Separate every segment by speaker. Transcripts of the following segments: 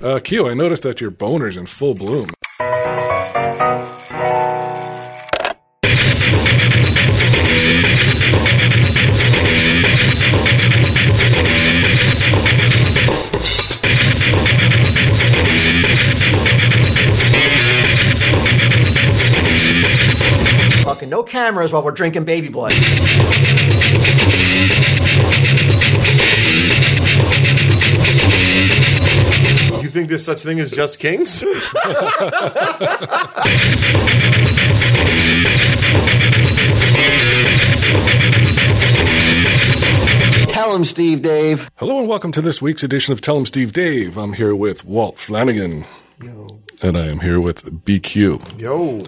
Speaker 1: Uh, Keo, I noticed that your boner's in full bloom.
Speaker 2: Fucking no cameras while we're drinking baby blood.
Speaker 3: You think there's such thing as just kings?
Speaker 2: Tell him, Steve Dave.
Speaker 1: Hello and welcome to this week's edition of Tell 'em Steve Dave. I'm here with Walt Flanagan. And I am here with BQ.
Speaker 3: Yo,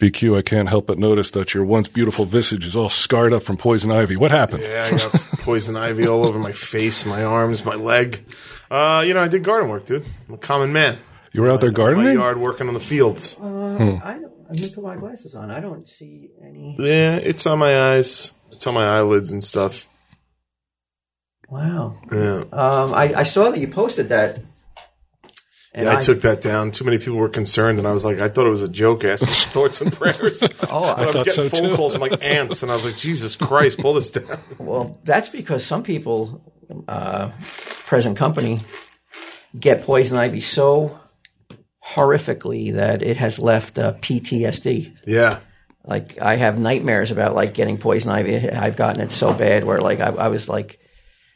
Speaker 1: BQ, I can't help but notice that your once beautiful visage is all scarred up from poison ivy. What happened?
Speaker 3: yeah, I got poison ivy all over my face, my arms, my leg. Uh, you know, I did garden work, dude. I'm a common man.
Speaker 1: You were out there
Speaker 3: My
Speaker 1: gardening?
Speaker 3: yard working on the fields.
Speaker 2: I don't. I need to put my glasses on. I don't see any.
Speaker 3: Yeah, it's on my eyes. It's on my eyelids and stuff.
Speaker 2: Wow.
Speaker 3: Yeah.
Speaker 2: Um, I, I saw that you posted that. And
Speaker 3: Yeah, I, took that down. Too many people were concerned, and I was like, I thought it was a joke. Asking for thoughts and prayers. oh,
Speaker 2: I
Speaker 3: was
Speaker 1: thought
Speaker 3: getting
Speaker 1: so,
Speaker 3: phone
Speaker 1: too.
Speaker 3: calls from like ants, and I was like, Jesus Christ, pull this down.
Speaker 2: Well, that's because some people, uh, present company, get poison ivy so horrifically that it has left uh, PTSD.
Speaker 3: Yeah,
Speaker 2: Like I have nightmares about like getting poison ivy. I've gotten it so bad where like I, I was like,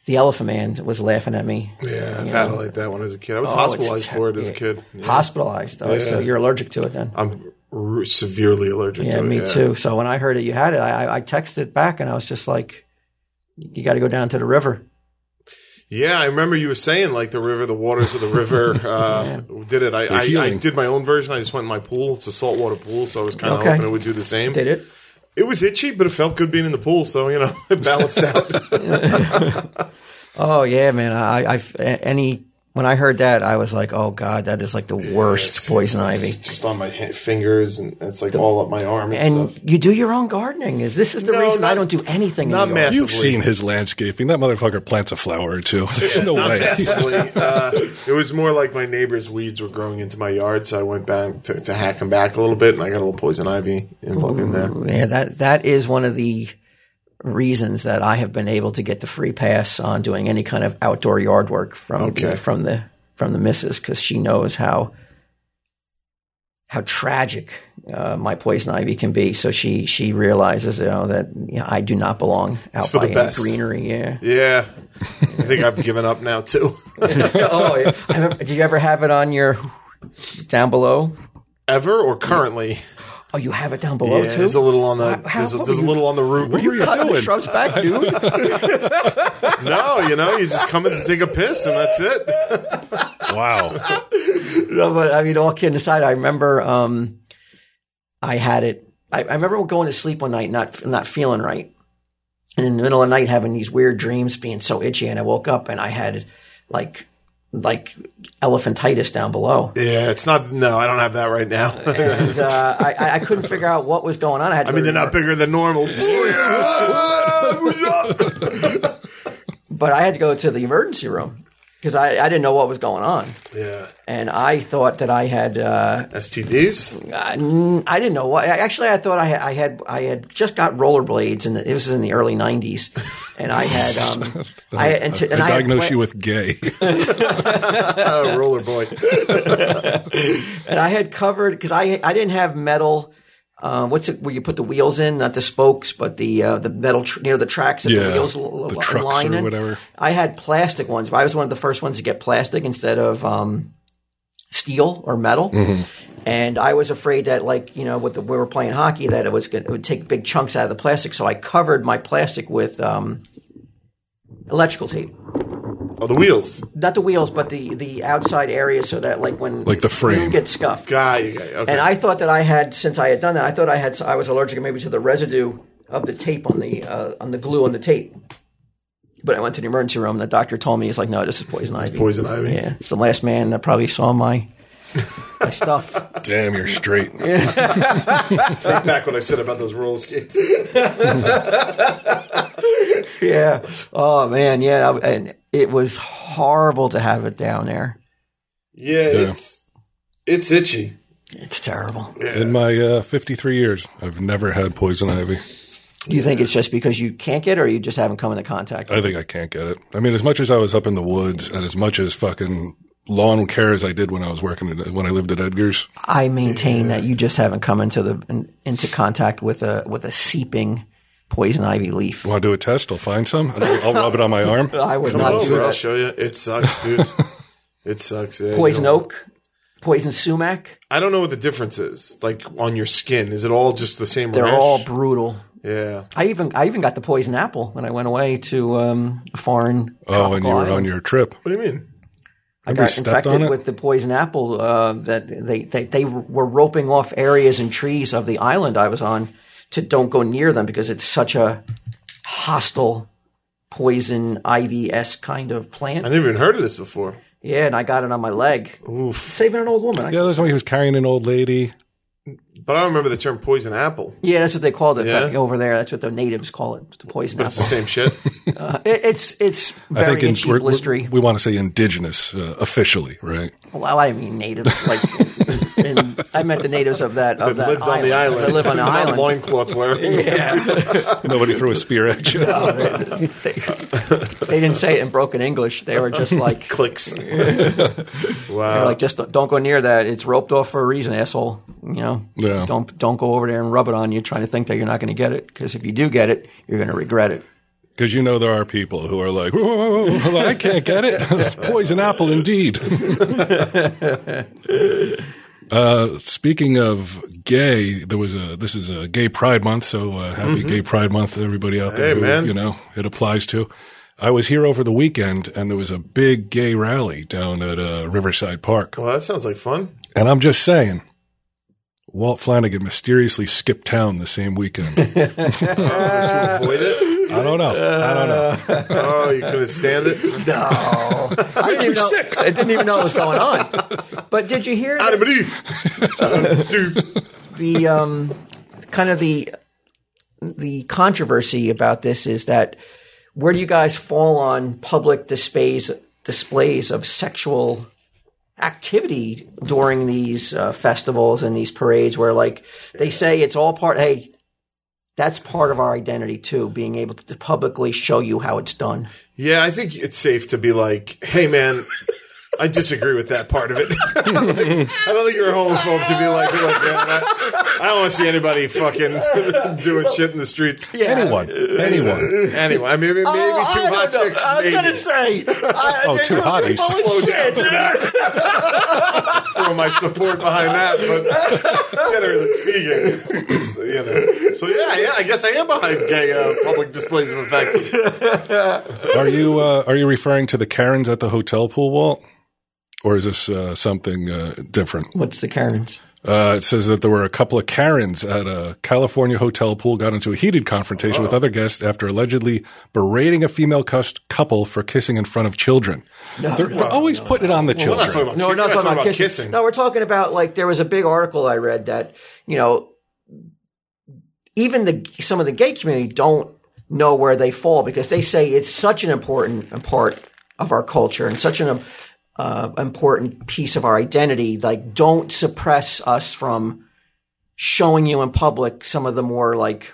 Speaker 2: the Elephant Man was laughing at me.
Speaker 3: yeah, I've
Speaker 2: You
Speaker 3: had it
Speaker 2: know?
Speaker 3: like that when I was a kid. I was
Speaker 2: Oh, it's
Speaker 3: hospitalized
Speaker 2: ter-
Speaker 3: for it as a
Speaker 2: yeah.
Speaker 3: kid. Yeah.
Speaker 2: Hospitalized though, so
Speaker 3: Yeah.
Speaker 2: you're allergic to it then.
Speaker 3: I'm r- severely allergic.
Speaker 2: Yeah,
Speaker 3: to it,
Speaker 2: me too. So when I heard that you had it, I, I- I texted back and I was just like, you got to go down to the river.
Speaker 3: Yeah, I remember you were saying like the river, the waters of the river uh, did it. I, I, I
Speaker 1: healing.
Speaker 3: did my own version. I just went in my pool. It's a saltwater pool, so I was kind of
Speaker 2: Okay.
Speaker 3: hoping it would do the same.
Speaker 2: Did it?
Speaker 3: It was itchy, but it felt good being in the pool. So you know, it balanced out.
Speaker 2: Oh yeah, man. I, I've a- any when I heard that, I was like, oh god, that is like the worst
Speaker 3: it's-
Speaker 2: poison ivy.
Speaker 3: just on my ha- fingers, and it's like all up my arm and,
Speaker 2: And
Speaker 3: stuff.
Speaker 2: you do your own gardening. Is this is the
Speaker 3: No,
Speaker 2: reason I
Speaker 3: not-
Speaker 2: don't do anything?
Speaker 3: not
Speaker 2: in New York.
Speaker 3: massive.
Speaker 1: You've seen his landscaping. That motherfucker plants a flower or two. There's no
Speaker 3: Not
Speaker 1: way.
Speaker 3: massively. uh, it was more like my neighbor's weeds were growing into my yard, so I went back to, to hack them back a little bit, and I got a little poison ivy involved in there.
Speaker 2: Yeah, that that is one of the reasons that I have been able to get the free pass on doing any kind of outdoor yard work from
Speaker 3: Okay.
Speaker 2: the, from the from the missus because she knows how how tragic uh, my poison ivy can be. So she she realizes you know that you know, I do not belong out
Speaker 3: for
Speaker 2: by
Speaker 3: the
Speaker 2: any
Speaker 3: best.
Speaker 2: greenery. Yeah.
Speaker 3: Yeah, I think I've given up now too.
Speaker 2: oh, yeah. I remember- did you ever have it on your down below?
Speaker 3: Ever or currently?
Speaker 2: Oh, you have it down below
Speaker 3: yeah,
Speaker 2: too.
Speaker 3: there's a little on the
Speaker 2: How- how-
Speaker 3: there's, a,
Speaker 2: what
Speaker 3: there's a
Speaker 2: were you-
Speaker 3: little on the root.
Speaker 1: What were you
Speaker 2: Cut the
Speaker 1: doing?
Speaker 2: shrubs back, dude.
Speaker 3: No, you know, you just come in to take a piss, and that's it.
Speaker 1: Wow.
Speaker 2: No, but I mean, all kidding aside, I remember um, I had it. I, I remember going to sleep one night, not not feeling right, and in the middle of the night having these weird dreams, being so itchy, and I woke up and I had like like elephantitis down below.
Speaker 3: Yeah, it's not. No, I don't have that right now.
Speaker 2: And, uh, I- I, I couldn't figure out what was going on. I had.
Speaker 3: I mean, they're not bigger than normal.
Speaker 2: But I had to go to the emergency room because I, I didn't know what was going on,
Speaker 3: yeah,
Speaker 2: and I thought that I had. Uh,
Speaker 3: STDs.
Speaker 2: I, mm, I didn't know why. Actually, I thought I had, I had I had just got rollerblades, and it was in the early '90s, and I had um, I had- and, to, and
Speaker 1: I
Speaker 2: I had
Speaker 1: diagnose
Speaker 2: pla-
Speaker 1: you with gay.
Speaker 3: Uh, roller boy.
Speaker 2: and I had covered because I I didn't have metal. Uh, what's it where you put the wheels in? Not the spokes, but the uh, the metal tr- near the tracks that the
Speaker 1: Yeah,
Speaker 2: wheels l-
Speaker 1: the
Speaker 2: l-
Speaker 1: trucks
Speaker 2: line
Speaker 1: or
Speaker 2: in.
Speaker 1: whatever.
Speaker 2: I had plastic ones. but I was one of the first ones to get plastic instead of um, steel or metal.
Speaker 1: Mm-hmm.
Speaker 2: And I was afraid that, like you know, with the, we were playing hockey, that it was gonna, it would take big chunks out of the plastic. So I covered my plastic with um, electrical tape,
Speaker 3: Oh, the wheels.
Speaker 2: not the wheels, but the the outside area, so that like when
Speaker 1: Like the frame.
Speaker 2: get scuffed.
Speaker 3: Guy. Okay.
Speaker 2: And I thought that I had, since I had done that, I thought I had, I was allergic maybe to the residue of the tape on the uh, on the glue on the tape. But I went to the emergency room. The doctor told me he's like, no, this is poison ivy.
Speaker 3: poison ivy.
Speaker 2: Yeah, it's the last man that probably saw my my stuff.
Speaker 1: Damn, you're straight.
Speaker 3: Take back what I said about those roller skates.
Speaker 2: Yeah. Oh man. Yeah. I- And it was horrible to have it down there.
Speaker 3: Yeah, it's it's itchy.
Speaker 2: It's terrible.
Speaker 1: In my uh, 53 years, I've never had poison ivy.
Speaker 2: Do you think it's just because you can't get it or you just haven't come into contact?
Speaker 1: I think I can't get it. I mean, as much as I was up in the woods and as much as fucking lawn care as I did when I was working at, when I lived at Edgar's,
Speaker 2: I maintain that you just haven't come into the in, into contact with a with a seeping poison ivy leaf.
Speaker 1: want to do a test? I'll find some. and I'll, I'll rub it on my arm.
Speaker 2: I would
Speaker 3: Come
Speaker 2: not do
Speaker 3: over, I'll
Speaker 2: that.
Speaker 3: show you. It sucks, dude. it sucks. Yeah, you
Speaker 2: Poison
Speaker 3: don't-
Speaker 2: oak, poison sumac.
Speaker 3: I don't know what the difference is. Like on your skin, is it all just the same?
Speaker 2: They're
Speaker 3: rash?
Speaker 2: all brutal.
Speaker 3: Yeah.
Speaker 2: I even I even got the poison apple when I went away to um, a foreign.
Speaker 1: Oh, and you
Speaker 2: tropical
Speaker 1: were on
Speaker 2: island.
Speaker 1: your trip.
Speaker 3: What do you mean?
Speaker 1: Remember
Speaker 2: I
Speaker 1: you
Speaker 2: got
Speaker 1: stepped on
Speaker 2: infected
Speaker 1: it?
Speaker 2: with the poison apple uh, that they, they they were roping off areas and trees of the island I was on to don't go near them because it's such a hostile poison ivy esque kind of
Speaker 3: I
Speaker 2: plant.
Speaker 3: never even heard of this before.
Speaker 2: Yeah, and I got it on my leg,
Speaker 3: Oof.
Speaker 2: saving an old woman. I-
Speaker 1: Yeah, there's somebody who was carrying an old lady.
Speaker 3: But I don't remember the term poison apple.
Speaker 2: Yeah, that's what they called it
Speaker 3: Yeah?
Speaker 2: back over there. That's what the natives call it, the poison
Speaker 3: But it's
Speaker 2: apple.
Speaker 3: the same shit.
Speaker 2: It, it's it's
Speaker 1: I
Speaker 2: very
Speaker 1: in-
Speaker 2: itchy,
Speaker 1: we're- we're-
Speaker 2: blistery.
Speaker 1: we want to say indigenous uh, officially, right?
Speaker 2: Well, I didn't mean natives. Like, in, in, I meant the natives of that of that
Speaker 3: Lived on the island.
Speaker 2: They live on the
Speaker 3: Not
Speaker 2: island.
Speaker 3: Loincloth wearing.
Speaker 1: Nobody threw a spear at you.
Speaker 2: they, they didn't say it in broken English. They were just like,
Speaker 3: Clicks. wow.
Speaker 2: like just don't go near that. It's roped off for a reason, asshole. You know,
Speaker 1: Yeah.
Speaker 2: don't don't go over there and rub it on you, trying to think that you're not going to get it. Because if you do get it, you're going to regret it.
Speaker 1: Because you know there are people who are like, whoa, whoa, whoa, whoa, I can't get it. Poison apple, indeed. uh, speaking of gay, there was a. This is a Gay Pride Month, so uh, happy Gay Pride Month, to everybody out there.
Speaker 3: Mm-hmm. Hey,
Speaker 1: who,
Speaker 3: man.
Speaker 1: You know, it applies to. I was here over the weekend, and there was a big gay rally down at uh, Riverside Park.
Speaker 3: well, that sounds like fun.
Speaker 1: And I'm just saying, Walt Flanagan mysteriously skipped town the same weekend. I
Speaker 3: Avoid it.
Speaker 1: don't know. I don't know.
Speaker 3: Oh, you couldn't stand it.
Speaker 2: No, I didn't even know. I didn't even know what was going on. But did you hear
Speaker 3: Adam
Speaker 2: that
Speaker 3: and Eve. Adam and Eve.
Speaker 2: the um, kind of the the controversy about this is that where do you guys fall on public displays displays of sexual activity during these uh, festivals and these parades where like they say it's all part hey that's part of our identity too being able to publicly show you how it's done
Speaker 3: Yeah, I think it's safe to be like, hey, man, I disagree with that part of it. I don't think you're a homophobe to be like, be like man, I, I don't want to see anybody fucking doing shit in the streets.
Speaker 1: Anyone, anyone.
Speaker 3: Anyway, I mean, maybe two hot chicks. Maybe.
Speaker 2: say I,
Speaker 1: Oh, two hotties.
Speaker 3: Slow down for that. Throw my support behind that, but generally speaking, it's, it's, you know. So yeah, yeah, I guess I am behind gay uh, public displays of affection.
Speaker 1: Are you uh, are you referring to the Karens at the hotel pool, Walt, or is this uh, something uh, different?
Speaker 2: what's the karens
Speaker 1: Uh, it says that there were a couple of Karens at a California hotel pool got into a heated confrontation with other guests after allegedly berating a female cus- couple for kissing in front of children. they're, they're always putting it on the
Speaker 3: We're
Speaker 1: children.
Speaker 3: not talking about,
Speaker 2: No, we're
Speaker 3: we're
Speaker 2: not talking, about, kissing.
Speaker 3: kissing.
Speaker 2: No, we're talking about like there was a big article I read that you know even the some of the gay community don't know where they fall because they say it's such an important part of our culture and such an uh, important piece of our identity. Like, don't suppress us from showing you in public some of the more like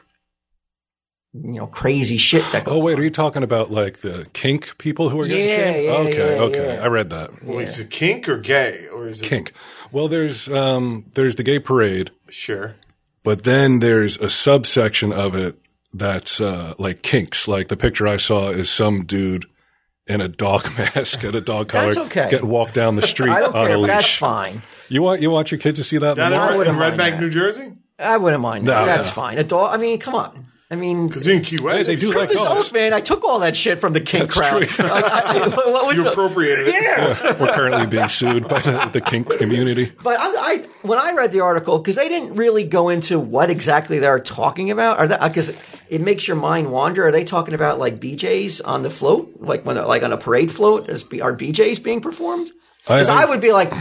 Speaker 2: you know crazy shit that goes
Speaker 1: Oh wait, are you talking about like the kink people who are getting
Speaker 2: Yeah,
Speaker 1: shamed?
Speaker 2: yeah,
Speaker 1: okay,
Speaker 2: yeah,
Speaker 1: okay,
Speaker 2: yeah.
Speaker 1: I read that.
Speaker 3: Wait, is it kink or gay or is it
Speaker 1: Kink. Well, there's um, there's the gay parade,
Speaker 3: Sure.
Speaker 1: But then there's a subsection of it that's uh, like kinks. Like the picture I saw is some dude in a dog mask and a dog collar
Speaker 2: That's okay.
Speaker 1: getting walked down the street
Speaker 2: I don't
Speaker 1: on a
Speaker 2: care.
Speaker 1: leash.
Speaker 2: That's fine.
Speaker 1: You want you want your kids to see that?
Speaker 3: That
Speaker 2: I
Speaker 3: in,
Speaker 2: wouldn't
Speaker 3: in Red
Speaker 2: mind
Speaker 3: Bank,
Speaker 2: that.
Speaker 3: New Jersey?
Speaker 2: I wouldn't mind. that.
Speaker 1: No,
Speaker 2: That's
Speaker 1: no.
Speaker 2: fine. A dog. I mean, come on. I mean,
Speaker 3: Because in Key West,
Speaker 1: They- they do
Speaker 3: it's-
Speaker 1: like
Speaker 2: this
Speaker 1: dogs.
Speaker 2: old man, I took all that shit from the kink crowd.
Speaker 1: true.
Speaker 2: Like, I, I, what was
Speaker 3: you
Speaker 2: the-
Speaker 3: appropriated it.
Speaker 2: yeah,
Speaker 1: We're currently being sued by the, the kink community.
Speaker 2: but I, I when I read the article because they didn't really go into what exactly they are talking about, or that because it makes your mind wander. Are they talking about like BJ's on the float, like when like on a parade float? Is, are BJ's being performed? Because
Speaker 1: I-
Speaker 2: I, would be like,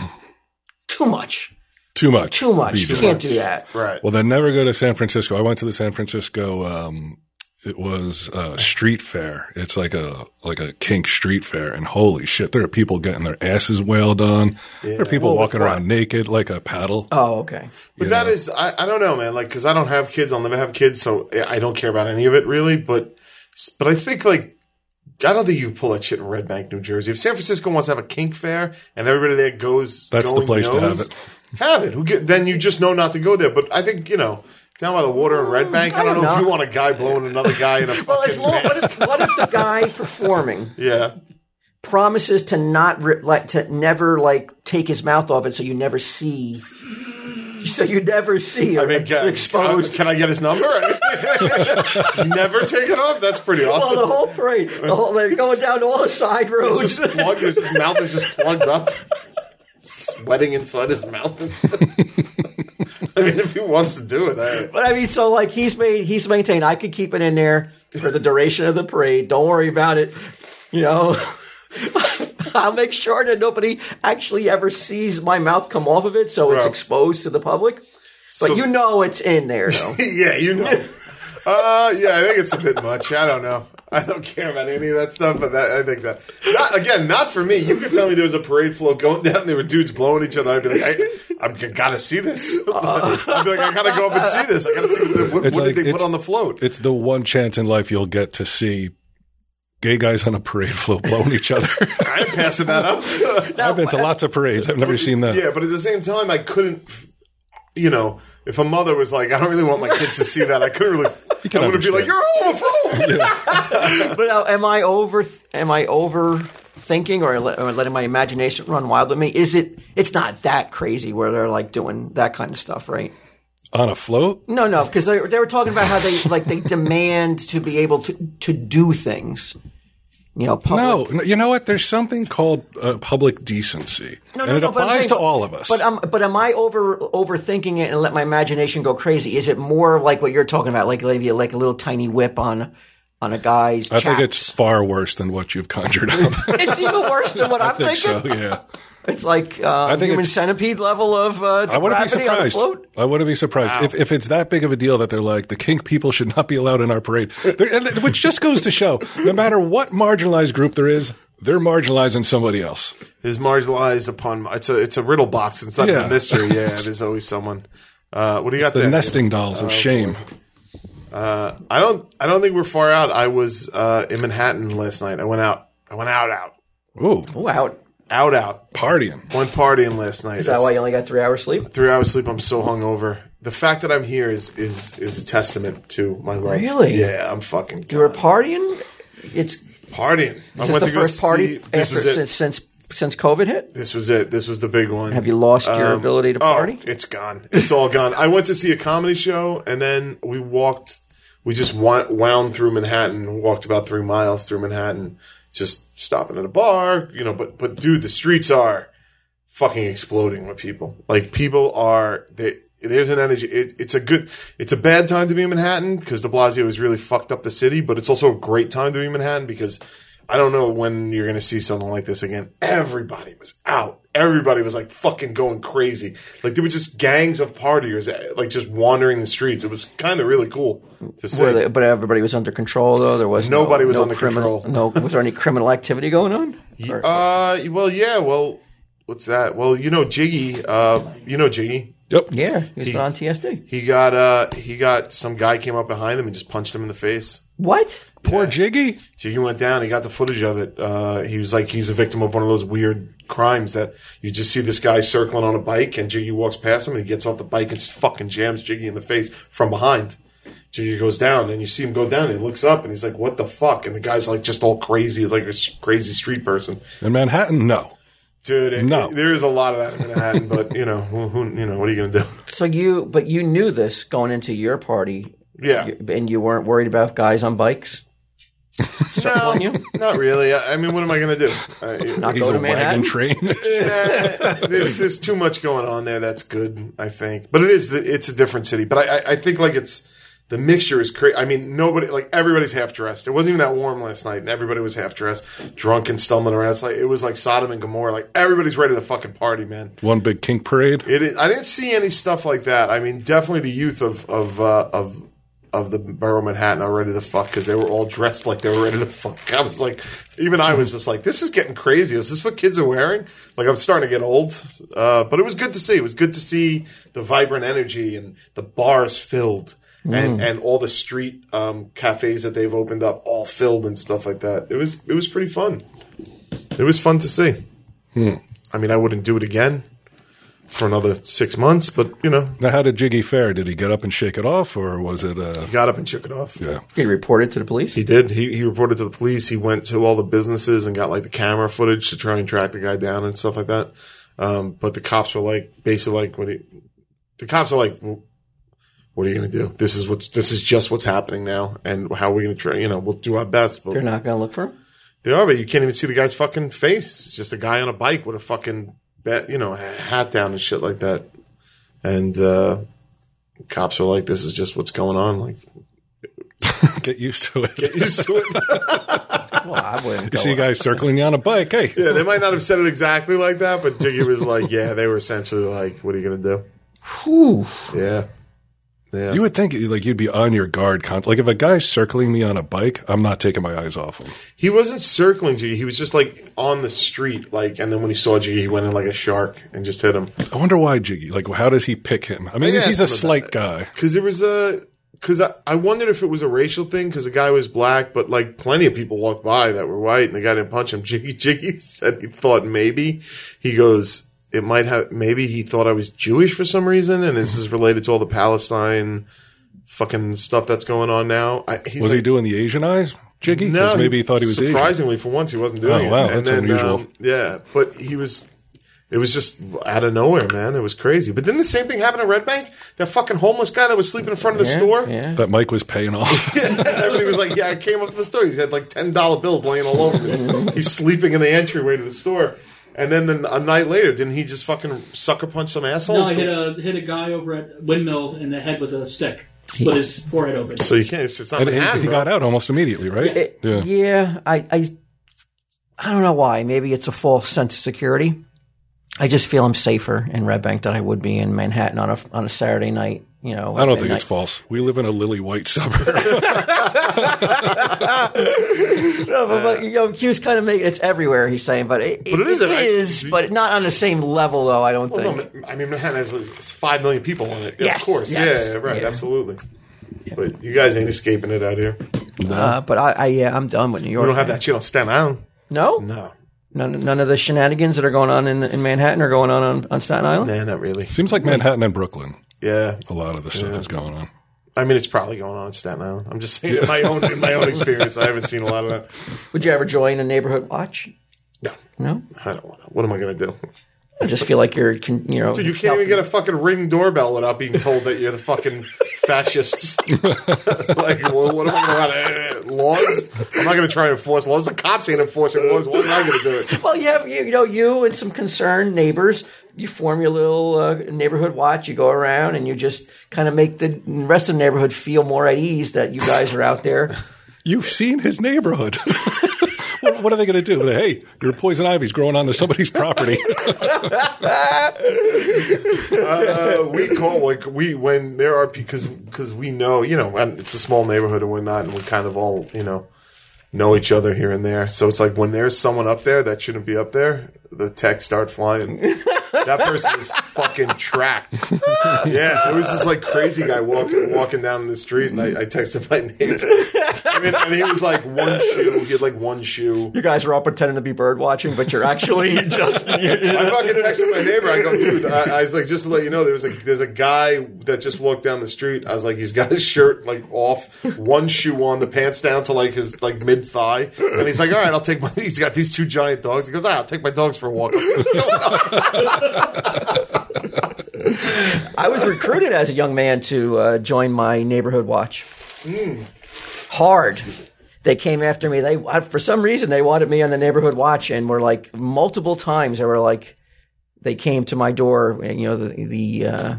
Speaker 2: too much,
Speaker 1: Too much.
Speaker 2: too much.
Speaker 1: BJ.
Speaker 2: You can't do that.
Speaker 3: Right.
Speaker 1: Well, then never go to San Francisco. I went to the San Francisco um, It was uh, street fair. It's like a like a kink street fair, and holy shit, there are people getting their asses wailed on. There are people walking around naked like a paddle.
Speaker 2: Oh, okay.
Speaker 3: But that is, I, I don't know, man. Like, because I don't have kids, I'll never have kids, so I- I don't care about any of it really. But, but I think like, I don't think you pull that shit in Red Bank, New Jersey. If San Francisco wants to have a kink fair and everybody there goes,
Speaker 1: That's the
Speaker 3: going
Speaker 1: place to have
Speaker 3: goes,
Speaker 1: it.
Speaker 3: Have it. Who get, then you just know not to go there. But I think you know. Down by the water in Red Bank, I don't,
Speaker 2: I don't
Speaker 3: know if
Speaker 2: know.
Speaker 3: you want a guy blowing another guy in a fucking
Speaker 2: Well, as long
Speaker 3: mask.
Speaker 2: what if, what if the guy performing
Speaker 3: Yeah,
Speaker 2: promises to not rip, like, to never like take his mouth off it, so you never see, so you never see or
Speaker 3: I mean, can,
Speaker 2: exposed.
Speaker 3: Can I get his number? you never take it off. That's pretty
Speaker 2: well, Oh, the
Speaker 3: awesome.
Speaker 2: whole parade, the whole, they're going down all the side
Speaker 3: He's
Speaker 2: roads.
Speaker 3: just plugged. His his mouth is just plugged up, sweating inside his mouth. I mean, if he wants to do it, I,
Speaker 2: But I mean, so like he's made he's maintained. I could keep it in there for the duration of the parade. Don't worry about it. You know, I'll make sure that nobody actually ever sees my mouth come off of it, so it's
Speaker 3: Right.
Speaker 2: exposed to the public. But
Speaker 3: So-
Speaker 2: you know it's in there, though.
Speaker 3: yeah, you know. Uh, yeah, I think it's a bit much. I don't know. I don't care about any of that stuff, but that, I think that not, again, not for me. You could tell me there was a parade float going down. There were dudes blowing each other. I'd be like, I, I'm I gotta see this. I'd be like, I gotta go up and see this. I gotta see what, the, what,
Speaker 1: It's
Speaker 3: what
Speaker 1: like-
Speaker 3: did they put
Speaker 1: it's-
Speaker 3: on the float.
Speaker 1: It's the one chance in life you'll get to see gay guys on a parade float blowing each other.
Speaker 3: I ain't passing that up.
Speaker 1: I've been to lots of parades. I've never seen that.
Speaker 3: yeah, but at the same time, I couldn't. You know, if a mother was like, "I don't really want my kids to see that," I couldn't really.
Speaker 1: can
Speaker 3: I would be like,
Speaker 1: understand.
Speaker 3: "You're a homophobe."
Speaker 2: But uh, am I over? Am I overthinking or, let- or letting my imagination run wild with me? Is it? It's not that crazy where they're like doing that kind of stuff, right?
Speaker 1: On a float?
Speaker 2: No, no, because they, they were talking about how they like they demand to be able to to do things. You know, public.
Speaker 1: No. No, You know what? There's something called uh, public decency.
Speaker 2: No, no,
Speaker 1: and it
Speaker 2: no, but I'm
Speaker 1: applies
Speaker 2: saying-
Speaker 1: to all of us.
Speaker 2: But um, but am I over overthinking it and let my imagination go crazy? Is it more like what you're talking about, like maybe like a little tiny whip on on a guy's?
Speaker 1: I think it's far worse than what you've conjured up. I
Speaker 2: it's even worse than what I'm
Speaker 1: think
Speaker 2: thinking.
Speaker 1: so, yeah.
Speaker 2: It's like um,
Speaker 1: think
Speaker 2: human
Speaker 1: it's-
Speaker 2: centipede level of uh,
Speaker 1: I wouldn't be
Speaker 2: depravity on the
Speaker 1: surprised.
Speaker 2: float.
Speaker 1: I wouldn't be surprised if, if it's that big of a deal that they're like the kink people should not be allowed in our parade, They're- and th- which just goes to show no matter what marginalized group there is, they're marginalizing somebody else.
Speaker 3: is marginalized upon. It's a it's a riddle box. It's not
Speaker 1: Yeah.
Speaker 3: a mystery. Yeah, there's always someone. Uh, what do you Oh, got
Speaker 1: The
Speaker 3: there?
Speaker 1: nesting dolls of shame.
Speaker 3: Uh, I don't. I don't think we're far out. I was uh, in Manhattan last night. I went out. I went out. Out.
Speaker 1: Ooh,
Speaker 2: Wow,
Speaker 3: Out. Out.
Speaker 1: partying.
Speaker 3: Went partying last night.
Speaker 2: is that why you only got three hours sleep?
Speaker 3: Three hours sleep. I'm so hungover. The fact that I'm here is is is a testament to my life.
Speaker 2: Really?
Speaker 3: Yeah, I'm fucking.
Speaker 2: You were partying. It's
Speaker 3: partying.
Speaker 2: Is this the first party
Speaker 3: This
Speaker 2: after,
Speaker 3: is it.
Speaker 2: since, since since COVID hit?
Speaker 3: This was it. This was the big one. Um,
Speaker 2: Have you lost your ability to party?
Speaker 3: Oh, it's gone. It's all gone. I went to see a comedy show, and then we walked. We just wa- wound through Manhattan. Walked about three miles through Manhattan, just stopping at a bar. You know, but but dude, the streets are fucking exploding with people. Like people are they, there's an energy. It, it's a good. It's a bad time to be in Manhattan because De Blasio has really fucked up the city. But it's also a great time to be in Manhattan because I don't know when you're going to see something like this again. Everybody was out. Everybody was like fucking going crazy. Like there were just gangs of partiers eh, like just wandering the streets. It was kind of really cool to see.
Speaker 2: Were they- but everybody was under control, though. There was no-
Speaker 3: Nobody was
Speaker 2: no
Speaker 3: under
Speaker 2: criminal,
Speaker 3: control.
Speaker 2: No, was there any criminal activity going on? Or-
Speaker 3: uh, well, yeah. Well, what's that? Well, you know Jiggy. Uh, you know Jiggy.
Speaker 1: Yep.
Speaker 2: yeah, he was on TSD.
Speaker 3: He got uh he got some guy came up behind him and just punched him in the face.
Speaker 2: What?
Speaker 1: Poor Jiggy.
Speaker 3: So he went down. He got the footage of it. Uh, he was like he's a victim of one of those weird crimes that you just see this guy circling on a bike and Jiggy walks past him and he gets off the bike and just fucking jams Jiggy in the face from behind. Jiggy goes down and you see him go down. And he looks up and he's like, "What the fuck?" And the guy's like just all crazy. He's like a s- crazy street person.
Speaker 1: In Manhattan, no.
Speaker 3: Dude, it-
Speaker 1: No.
Speaker 3: there is a lot of that in Manhattan, but you know, who, who, you know, what are you gonna do?
Speaker 2: So you, but you knew this going into your party,
Speaker 3: Yeah.
Speaker 2: you- and you weren't worried about guys on bikes.
Speaker 3: no,
Speaker 2: on you?
Speaker 3: Not really. I, I mean, what am I going to do? I,
Speaker 2: Not
Speaker 1: He's
Speaker 2: go
Speaker 1: a
Speaker 2: to
Speaker 1: wagon
Speaker 2: Manhattan.
Speaker 1: train.
Speaker 3: there's there's too much going on there. That's good, I think. But it is the, it's a different city. But I, I, I think like it's the mixture is crazy. I mean, nobody like everybody's half dressed. It wasn't even that warm last night, and everybody was half dressed, drunk and stumbling around. It's like it was like Sodom and Gomorrah. Like everybody's ready to fucking party, man.
Speaker 1: one big kink parade.
Speaker 3: It is, I didn't see any stuff like that. I mean, definitely the youth of of uh, of of the borough of Manhattan are ready to fuck because they were all dressed like they were ready to fuck. I was like, even I was just like, this is getting crazy. Is this what kids are wearing? Like, I'm starting to get old. Uh, but it was good to see. It was good to see the vibrant energy and the bars filled and, and all the street um, cafes that they've opened up all filled and stuff like that. It was it was pretty fun. It was fun to see. I mean, I wouldn't do it again for another six months, but you know,
Speaker 1: Now, how did Jiggy fare? Did he get up and shake it off, or was it? Uh,
Speaker 3: he got up and shook it off.
Speaker 1: yeah.
Speaker 2: He reported to the police.
Speaker 3: He did. He, he reported to the police. He went to all the businesses and got like the camera footage to try and track the guy down and stuff like that. Um, but the cops were like, basically like, what do you, the cops are like, "Well, what are you going to do? This is what's, this is just what's happening now. And how are we going to try, you know, we'll do our best, but
Speaker 2: They're not going to look for him.
Speaker 3: they are, but you can't even see the guy's fucking face. It's just a guy on a bike with a fucking bat, you know, hat down and shit like that. And, uh, cops are like, this is just what's going on. Like,
Speaker 1: Get used to it.
Speaker 3: get used to it. Oh,
Speaker 2: Well, I wouldn't.
Speaker 1: you
Speaker 2: go
Speaker 1: see a guy circling you on a bike. Hey,
Speaker 3: Yeah, they might not have said it exactly like that, but Jiggy was like, "Yeah, they were essentially like, what are you gonna
Speaker 2: Whew.
Speaker 3: do?" Yeah,
Speaker 1: you would think like you'd be on your guard. Con- like if a guy's circling me on a bike, I'm not taking my eyes off him.
Speaker 3: he wasn't circling Jiggy; he was just like on the street, like. And then when he saw Jiggy, he went in like a shark and just hit him
Speaker 1: I wonder why Jiggy. Like, how does he pick him? I mean,
Speaker 3: Yeah,
Speaker 1: he's a
Speaker 3: something
Speaker 1: slight
Speaker 3: about
Speaker 1: guy.
Speaker 3: because there was a because I, I wondered if it was a racial thing because the guy was black, but like plenty of people walked by that were white and the guy didn't punch him. Jiggy Jiggy said he thought maybe he goes. It might have maybe he thought I was Jewish for some reason, and this is related to all the Palestine fucking stuff that's going on now. I, he's
Speaker 1: Was
Speaker 3: like,
Speaker 1: he doing the Asian eyes, Jiggy? 'Cause maybe he thought he was Asian.
Speaker 3: surprisingly for once he wasn't doing
Speaker 1: Oh, wow,
Speaker 3: it. um,
Speaker 1: that's unusual.
Speaker 3: yeah, but he was. It was just out of nowhere, man. It was crazy. But then the same thing happened at Red Bank. That fucking homeless guy that was sleeping in front of the store.
Speaker 2: Yeah.
Speaker 1: That Mike was paying off.
Speaker 3: Everybody was like, "Yeah, I came up to the store. He's had like ten dollar bills laying all over. him. He's sleeping in the entryway to the store." And then an- a night later, didn't he just fucking sucker punch some asshole?
Speaker 4: No, I hit a hit a guy over at Windmill in the head with a stick. Split his forehead open.
Speaker 3: so you can't. It's, it's not
Speaker 1: and he,
Speaker 3: Manhattan,
Speaker 1: he
Speaker 3: bro.
Speaker 1: got out almost immediately, right?
Speaker 2: It- yeah. I, I, I don't know why. Maybe it's a false sense of security. I just feel I'm safer in Red Bank than I would be in Manhattan on a on a Saturday night. You know,
Speaker 1: I don't think it's false. We live in a lily white suburb.
Speaker 2: No, but, but you know, Q's kind of make it's everywhere. He's saying, but it,
Speaker 3: But
Speaker 2: it
Speaker 3: it is,
Speaker 2: is,
Speaker 3: I-
Speaker 2: but not on the same level, though. I don't
Speaker 3: Well,
Speaker 2: think.
Speaker 3: no, Ma- I mean, Manhattan has like, five million people on it.
Speaker 2: Yes,
Speaker 3: of course.
Speaker 2: yes.
Speaker 3: Yeah, yeah, right.
Speaker 2: Yeah.
Speaker 3: Absolutely. But you guys ain't escaping it out here. We
Speaker 2: Uh, but I, I, yeah, I'm done with New York.
Speaker 3: don't have that shit on Staten Island.
Speaker 2: No,
Speaker 3: No,
Speaker 2: None, none of the shenanigans that are going on in, in Manhattan are going on, on on Staten Island.
Speaker 3: nah, not really.
Speaker 1: Seems like Manhattan and Brooklyn.
Speaker 3: Yeah,
Speaker 1: A lot of the stuff is going on.
Speaker 3: I mean, it's probably going on in Staten Island. I'm just saying in my own in my own experience. I haven't seen a lot of that.
Speaker 2: Would you ever join a neighborhood watch?
Speaker 3: No,
Speaker 2: No,
Speaker 3: I don't want to. What am I going to do?
Speaker 2: I just feel like you're, con- you know,
Speaker 3: Dude, you can't even get a fucking ring doorbell without being told that you're the fucking fascists. like, well, what am I going to laws? I'm not going to try and enforce laws. The cops ain't enforcing laws. What am I going to do? It?
Speaker 2: Well, you have you, you know you and some concerned neighbors. You form your little uh, neighborhood watch. You go around and you just kind of make the rest of the neighborhood feel more at ease that you guys are out there.
Speaker 1: You've seen his neighborhood. what, what are they going to do? Hey, your poison ivy's growing onto somebody's property.
Speaker 3: Uh, we call like we when there are because because we know you know and it's a small neighborhood and whatnot, and we kind of all you know know each other here and there. So it's like when there's someone up there that shouldn't be up there, the texts start flying. that person is fucking tracked. Yeah, there was this like crazy guy walking walking down the street, and I, I texted my neighbor. I mean, and he was like one shoe, he had like one shoe.
Speaker 2: You guys are all pretending to be bird watching, but you're actually just.
Speaker 3: I fucking texted my neighbor. I go, dude. I, I was like, just to let you know, there was a there's a guy that just walked down the street. I was like, he's got his shirt like off, one shoe on, the pants down to like his like mid thigh, and he's like, all right, I'll take my. He's got these two giant dogs. He goes, all right, I'll take my dogs for a walk. I was like, "What's going on?"
Speaker 2: I was recruited as a young man to uh, join my neighborhood watch. Hard. They came after me. They I- for some reason they wanted me on the neighborhood watch, and were like multiple times. They were like, they came to my door. and, You know the the. Uh,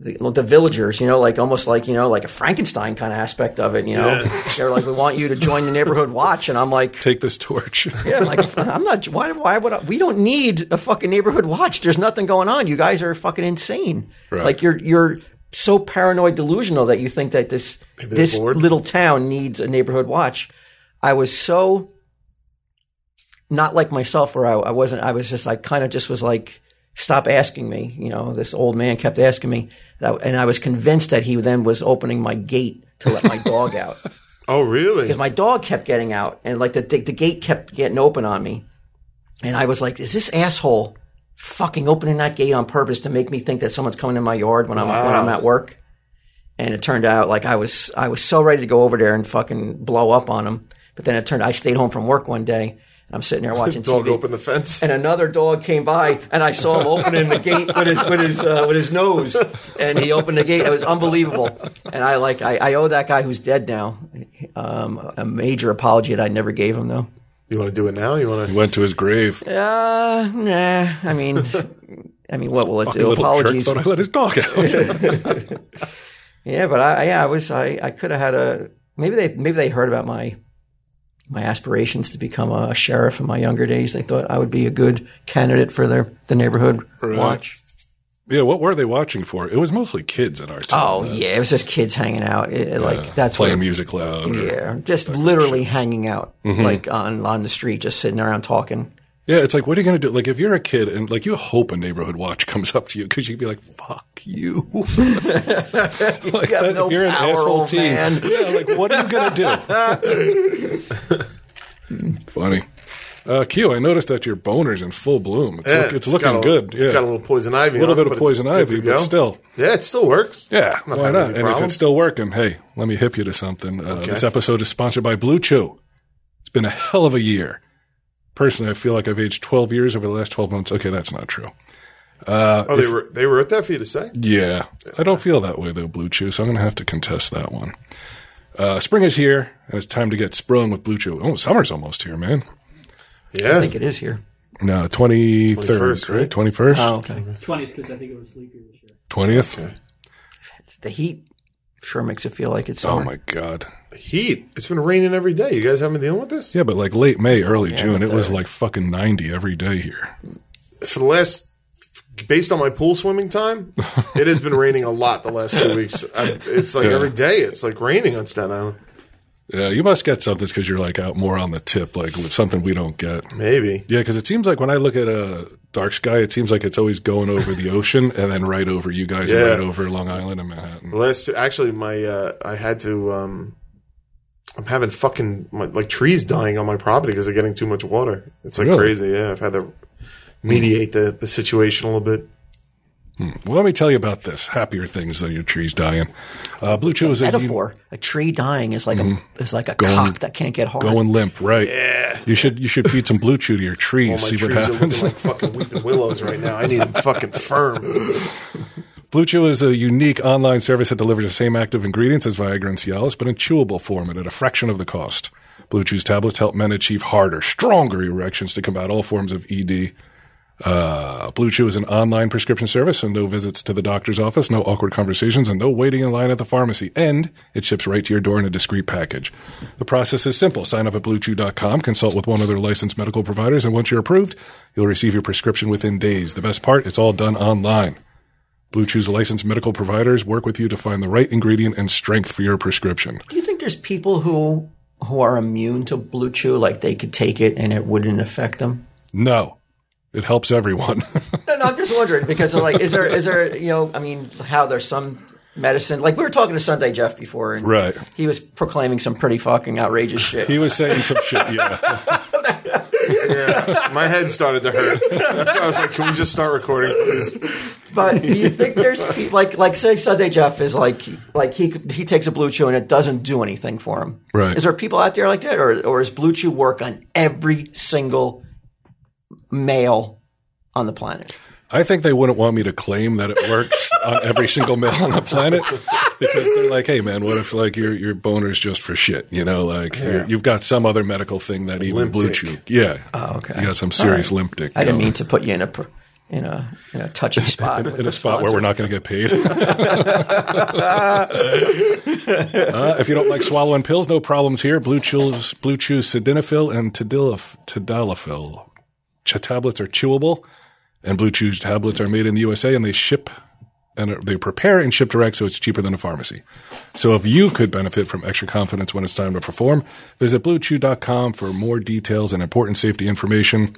Speaker 2: the, well, the villagers, you know, like almost like you know, like a Frankenstein kind of aspect of it. You know, they were like, "We want you to join the neighborhood watch," and I'm like,
Speaker 1: Take this torch.
Speaker 2: yeah, like I'm not. Why? Why would I, we don't need a fucking neighborhood watch? There's nothing going on. You guys are fucking insane.
Speaker 1: Right.
Speaker 2: Like you're you're so paranoid delusional that you think that this
Speaker 3: they're
Speaker 2: this
Speaker 3: bored.
Speaker 2: little town needs a neighborhood watch. I was so not like myself where I, I wasn't I was just I kind of just was like stop asking me you know this old man kept asking me that, and I was convinced that he then was opening my gate to let my dog out
Speaker 3: Oh, really?
Speaker 2: because my dog kept getting out and like the, the the gate kept getting open on me and I was like is this asshole fucking opening that gate on purpose to make me think that someone's coming in my yard when I'm when I'm at work and it turned out like I was I was so ready to go over there and fucking blow up on him but then it turned I stayed home from work one day and I'm sitting there watching
Speaker 3: Dog
Speaker 2: TV
Speaker 3: opened the fence.
Speaker 2: and another dog came by, and I saw him opening the gate with his with his uh, with his nose, and he opened the gate. It was unbelievable, and I like I, I owe that guy who's dead now um, a major apology that I never gave him though.
Speaker 3: You want to do it now? You want
Speaker 1: He
Speaker 3: to?
Speaker 1: went to his grave.
Speaker 2: Uh, nah, I mean, I mean, what will it do?
Speaker 1: Little
Speaker 2: Apologies,
Speaker 1: jerk thought I let his dog out.
Speaker 2: yeah, but I yeah I was I I could have had a maybe they maybe they heard about my. My aspirations to become a sheriff in my younger days, they thought I would be a good candidate for their the neighborhood
Speaker 1: Right.
Speaker 2: watch.
Speaker 1: yeah, what were they watching for? It was mostly kids at our time.
Speaker 2: Oh
Speaker 1: uh,
Speaker 2: yeah, it was just kids hanging out. It- like Oh, that's Mm.
Speaker 1: playing
Speaker 2: what.
Speaker 1: music loud. or-
Speaker 2: Yeah, just literally hanging out,
Speaker 1: Mm-hmm.
Speaker 2: like on on the street, just sitting around talking.
Speaker 1: Yeah, it's like, what are you going to do? Like, if you're a kid and like you hope a neighborhood watch comes up to you because you'd be like, fuck you. like,
Speaker 2: have
Speaker 1: that-
Speaker 2: no
Speaker 1: if you're an
Speaker 2: power,
Speaker 1: asshole
Speaker 2: old
Speaker 1: teen.
Speaker 2: man.
Speaker 1: Yeah, like, what are you going to do? Funny. Uh, Q, I noticed that your boner's in full bloom. It's, look,
Speaker 3: Yeah,
Speaker 1: it's, looking
Speaker 3: got a-
Speaker 1: good.
Speaker 3: It's
Speaker 1: yeah.
Speaker 3: got a little poison ivy.
Speaker 1: A little
Speaker 3: on
Speaker 1: bit
Speaker 3: it,
Speaker 1: of
Speaker 3: but it's
Speaker 1: poison
Speaker 3: good to
Speaker 1: ivy, but
Speaker 3: go.
Speaker 1: still.
Speaker 3: Yeah, it still works.
Speaker 1: Yeah,
Speaker 3: Not
Speaker 1: why
Speaker 3: having
Speaker 1: not?
Speaker 3: any
Speaker 1: And if it's
Speaker 3: problems.
Speaker 1: still working, hey, let me hip you to something. Uh, This episode is sponsored by Blue Chew. It's been a hell of a year. Personally, I feel like I've aged 12 years over the last 12 months. Okay, that's not true.
Speaker 3: oh, they were they wrote that for you to say.
Speaker 1: Yeah. I don't feel that way, though, Blue Chew, so I'm going to have to contest that one. Uh, spring is here, and it's time to get sprung with Blue Chew. Oh, summer's almost here, man.
Speaker 3: Yeah,
Speaker 2: I think it is here.
Speaker 1: No, 23rd,
Speaker 3: 21st,
Speaker 1: right?
Speaker 3: right?
Speaker 1: 21st?
Speaker 2: Oh, okay.
Speaker 4: Twentieth, because I think it was leap year this year.
Speaker 1: 20th?
Speaker 2: The heat sure makes it feel like it's
Speaker 1: Oh,
Speaker 2: summer.
Speaker 1: my God.
Speaker 3: heat. It's been raining every day. You guys haven't been dealing with this
Speaker 1: Yeah, but like late May, early June, it was like fucking 90 every day here.
Speaker 3: for the last. Based on my pool swimming time, it has been raining a lot the last two weeks. I, it's like
Speaker 1: Yeah.
Speaker 3: every day. It's like raining on Staten Island.
Speaker 1: Yeah, you must get something because you're like out more on the tip, like with something we don't get.
Speaker 3: Maybe.
Speaker 1: Yeah, because it seems like when I look at a dark sky, it seems like it's always going over the ocean and then right over you guys, and
Speaker 3: Yeah.
Speaker 1: right over Long Island and Manhattan.
Speaker 3: Last two, actually, my uh, I had to. Um, I'm having fucking my, like trees dying on my property because they're getting too much water. It's like
Speaker 1: Really?
Speaker 3: crazy. Yeah, I've had to mediate the, the situation a little bit.
Speaker 1: Well, let me tell you about this. Happier things than your trees dying. Uh, Blue Chew is a
Speaker 2: Metaphor: a tree dying is like a is like a cock that can't get hard.
Speaker 1: Mm-hmm. going limp, right? Yeah. You should you should feed some Blue Chew to your trees.
Speaker 3: All my
Speaker 1: see what
Speaker 3: trees are
Speaker 1: happens.
Speaker 3: looking like fucking weeping willows right now. I need them fucking firm.
Speaker 1: Blue Chew is a unique online service that delivers the same active ingredients as Viagra and Cialis, but in chewable form and at a fraction of the cost. Blue Chew's tablets help men achieve harder, stronger erections to combat all forms of ED. Uh, Blue Chew is an online prescription service, and no visits to the doctor's office, no awkward conversations, and no waiting in line at the pharmacy. And it ships right to your door in a discreet package. The process is simple. Sign up at bluechew.com, consult with one of their licensed medical providers, and once you're approved, you'll receive your prescription within days. The best part, it's all done online. Blue Chew's licensed medical providers work with you to find the right ingredient and strength for your prescription.
Speaker 2: Do you think there's people who who are immune to blue chew, like they could take it and it wouldn't affect them?
Speaker 1: No, it helps everyone.
Speaker 2: No, no, I'm just wondering because like, is there is there you know, I mean, how there's some medicine like we were talking to Sunday Jeff before, and
Speaker 1: Right.
Speaker 2: He was proclaiming some pretty fucking outrageous shit.
Speaker 1: he was saying some shit. Yeah,
Speaker 3: Yeah, my head started to hurt. That's why I was like, "Can we just start recording, please?"
Speaker 2: but do you think there's pe- like like say Sunday Jeff is like like he he takes a blue chew and it doesn't do anything for him.
Speaker 1: Right.
Speaker 2: Is there people out there like that, or or is blue chew work on every single male on the planet?
Speaker 1: I think they wouldn't want me to claim that it works on every single male on the planet because they're like, "Hey, man, what if like your your boner's just for shit? You know, like you're, you've got some other medical thing that even
Speaker 3: Limp
Speaker 1: Blue
Speaker 3: dick.
Speaker 1: Chew, yeah,
Speaker 2: Oh, okay.
Speaker 1: you got some serious
Speaker 2: All right.
Speaker 1: limp dick.
Speaker 2: I didn't
Speaker 1: going.
Speaker 2: mean to put you in a pr- in a in a touchy spot.
Speaker 1: in a spot where we're not going to get paid. uh, if you don't like swallowing pills, no problems here. Blue Chew's Blue Chew Sildenafil and Tadalaf, Tadalafil Ch- tablets are chewable, and Blue Chew tablets are made in the USA and they ship and they prepare and ship direct, so it's cheaper than a pharmacy. So if you could benefit from extra confidence when it's time to perform, visit BlueChew.com for more details and important safety information.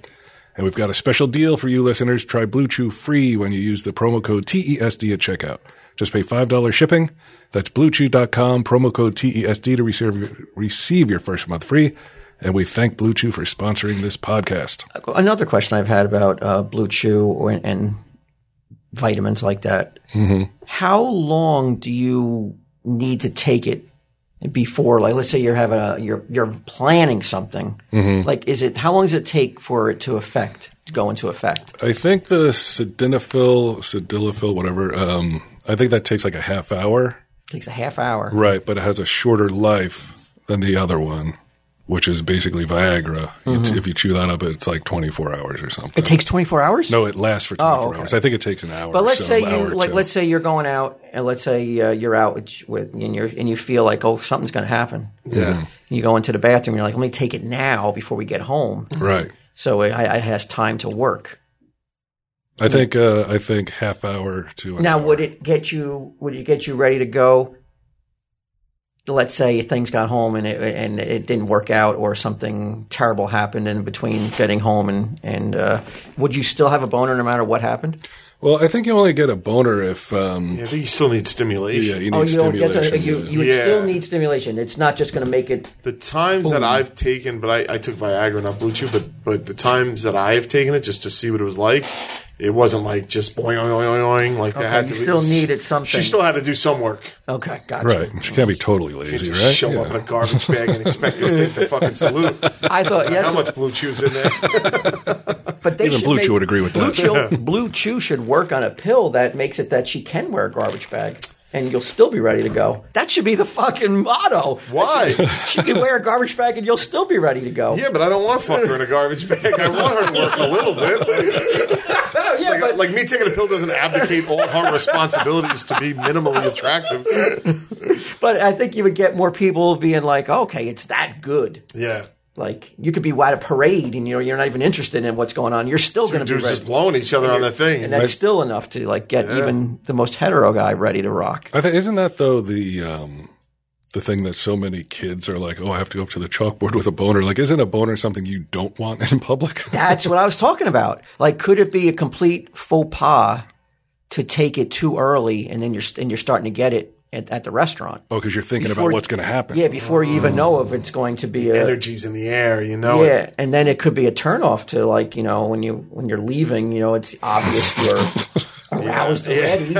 Speaker 1: And we've got a special deal for you listeners. Try Blue Chew free when you use the promo code TESD at checkout. Just pay $5 shipping. That's bluechew.com, promo code TESD to receive, receive your first month free. And we thank Blue Chew for sponsoring this podcast.
Speaker 2: Another question I've had about uh, Blue Chew or, and vitamins like that. How long do you need to take it before, like, let's say you're having a you're you're planning something. Like, is it how long does it take for it to affect to go into effect?
Speaker 1: I think the sildenafil, sildenafil, whatever, um, I think that takes like a half hour.
Speaker 2: takes a half hour.
Speaker 1: Right, but it has a shorter life than the other one, which is basically Viagra. It's, if you chew that up, it's like 24 hours or something.
Speaker 2: It takes 24 hours.
Speaker 1: no, it lasts for 24
Speaker 2: Oh, okay.
Speaker 1: hours. I think it takes an hour.
Speaker 2: But let's
Speaker 1: so,
Speaker 2: say
Speaker 1: an hour
Speaker 2: you
Speaker 1: or
Speaker 2: like
Speaker 1: two.
Speaker 2: let's say you're going out and let's say uh, you're out with, with and you're and you feel like oh something's going to happen.
Speaker 1: Yeah.
Speaker 2: You go into the bathroom. You're like, let me take it now before we get home,
Speaker 1: Right.
Speaker 2: so I, I has time to work.
Speaker 1: I think uh, I think half hour to an
Speaker 2: Mm-hmm. Now,
Speaker 1: hour.
Speaker 2: would it get you? Would it get you ready to go? Let's say things got home and it and it didn't work out, or something terrible happened in between getting home, and and uh, would you still have a boner no matter what happened?
Speaker 1: Well, I think you only get a boner if um,
Speaker 3: Yeah, I think you still need stimulation.
Speaker 1: yeah, you need
Speaker 2: oh, you don't get
Speaker 1: stimulation.
Speaker 2: to, you
Speaker 1: yeah.
Speaker 2: you would
Speaker 3: Yeah.
Speaker 2: still need stimulation. It's not just going to make it.
Speaker 3: The times that I've taken, but I, I took Viagra, not Blue Chew, but but the times that I've taken it just to see what it was like, it wasn't like just boing oing oing oing like that. Had
Speaker 2: you
Speaker 3: to
Speaker 2: still
Speaker 3: be,
Speaker 2: needed something.
Speaker 3: She still had to do some work.
Speaker 2: Okay, gotcha.
Speaker 1: Right. She can't be totally
Speaker 3: You
Speaker 1: lazy,
Speaker 3: just
Speaker 1: right?
Speaker 3: show
Speaker 1: Yeah.
Speaker 3: up in a garbage bag and expect this thing to fucking salute.
Speaker 2: I thought yes,
Speaker 3: How much Blue Chew's in there?
Speaker 2: but they
Speaker 1: Even
Speaker 2: should
Speaker 1: Blue
Speaker 2: make-
Speaker 1: Chew would agree with
Speaker 2: Blue
Speaker 1: that.
Speaker 2: Chew, Blue Chew should work on a pill that makes it that she can wear a garbage bag. And you'll still be ready to go. That should be the fucking motto.
Speaker 3: Why?
Speaker 2: She can wear a garbage bag and you'll still be ready to go.
Speaker 3: Yeah, but I don't want to fuck her in a garbage bag. I want her to work a little bit.
Speaker 2: No, yeah,
Speaker 3: like,
Speaker 2: but
Speaker 3: like me taking a pill doesn't abdicate all her responsibilities to be minimally attractive.
Speaker 2: but I think you would get more people being like, okay, it's that good.
Speaker 3: Yeah.
Speaker 2: Like you could be at a parade and you know you're not even interested in what's going on. You're still going to be
Speaker 3: Dudes
Speaker 2: ready,
Speaker 3: just blowing each other on the thing.
Speaker 2: and that's still enough to like get even the most hetero guy ready to rock.
Speaker 1: I think isn't that though the um, the thing that so many kids are like, oh, I have to go up to the chalkboard with a boner. Like, isn't a boner something you don't want in public?
Speaker 2: That's what I was talking about. Like, could it be a complete faux pas to take it too early and then you're and you're starting to get it at, at the restaurant?
Speaker 1: Oh, because you're thinking
Speaker 2: Before-
Speaker 1: about what's going to happen.
Speaker 2: Yeah, before you even know if it's going to be a
Speaker 3: Energy's in the air, you know. it.
Speaker 2: Yeah, and then it could be a turnoff to like you know when you when you're leaving, you know it's obvious you're aroused already.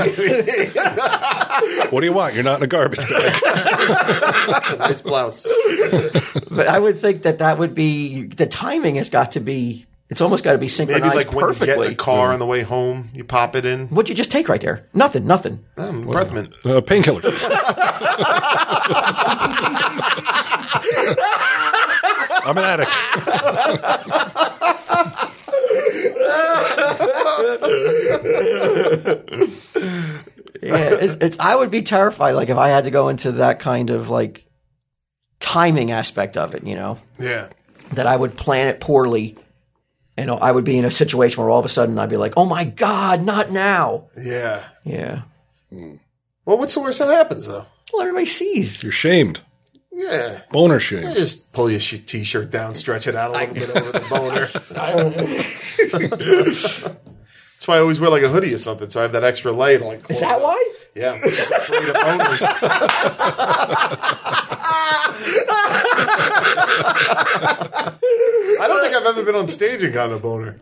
Speaker 1: What do you want? You're not in a garbage bag.
Speaker 3: Nice blouse.
Speaker 2: but I would think that that would be the timing has got to be it's almost got to be
Speaker 3: Maybe
Speaker 2: synchronized
Speaker 3: like when you get
Speaker 2: perfectly.
Speaker 3: in the car on the way home, you pop it in.
Speaker 2: What'd you just take right there? Nothing, nothing.
Speaker 3: Mm, breath mint.
Speaker 1: uh, painkiller. I'm an addict.
Speaker 2: Yeah, it's, it's I would be terrified like if I had to go into that kind of like timing aspect of it, you know.
Speaker 3: Yeah.
Speaker 2: that I would plan it poorly. And I would be in a situation where all of a sudden I'd be like, "Oh my God, not now!"
Speaker 3: Yeah.
Speaker 2: Yeah.
Speaker 3: Well, what's the worst that happens, though?
Speaker 2: Well, everybody sees.
Speaker 1: You're shamed.
Speaker 3: Yeah.
Speaker 1: Boner shamed.
Speaker 3: Just pull your sh- t shirt down, stretch it out a little bit over the boner. That's why I always wear like a hoodie or something, so I have that extra light. I'm Like,
Speaker 2: Is that why?
Speaker 3: Yeah. I'm just afraid of boners. I don't think I've ever been on stage and gotten a boner.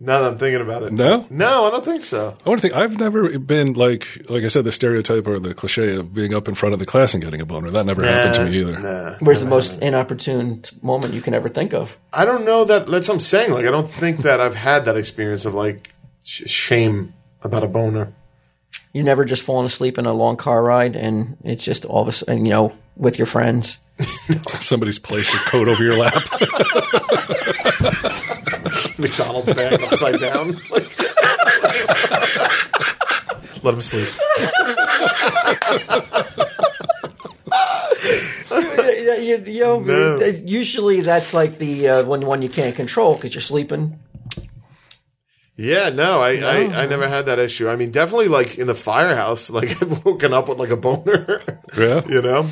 Speaker 3: Now that I'm thinking about it.
Speaker 1: No?
Speaker 3: No, I don't think so.
Speaker 1: I want to think. I've never been like, like I said, the stereotype or the cliche of being up in front of the class and getting a boner. That never happened to me either.
Speaker 3: Nah.
Speaker 2: Where's the most inopportune t- moment you can ever think of?
Speaker 3: I don't know that. That's what I'm saying. Like, I don't think that I've had that experience of like sh- shame about a boner.
Speaker 2: You never just fallen asleep in a long car ride, and it's just all of a sudden, you know, with your friends.
Speaker 1: Somebody's placed a coat over your lap.
Speaker 3: McDonald's bag upside down. Let him sleep.
Speaker 2: you, you- you know, usually that's like the uh, one one you can't control because you're sleeping.
Speaker 3: Yeah, no, I, I, I never had that issue. I mean, definitely like in the firehouse, like I've woken up with like a boner.
Speaker 1: Yeah.
Speaker 3: you know?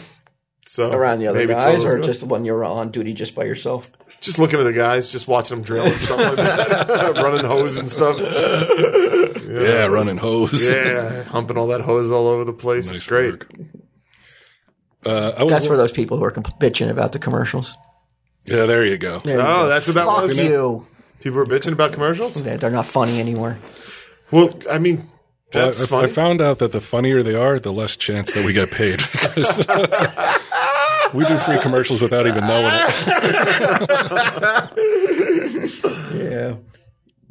Speaker 3: So
Speaker 2: around the other
Speaker 3: maybe it's
Speaker 2: guys,
Speaker 3: all those
Speaker 2: or
Speaker 3: guys.
Speaker 2: just when you're on duty just by yourself?
Speaker 3: just looking at the guys, just watching them drill and stuff like that, running hose and stuff.
Speaker 1: Yeah, running hose.
Speaker 3: Yeah, humping all that hose all over the place. it's great.
Speaker 1: work. Uh, I was,
Speaker 2: That's for those people who are compl- bitching about the commercials.
Speaker 1: yeah, there you go.
Speaker 2: There you
Speaker 3: Oh,
Speaker 2: go.
Speaker 3: that's what that
Speaker 2: Fuck
Speaker 3: was?
Speaker 2: you.
Speaker 3: People were bitching about commercials.
Speaker 2: They're, they're not funny anymore.
Speaker 3: Well, I mean,
Speaker 1: Well,
Speaker 3: that's
Speaker 1: I, I
Speaker 3: funny.
Speaker 1: found out that the funnier they are, the less chance that we get paid. Because we do free commercials without even knowing it.
Speaker 2: Yeah.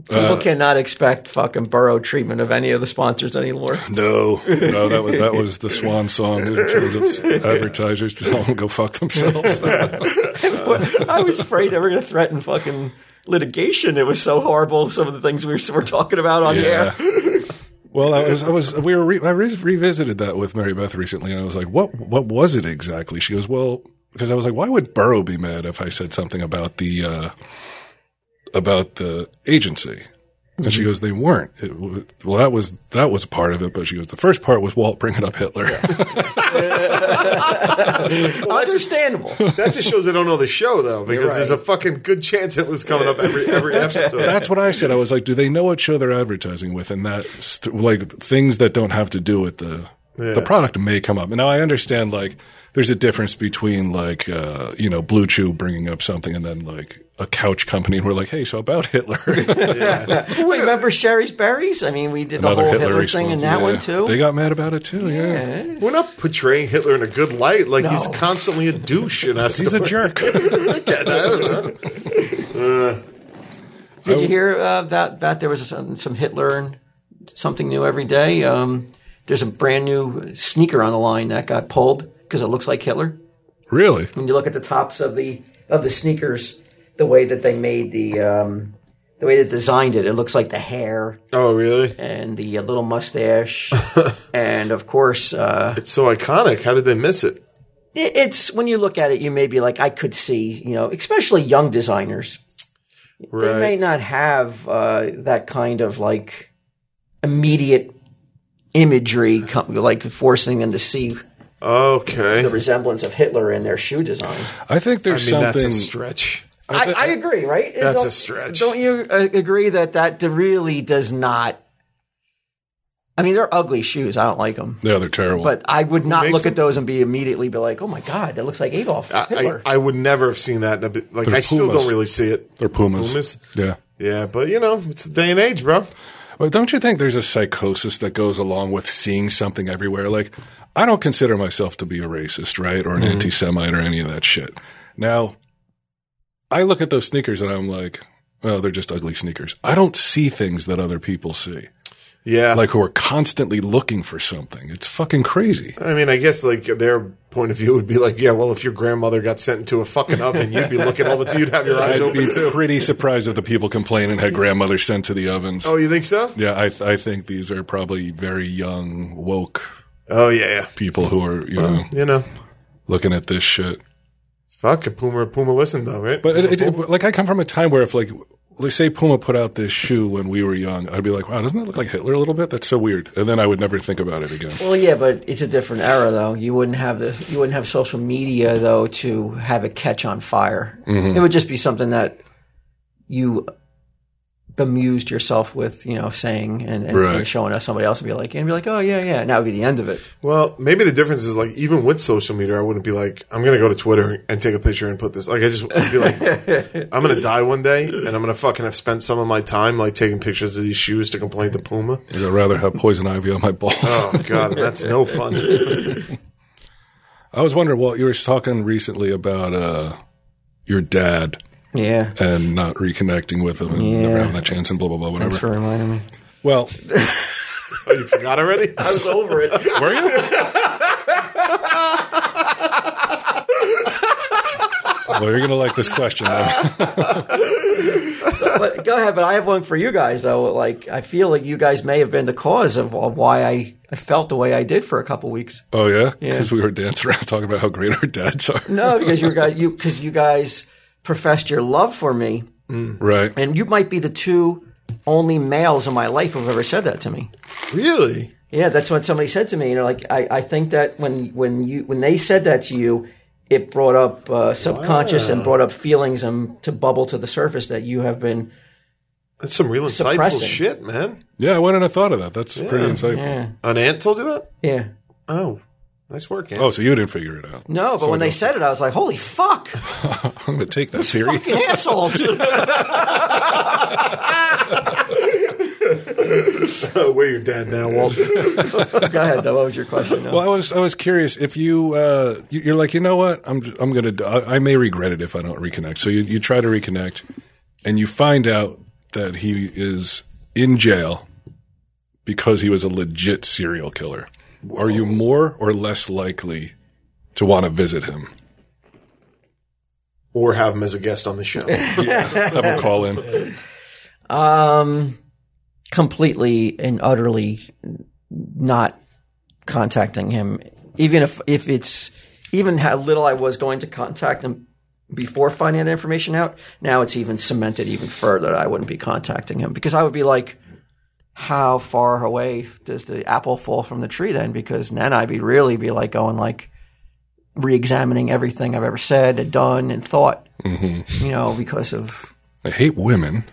Speaker 2: People cannot expect fucking borough treatment of any of the sponsors anymore.
Speaker 1: No, no, that was, that was the swan song in terms of advertisers. Tell them go fuck themselves.
Speaker 2: I was afraid they were going to threaten fucking litigation. It was so horrible, some of the things we were, were talking about on
Speaker 1: Yeah.
Speaker 2: here.
Speaker 1: Well, I was, I was, we were, re- I re- revisited that with Mary Beth recently, and I was like, what, what was it exactly? She goes, well, because I was like, why would Burrow be mad if I said something about the, uh, about the agency? And she goes, they weren't. It, w- well, that was, that was part of it, but she goes, the first part was Walt bringing up Hitler.
Speaker 2: Understandable.
Speaker 3: that just shows they don't know the show though, because there's a fucking good chance it was coming up every every episode.
Speaker 1: That's what I said. I was like, do they know what show they're advertising with? And that, st- like, things that don't have to do with the the product may come up. And now I understand, like, there's a difference between, like, uh, you know, Blue Chew bringing up something and then, like, a couch company. And we're like, hey, so about Hitler.
Speaker 2: Who remembers Sherry's Berries? I mean, we did the
Speaker 1: Another
Speaker 2: whole
Speaker 1: Hitler,
Speaker 2: Hitler, thing
Speaker 1: response.
Speaker 2: in that
Speaker 1: Yeah.
Speaker 2: one, too.
Speaker 1: They got mad about it, too. Yeah.
Speaker 3: We're not portraying Hitler in a good light. Like he's
Speaker 2: No.
Speaker 3: constantly a douche in us.
Speaker 1: He's a jerk.
Speaker 3: dickhead. I don't know.
Speaker 2: Did you hear uh, that? That there was some, some Hitler and something new every day. Um, there's a brand new sneaker on the line that got pulled because it looks like Hitler.
Speaker 1: really?
Speaker 2: When you look at the tops of the of the sneakers, the way that they made the um, the way they designed it, it looks like the hair
Speaker 3: Oh, really?
Speaker 2: and the uh, little mustache, and of course, uh,
Speaker 3: It's so iconic. How did they miss it?
Speaker 2: it, it's when you look at it, you may be like, I could see, you know, especially young designers.
Speaker 3: Right.
Speaker 2: they may not have uh, that kind of like immediate imagery, com- like forcing them to see
Speaker 3: okay.
Speaker 2: the resemblance of Hitler in their shoe design.
Speaker 1: I think
Speaker 3: I
Speaker 1: there's
Speaker 3: mean, that's a
Speaker 1: something.
Speaker 3: stretch.
Speaker 2: I, I agree, right?
Speaker 3: That's a
Speaker 2: Don't-
Speaker 3: stretch.
Speaker 2: Don't you uh, agree that that really does not? I mean, they're ugly shoes. I don't like them,
Speaker 1: yeah, they're terrible.
Speaker 2: but I would not
Speaker 3: makes
Speaker 2: look
Speaker 3: them?
Speaker 2: at those and be immediately be like, "Oh my god, that looks like Adolf
Speaker 3: I,
Speaker 2: Hitler."
Speaker 3: I, I would never have seen that. In a bit. Like
Speaker 1: They're
Speaker 3: I still
Speaker 1: Pumas.
Speaker 3: don't really see it.
Speaker 1: they're pumas.
Speaker 3: Pumas?
Speaker 1: Yeah.
Speaker 3: Yeah, but you know, it's the day and age, bro.
Speaker 1: But don't you think there's a psychosis that goes along with seeing something everywhere? Like, I don't consider myself to be a racist, right? Or an anti Semite or any of that shit. Now, I look at those sneakers and I'm like, oh, they're just ugly sneakers. I don't see things that other people see,
Speaker 3: Yeah.
Speaker 1: like who are constantly looking for something. It's fucking crazy.
Speaker 3: I mean, I guess like their point of view would be like, yeah, well, if your grandmother got sent into a fucking oven, you'd be looking all the you'd have your eyes
Speaker 1: I'd be
Speaker 3: open too.
Speaker 1: pretty surprised if the people complaining had grandmothers sent to the ovens.
Speaker 3: Oh, you think so?
Speaker 1: Yeah, I, I think these are probably very young, woke
Speaker 3: Oh yeah, yeah.
Speaker 1: people who are, you know,
Speaker 3: You know,
Speaker 1: looking at this shit.
Speaker 3: fuck a puma, puma. Listen though, right?
Speaker 1: But it, it, it- like I come from a time where if like like say Puma put out this shoe when we were young, I'd be like, wow, doesn't that look like Hitler a little bit? That's so weird. And then I would never think about it again.
Speaker 2: Well, yeah, but it's a different era, though. You wouldn't have the you wouldn't have social media though to have it catch on fire. It would just be something that you bemused yourself with, you know, saying and, and,
Speaker 1: Right.
Speaker 2: and showing us somebody else and be like, and be like, oh yeah, yeah, and that would be the end of it.
Speaker 3: well, maybe the difference is like even with social media, I wouldn't be like, I'm gonna go to Twitter and take a picture and put this. Like I just I'd be like, I'm gonna die one day, and I'm gonna fucking have spent some of my time like taking pictures of these shoes to complain to Puma.
Speaker 1: I'd rather have poison ivy on my balls.
Speaker 3: Oh god, that's no fun.
Speaker 1: I was wondering, Walt, you were talking recently about uh, your dad
Speaker 2: Yeah.
Speaker 1: and not reconnecting with him and never
Speaker 2: Yeah.
Speaker 1: having that chance and blah blah blah whatever.
Speaker 2: Thanks for reminding me.
Speaker 1: well,
Speaker 3: Oh, you forgot already? I was over it.
Speaker 1: were you? well, you're gonna like this question. Then.
Speaker 2: but go ahead. But I have one for you guys though. Like I feel like you guys may have been the cause of, of why I, I felt the way I did for a couple weeks.
Speaker 1: Oh yeah,
Speaker 2: Yeah.
Speaker 1: because we were dancing around talking about how great our dads are.
Speaker 2: No, because you guys you because you guys professed your love for me.
Speaker 1: Right.
Speaker 2: and you might be the two only males in my life who've ever said that to me.
Speaker 3: Really?
Speaker 2: Yeah, that's what somebody said to me. You know, like I, I think that when when you when they said that to you, it brought up uh, subconscious and brought up feelings and to bubble to the surface that you have been.
Speaker 3: That's some real insightful
Speaker 2: Suppressing.
Speaker 3: shit, man.
Speaker 1: Yeah, I wouldn't have thought of that. That's pretty insightful.
Speaker 3: An aunt told you that?
Speaker 2: Yeah.
Speaker 3: Oh, nice work, aunt.
Speaker 1: Oh, so you didn't figure it out.
Speaker 2: No, but when they said it, I was like, "Holy fuck,
Speaker 1: I'm going to take that theory.
Speaker 2: fucking assholes!"
Speaker 3: Oh, where your dad now, Walt?
Speaker 2: Go ahead, though. What was your question? No.
Speaker 1: Well, I was I was curious if you uh, you- you're like you know what I'm I'm gonna d- I, I may regret it if I don't reconnect. So you, you try to reconnect, and you find out that he is in jail because he was a legit serial killer. Are you more or less likely to want to visit him?
Speaker 3: or have him as a guest on the show.
Speaker 1: Have him call in.
Speaker 2: Um, completely and utterly not contacting him, even if if it's even how little I was going to contact him before finding that information out. Now it's even cemented even further. that I wouldn't be contacting him because I would be like, how far away does the apple fall from the tree then? Because then I'd be really be like going like re-examining everything I've ever said and done and thought, you know, because of
Speaker 1: I hate women.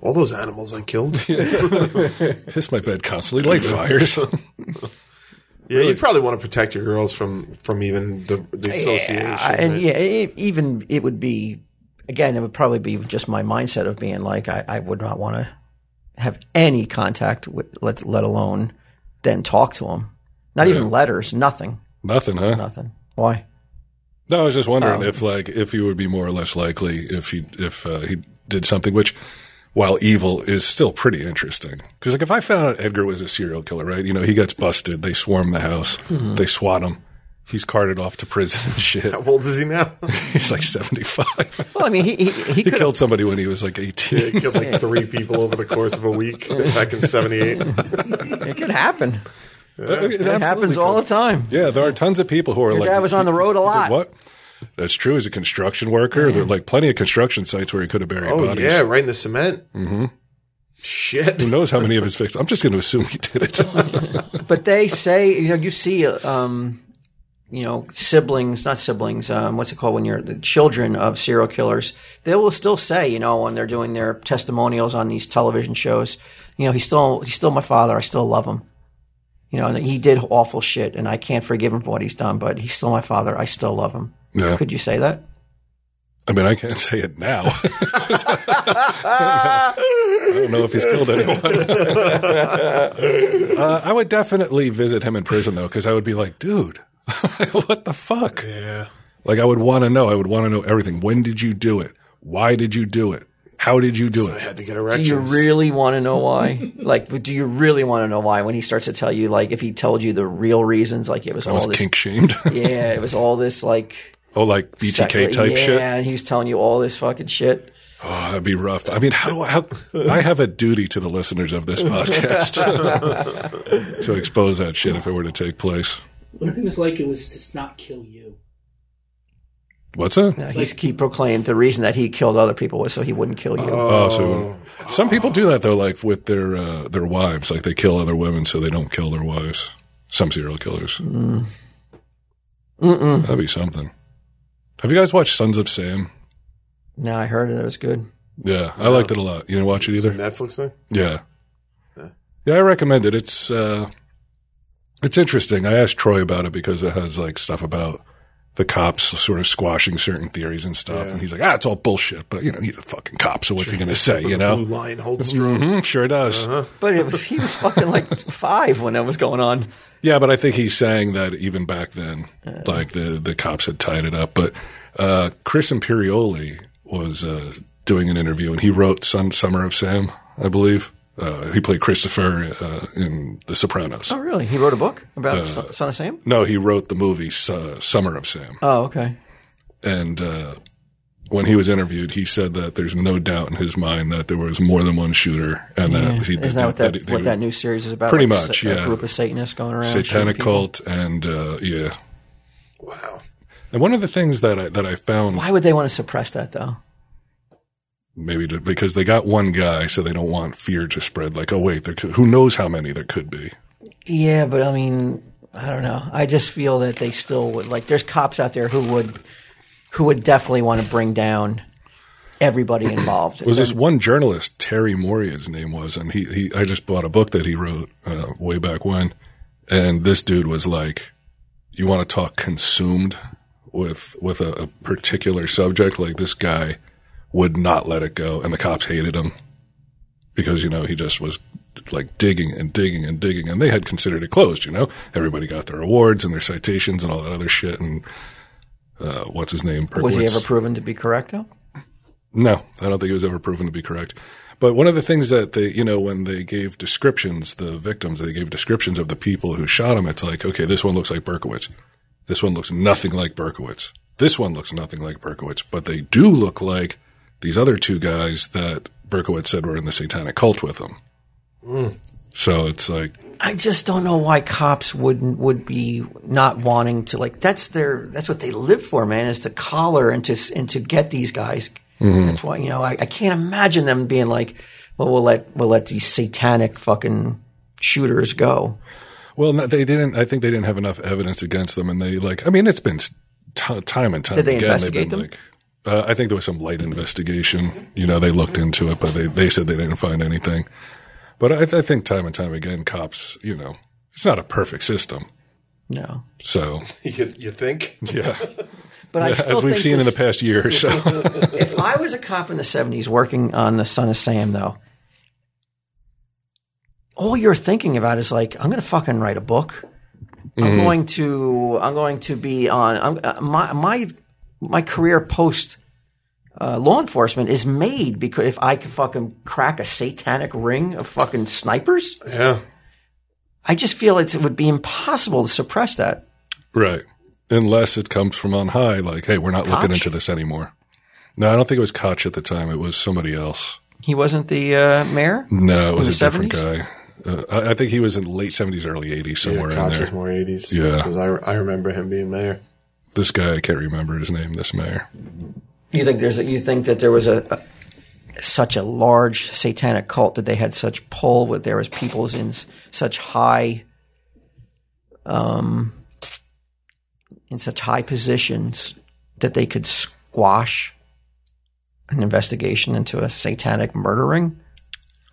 Speaker 3: All those animals I killed. yeah,
Speaker 1: Piss my bed constantly. Light fires.
Speaker 3: you probably want to protect your girls from from even the, the association.
Speaker 2: Yeah, and
Speaker 3: right?
Speaker 2: yeah, e- even it would be again, it would probably be just my mindset of being like, I, I would not want to have any contact with, let let alone then talk to him. Not even letters, nothing,
Speaker 1: Nothing, huh?
Speaker 2: nothing. Why?
Speaker 1: No, I was just wondering
Speaker 2: Oh.
Speaker 1: if like if you would be more or less likely if he if uh, he did something which, while evil, is still pretty interesting. Because like if I found out Edgar was a serial killer, right? You know, he gets busted. They swarm the house.
Speaker 2: Mm-hmm.
Speaker 1: They swat him. He's carted off to prison and shit.
Speaker 3: How old is he now?
Speaker 1: He's like seventy five.
Speaker 2: Well, I mean, he he, he
Speaker 1: he
Speaker 2: could
Speaker 1: killed somebody when he was like
Speaker 3: He
Speaker 1: eighteen.
Speaker 3: killed like three people over the course of a week back in '78.
Speaker 2: it could happen.
Speaker 1: it
Speaker 2: It happens all the time.
Speaker 1: Yeah, there are tons of people who are like
Speaker 2: Your dad was on the road a lot. Mm-hmm.
Speaker 1: What? That's true. He's a construction worker. There are like plenty of construction sites where he could have buried
Speaker 3: Oh
Speaker 1: bodies.
Speaker 3: yeah, right in the cement. Mm-hmm. Shit.
Speaker 1: Who knows how many of his victims? I'm just going to assume he did it.
Speaker 2: But they say, you know, you see, uh, um, you know, siblings, not siblings, um, what's it called when you're the children of serial killers, they will still say, you know, when they're doing their testimonials on these television shows, you know, he's still, he's still my father. I still love him. You know, and he did awful shit and I can't forgive him for what he's done, but he's still my father. I still love him.
Speaker 1: Yeah.
Speaker 2: Could you say that?
Speaker 1: I mean, I can't say it now. I don't know if he's killed anyone. uh, I would definitely visit him in prison, though, because I would be like, dude, what the fuck?
Speaker 3: Yeah.
Speaker 1: Like, I would want to know. I would want to know everything. When did you do it? Why did you do it? How did you do
Speaker 3: I
Speaker 1: it?
Speaker 3: had to get
Speaker 2: Do you
Speaker 3: erections.
Speaker 2: really want to know why? like, do you really want to know why when he starts to tell you, like, if he told you the real reasons, like it was
Speaker 1: I
Speaker 2: all
Speaker 1: was
Speaker 2: this
Speaker 1: kink shamed.
Speaker 2: Yeah, it was all this like
Speaker 1: oh, like BTK
Speaker 2: secular-
Speaker 1: type
Speaker 2: yeah,
Speaker 1: shit.
Speaker 2: and he was telling you all this fucking shit.
Speaker 1: Oh, that'd be rough. I mean, how do I? How, I have a duty to the listeners of this podcast to expose that shit if it were to take place.
Speaker 4: What if it was like it was just not kill you?
Speaker 1: What's that?
Speaker 2: Now, he's, he proclaimed the reason that he killed other people was so he wouldn't kill you.
Speaker 1: Oh, so some people do that though, like with their uh, their wives, like they kill other women so they don't kill their wives. Some serial killers. That'd be something. Have you guys watched Sons of Sam?
Speaker 2: No, I heard it. It was good.
Speaker 1: Yeah, I liked it a lot. You didn't watch it either.
Speaker 3: Netflix thing.
Speaker 1: Yeah. Yeah, I recommend it. It's uh it's interesting. I asked Troy about it because it has like stuff about the cops sort of squashing certain theories and stuff. And he's like, ah, it's all bullshit. But, you know, he's a fucking cop. So what's he going to say, you
Speaker 3: Blue
Speaker 1: know?
Speaker 3: Lion Holdstrom.
Speaker 1: hmm sure does.
Speaker 2: But it was he was fucking like five when that was going on.
Speaker 1: Yeah, but I think he's saying that even back then,
Speaker 2: Uh.
Speaker 1: like the, the cops had tied it up. But uh, Chris Imperioli was uh, doing an interview, and he wrote "Sun Summer of Sam," I believe. Uh, he played Christopher uh, in The Sopranos.
Speaker 2: Oh, really? He wrote a book
Speaker 1: Uh,
Speaker 2: about Son- Son of Sam.
Speaker 1: No, he wrote the movie Su- Summer of Sam.
Speaker 2: Oh, okay.
Speaker 1: And uh, when he was interviewed, he said that there's no doubt in his mind that there was more than one shooter and
Speaker 2: Yeah.
Speaker 1: that uh, he
Speaker 2: Isn't that what that,
Speaker 1: he- they
Speaker 2: what that
Speaker 1: were
Speaker 2: new series is about?
Speaker 1: Pretty
Speaker 2: Like, sa-
Speaker 1: much,
Speaker 2: a
Speaker 1: yeah.
Speaker 2: group of Satanists going around. shooting
Speaker 1: satanic
Speaker 2: people?
Speaker 1: cult and uh, yeah.
Speaker 3: Wow.
Speaker 1: And one of the things that I, that I found
Speaker 2: Why would they want to suppress that though?
Speaker 1: Maybe to, because they got one guy, so they don't want fear to spread. Like, oh wait, there could, who knows how many there could be?
Speaker 2: Yeah, but I mean, I don't know. I just feel that they still would like. There's cops out there who would, who would definitely want to bring down everybody involved.
Speaker 1: was this one journalist Terry Morey his name was, and he, he I just bought a book that he wrote uh, way back when, and this dude was like, "You want to talk consumed with with a, a particular subject? Like this guy would not let it go, and the cops hated him because you know he just was." Like digging and digging and digging, and they had considered it closed. You know, everybody got their awards and their citations and all that other shit. And uh, what's his name?
Speaker 2: was he
Speaker 1: Berkowitz.
Speaker 2: ever proven to be correct though?
Speaker 1: No, I don't think it was ever proven to be correct. But one of the things that they, you know, when they gave descriptions, the victims, they gave descriptions of the people who shot him. It's like, okay, this one looks like Berkowitz. This one looks nothing like Berkowitz. This one looks nothing like Berkowitz. But they do look like these other two guys that Berkowitz said were in the satanic cult with him. So it's like,
Speaker 2: I just don't know why cops wouldn't would be not wanting to like that's their that's what they live for, man, is to collar and to s- and to get these guys.
Speaker 1: Mm-hmm.
Speaker 2: That's why you know I, I can't imagine them being like, well, we'll let we'll let these satanic fucking shooters go.
Speaker 1: well, no, they didn't, I think they didn't have enough evidence against them. And they like, I mean, it's been t- time and time
Speaker 2: Did they
Speaker 1: again. they've
Speaker 2: investigate them?
Speaker 1: like, Uh, I think there was some light investigation. You know, they looked into it, but they, they said they didn't find anything. But I, I think time and time again, cops, you know, it's not a perfect system.
Speaker 2: No,
Speaker 1: So,
Speaker 3: You, you think?
Speaker 1: yeah,
Speaker 2: but I still
Speaker 1: as we've
Speaker 2: think
Speaker 1: seen in
Speaker 2: this-
Speaker 1: the past year or so.
Speaker 2: if I was a cop in the 70s working on The Son of Sam, though, all you're thinking about is like, I'm going to fucking write a book. I'm going to, I'm going to be on, I'm, uh, my, my, my career post uh, law enforcement is made because if I can fucking crack a satanic ring of fucking snipers,
Speaker 3: Yeah.
Speaker 2: I just feel it's, it would be impossible to suppress that.
Speaker 1: right. Unless it comes from on high, like, hey, we're not looking
Speaker 2: Koch?
Speaker 1: into this anymore. No, I don't think it was Koch at the time. It was somebody else.
Speaker 2: He wasn't the uh, mayor.
Speaker 1: No, it was a
Speaker 2: the
Speaker 1: different guy. Uh, I, I think he was in late 70s, early 80s, somewhere in
Speaker 3: Koch
Speaker 1: there.
Speaker 3: was more 80s.
Speaker 1: Yeah.
Speaker 3: Because I, I remember him being mayor.
Speaker 1: this guy, I can't remember his name, this mayor.
Speaker 2: You think there's a, you think that there was a, a such a large satanic cult that they had such pull with there was peoples in s- such high um in such high positions that they could squash an investigation into a satanic murdering.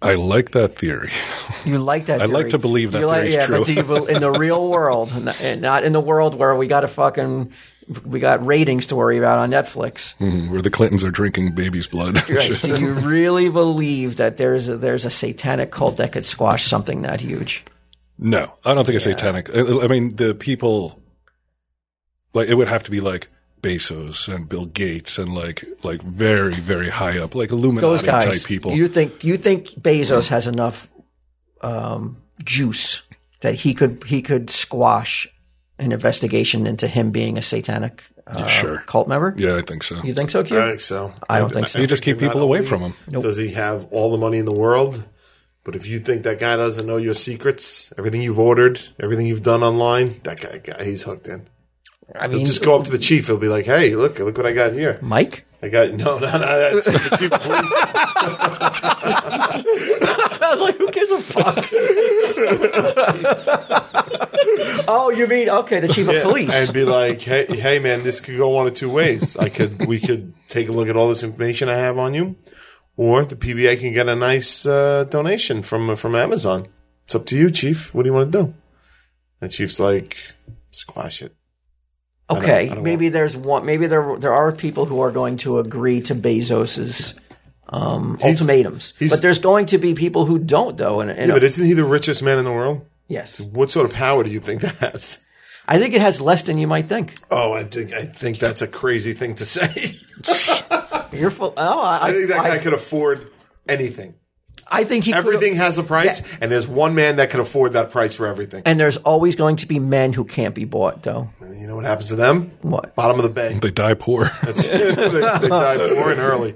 Speaker 1: I like that theory.
Speaker 2: You like that?
Speaker 1: I like
Speaker 2: theory.
Speaker 1: to believe that
Speaker 2: You like,
Speaker 1: theory's
Speaker 2: yeah,
Speaker 1: true.
Speaker 2: but do you bel- in the real world, and not- and not in the world where we got a fucking we got ratings to worry about on Netflix?
Speaker 1: Mhm, Where the Clintons are drinking baby's blood.
Speaker 2: Right. Do you really believe that there's a, there's a satanic cult that could squash something that huge?
Speaker 1: no, I don't think it's satanic. I, I mean, the people, like, it would have to be like Bezos and Bill Gates and like, like very, very high up, like
Speaker 2: Those
Speaker 1: Illuminati
Speaker 2: guys.
Speaker 1: type people.
Speaker 2: You think you think Bezos has enough um, juice that he could he could squash an investigation into him being a satanic uh,
Speaker 1: sure.
Speaker 2: cult member?
Speaker 1: yeah, I think so.
Speaker 2: You think so, Q?
Speaker 3: I think so.
Speaker 2: I don't think so.
Speaker 1: You just keep
Speaker 3: Not
Speaker 1: people
Speaker 3: only
Speaker 1: away from him.
Speaker 3: Does he have all the money in the world? But if you think that guy doesn't know your secrets, everything you've ordered, everything you've done online, that guy, guy he's hooked in.
Speaker 2: I
Speaker 3: He'll
Speaker 2: mean, uh,
Speaker 3: just go up to the chief. He'll be like, "Hey, look, look what I got here.
Speaker 2: Mike.
Speaker 3: I got no, no, no. That's the chief of police.
Speaker 2: I was like, who gives a fuck? oh, you mean okay, the chief of police?
Speaker 3: and be like, hey, hey, man, this could go one of two ways. I could, we could take a look at all this information I have on you, or the PBA can get a nice uh, donation from from Amazon. It's up to you, Chief. What do you want to do?" And Chief's like, "Squash it." don't-
Speaker 2: Okay,
Speaker 3: I don't
Speaker 2: maybe there's one. Maybe there there are people who are going to agree to Bezos's um, ultimatums,
Speaker 3: he's-
Speaker 2: but there's going to be people who don't, though. And, and
Speaker 3: Yeah, but isn't he the richest man in the world?
Speaker 2: yes,
Speaker 3: What sort of power do you think that has?
Speaker 2: I think it has less than you might think.
Speaker 3: Oh, I think I think that's a crazy thing to say.
Speaker 2: You're full. Oh, I,
Speaker 3: I think that
Speaker 2: I,
Speaker 3: guy could afford anything.
Speaker 2: I think he could've-
Speaker 3: Everything has a price, and there's one man that can afford that price for everything.
Speaker 2: And there's always going to be men who can't be bought, though.
Speaker 3: And you know what happens to them?
Speaker 2: What?
Speaker 3: Bottom of the bay.
Speaker 1: They die poor.
Speaker 3: they, they die poor and early.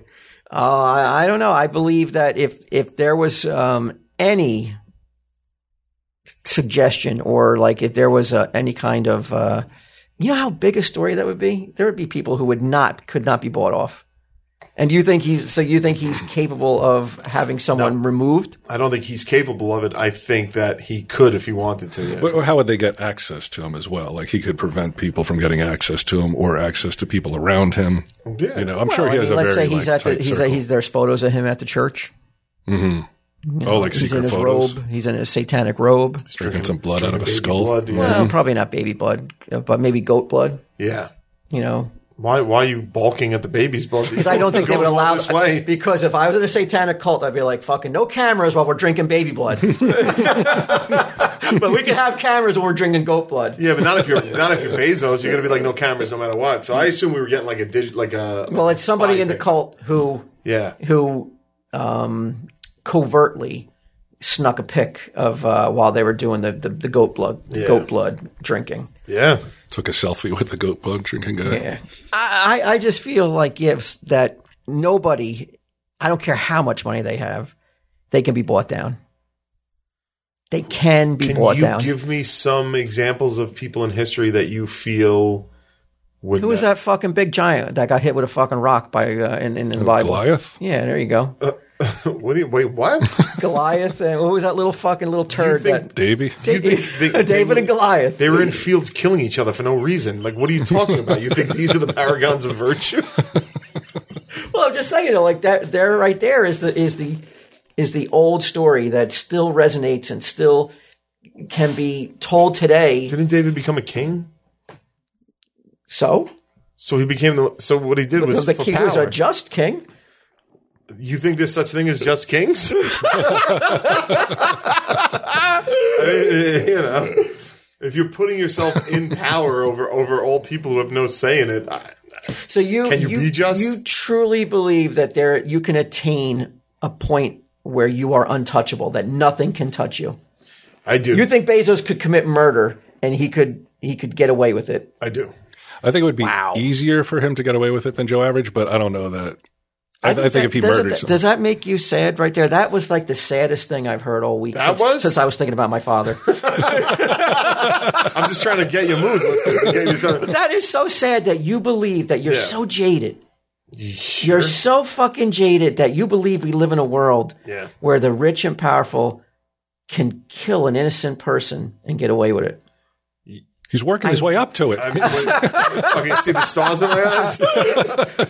Speaker 2: Oh, I, I don't know. I believe that if if there was um, any suggestion or like if there was uh any kind of uh, you know how big a story that would be, there would be people who would not could not be bought off. And you think he's so? You think he's capable of having someone removed?
Speaker 3: I don't think he's capable of it. I think that he could if he wanted to. yeah.
Speaker 1: But how would they get access to him as well? Like he could prevent people from getting access to him or access to people around him.
Speaker 3: Yeah.
Speaker 1: You know, I'm sure he
Speaker 2: I
Speaker 1: has
Speaker 2: mean,
Speaker 1: a
Speaker 2: let's
Speaker 1: very
Speaker 2: say he's
Speaker 1: like,
Speaker 2: at the,
Speaker 1: tight
Speaker 2: he's at,
Speaker 1: circle.
Speaker 2: he's there's photos of him at the church.
Speaker 1: oh, like
Speaker 2: He's in
Speaker 1: secret
Speaker 2: his
Speaker 1: photos,
Speaker 2: robe. He's in his satanic robe.
Speaker 1: drinking some blood out of a
Speaker 3: Baby
Speaker 1: skull.
Speaker 3: blood, yeah.
Speaker 2: Well, probably not baby blood, uh, but maybe goat blood.
Speaker 3: yeah.
Speaker 2: You know,
Speaker 3: Why? Why are you balking at the baby's blood?
Speaker 2: because I don't think they would allow
Speaker 3: this way.
Speaker 2: Because if I was in a satanic cult, I'd be like, "Fucking no cameras while we're drinking baby blood." but we can have cameras when we're drinking goat blood.
Speaker 3: Yeah, but not if you're not if you're Bezos. You're gonna be like no cameras, no matter what. So I assume we were getting like a digit, like a
Speaker 2: Well, it's somebody
Speaker 3: spy
Speaker 2: in the
Speaker 3: thing.
Speaker 2: cult who
Speaker 3: Yeah,
Speaker 2: who um, covertly snuck a pic of uh, while they were doing the the, the goat blood the
Speaker 3: Yeah.
Speaker 2: goat blood drinking.
Speaker 3: yeah.
Speaker 1: Took a selfie with the goat blood drinking guy.
Speaker 2: I, I I just feel like yes that nobody, I don't care how much money they have, they can be bought down. They can be
Speaker 3: Can
Speaker 2: bought
Speaker 3: you
Speaker 2: down.
Speaker 3: give me some examples of people in history that you feel would?
Speaker 2: Who was that fucking big giant that got hit with a fucking rock by uh, in, in, in the Bible?
Speaker 1: Goliath.
Speaker 2: Yeah, there you go.
Speaker 3: Uh, what do you wait? What?
Speaker 2: Goliath and what was that little fucking little turd
Speaker 3: think-
Speaker 2: that
Speaker 1: Davy.
Speaker 3: You think they-
Speaker 2: David
Speaker 3: they-
Speaker 2: and Goliath?
Speaker 3: They were in fields killing each other for no reason. Like, what are you talking about? You think these are the paragons of virtue?
Speaker 2: Well, I'm just saying, like that. There, right there is the is the is the old story that still resonates and still can be told today.
Speaker 3: Didn't David become a king?
Speaker 2: So,
Speaker 3: So he became the. So what he did was
Speaker 2: the
Speaker 3: for
Speaker 2: king was a
Speaker 3: power.
Speaker 2: just king.
Speaker 3: You think there's such thing as just kings? I mean, you know, if you're putting yourself in power over over all people who have no say in it, I,
Speaker 2: So you
Speaker 3: Can you be just?
Speaker 2: You truly believe that there you can attain a point where you are untouchable, that nothing can touch you.
Speaker 3: I do.
Speaker 2: You think Bezos could commit murder and he could he could get away with it?
Speaker 3: I do.
Speaker 1: I think it would be easier for him to get away with it than Joe Average, but I don't know that. I, I think, if he
Speaker 2: doesn't
Speaker 1: murdered
Speaker 2: that-
Speaker 1: someone,
Speaker 2: does that make you sad right there? That was like the saddest thing I've heard all week.
Speaker 3: That
Speaker 2: since,
Speaker 3: was?
Speaker 2: since I was thinking about my father.
Speaker 3: I'm just trying to get your mood. lifted. Get you something.
Speaker 2: that is so sad that you believe that you're
Speaker 3: Yeah.
Speaker 2: so jaded. You're so fucking jaded that you believe we live in a world
Speaker 3: Yeah.
Speaker 2: where the rich and powerful can kill an innocent person and get away with it.
Speaker 1: he's working his way up to it.
Speaker 3: I mean, wait, okay, see the stars in my eyes.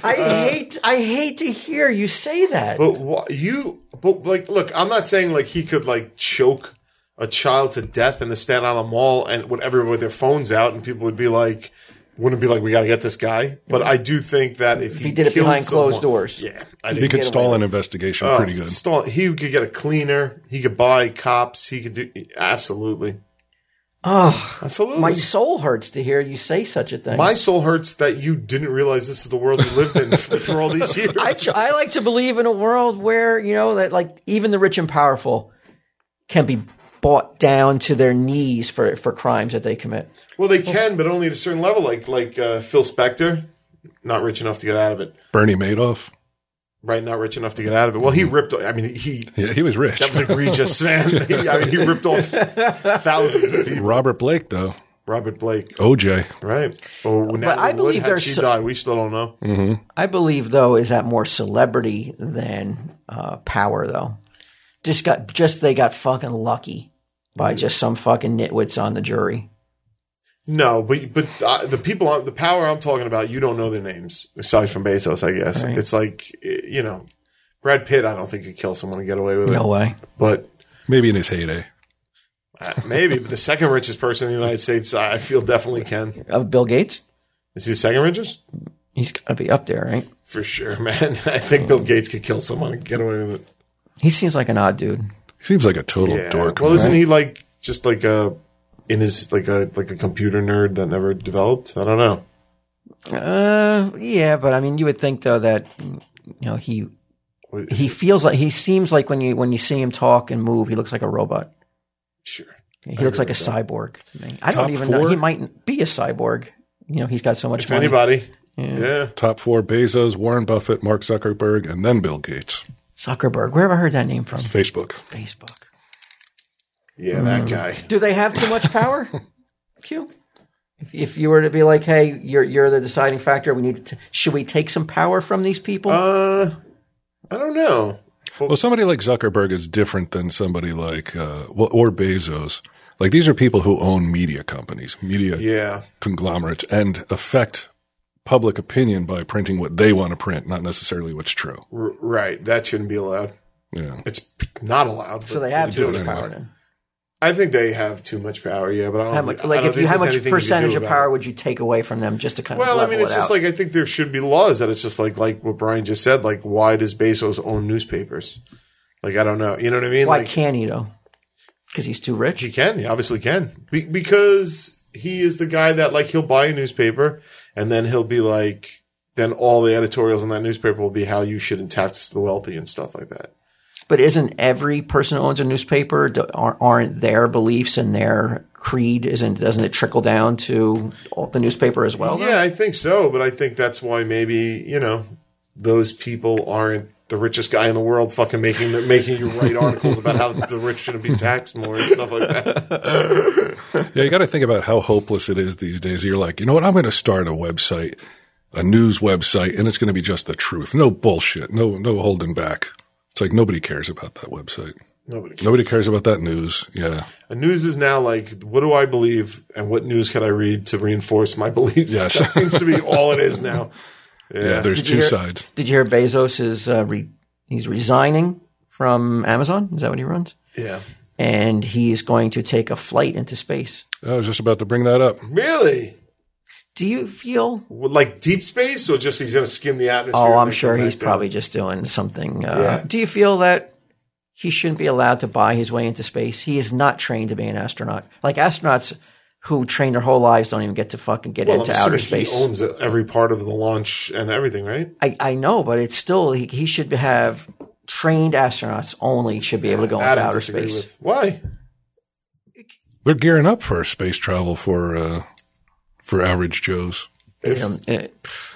Speaker 2: I hate I hate to hear you say that.
Speaker 3: But wha- you, but like, look, I'm not saying like he could like choke a child to death in the Staten Island Mall and would everyone with their phones out and people would be like, wouldn't be like, we got to get this guy. But I do think that if,
Speaker 2: he did it
Speaker 3: killed
Speaker 2: behind closed
Speaker 3: someone-
Speaker 2: doors.
Speaker 3: yeah, I
Speaker 1: he
Speaker 3: think
Speaker 1: could stall an investigation
Speaker 3: Oh.
Speaker 1: pretty good.
Speaker 3: Stall, he could get a cleaner. He could buy cops. He could do absolutely,
Speaker 2: Oh,
Speaker 3: absolutely.
Speaker 2: my
Speaker 3: My,
Speaker 2: soul hurts to hear you say such a thing.
Speaker 3: soul hurts that you didn't realize this is the world you lived in for, for all these years.
Speaker 2: I, I like to believe in a world where you know that like even the rich and powerful can be bought down to their knees for for crimes that they commit.
Speaker 3: well, they can, but only at a certain level. Like like uh, Phil Spector, not rich enough to get out of it.
Speaker 1: Bernie Madoff.
Speaker 3: right? Not rich enough to get out of it. Well, he ripped. I mean, he
Speaker 1: Yeah, he was rich.
Speaker 3: that was egregious, man. He, I mean, he ripped off thousands of people.
Speaker 1: Robert Blake, though.
Speaker 3: Robert Blake,
Speaker 1: OJ.
Speaker 3: right? Well,
Speaker 2: But I believe
Speaker 3: how
Speaker 2: there's
Speaker 3: she
Speaker 2: so-
Speaker 3: died. We still don't know.
Speaker 2: I believe though is that more celebrity than uh, power though. Just got just they got fucking lucky by just some fucking nitwits on the jury.
Speaker 3: No, but but uh, the people, on- the power I'm talking about, you don't know their names aside from Bezos. I guess it's like eh, you know, Brad Pitt. I don't think could kill someone and get away with it.
Speaker 2: way.
Speaker 3: But
Speaker 1: Maybe in his heyday.
Speaker 3: uh, maybe but the second richest person in the United States, I I feel definitely can.
Speaker 2: Of Bill Gates,
Speaker 3: Is he the second richest?
Speaker 2: he's got to be up there, right?
Speaker 3: For sure, man. I think Bill Gates could kill someone and get away with it.
Speaker 2: He seems like an odd dude.
Speaker 1: He seems like a total
Speaker 3: Yeah.
Speaker 1: dork.
Speaker 3: Well, isn't he like just like a in his like a like a computer nerd that never developed? I don't know.
Speaker 2: Uh, yeah, but I mean, you would think though that you know he he feels like he seems like when you when you see him talk and move, he looks like a robot.
Speaker 3: Sure.
Speaker 2: He looks like a cyborg to me. I
Speaker 1: Top
Speaker 2: don't even know.
Speaker 1: four?
Speaker 2: He might be a cyborg. You know, he's got so much
Speaker 3: If
Speaker 2: money.
Speaker 3: anybody, yeah.
Speaker 1: Top four Bezos, Warren Buffett, Mark Zuckerberg, and then Bill Gates.
Speaker 2: Zuckerberg. Where have I heard that name from?
Speaker 1: Facebook.
Speaker 2: Facebook.
Speaker 3: yeah, that guy.
Speaker 1: Hmm.
Speaker 2: Do they have too much power? Q. If, if you were to be like, hey, you're you're the deciding factor. We need to, should we take some power from these people?
Speaker 3: Uh, I don't know.
Speaker 1: Well, somebody like Zuckerberg is different than somebody like uh, well, or Bezos. Like these are people who own media companies, media
Speaker 3: Yeah.
Speaker 1: conglomerates, and affect public opinion by printing what they want to print, not necessarily what's true.
Speaker 3: R- right. That shouldn't be allowed.
Speaker 1: Yeah.
Speaker 3: It's p- not allowed.
Speaker 2: so
Speaker 3: but
Speaker 2: they have
Speaker 1: they
Speaker 2: too
Speaker 1: do it
Speaker 2: much power.
Speaker 1: anyway.
Speaker 2: Then.
Speaker 3: I think they have too much power. Yeah, but I don't
Speaker 2: How
Speaker 3: think-
Speaker 2: much,
Speaker 3: I
Speaker 2: like
Speaker 3: don't
Speaker 2: if you,
Speaker 3: think
Speaker 2: how
Speaker 3: there's
Speaker 2: much
Speaker 3: anything you can
Speaker 2: percentage
Speaker 3: do
Speaker 2: of
Speaker 3: about
Speaker 2: power
Speaker 3: it.
Speaker 2: would you take away from them just to kind of
Speaker 3: Well, I
Speaker 2: level
Speaker 3: mean, it's
Speaker 2: it
Speaker 3: just
Speaker 2: out?
Speaker 3: like I think there should be laws that it's just like like what Brian just said. Like, why does Bezos own newspapers? Like, I don't know. You know what I mean?
Speaker 2: why
Speaker 3: like,
Speaker 2: can't he though? Because he's too rich.
Speaker 3: He can. He obviously can. Be- because he is the guy that like he'll buy a newspaper and then he'll be like, then all the editorials in that newspaper will be how you shouldn't tax the wealthy and stuff like that.
Speaker 2: But isn't every person who owns a newspaper do- aren't aren't their beliefs and their creed isn't doesn't it trickle down to all- the newspaper as well? though?
Speaker 3: Yeah, I think so, but I think that's why maybe you know those people aren't the richest guy in the world, fucking making making you write articles about how the rich shouldn't be taxed more and stuff like that.
Speaker 1: Yeah, you got to think about how hopeless it is these days. You're like, you know what? I'm going to start a website, a news website, and it's going to be just the truth. No bullshit. No, no holding back. It's like nobody cares about that website.
Speaker 3: Nobody. Cares.
Speaker 1: Nobody cares about that news. Yeah.
Speaker 3: The news is now like, what do I believe, and what news can I read to reinforce my beliefs?
Speaker 1: Yes.
Speaker 3: that seems to be all it is now.
Speaker 1: Yeah. there's
Speaker 2: you
Speaker 1: two
Speaker 2: hear-
Speaker 1: sides.
Speaker 2: Did you hear Bezos is uh, re- he's resigning from Amazon? Is that what he runs?
Speaker 3: Yeah.
Speaker 2: And he's going to take a flight into space.
Speaker 1: I was just about to bring that up.
Speaker 3: Really?
Speaker 2: Do you feel?
Speaker 3: Well, Like deep space, or just he's going to skim the atmosphere?
Speaker 2: Oh,
Speaker 3: and
Speaker 2: I'm
Speaker 3: then
Speaker 2: sure
Speaker 3: come
Speaker 2: he's
Speaker 3: back down?
Speaker 2: probably just doing something. Uh,
Speaker 3: Yeah.
Speaker 2: Do you feel that he shouldn't be allowed to buy his way into space? He is not trained to be an astronaut. Like astronauts who train their whole lives don't even get to fucking get
Speaker 3: Well, I'm
Speaker 2: into outer
Speaker 3: assuming
Speaker 2: space.
Speaker 3: He owns every part of the launch and everything, right?
Speaker 2: I, I know, but it's still he, he should have trained astronauts only should be able to go
Speaker 3: That
Speaker 2: into
Speaker 3: I
Speaker 2: outer
Speaker 3: disagree
Speaker 2: space.
Speaker 3: with. Why?
Speaker 1: They're gearing up for space travel for uh, for average Joes.
Speaker 2: Um, eh,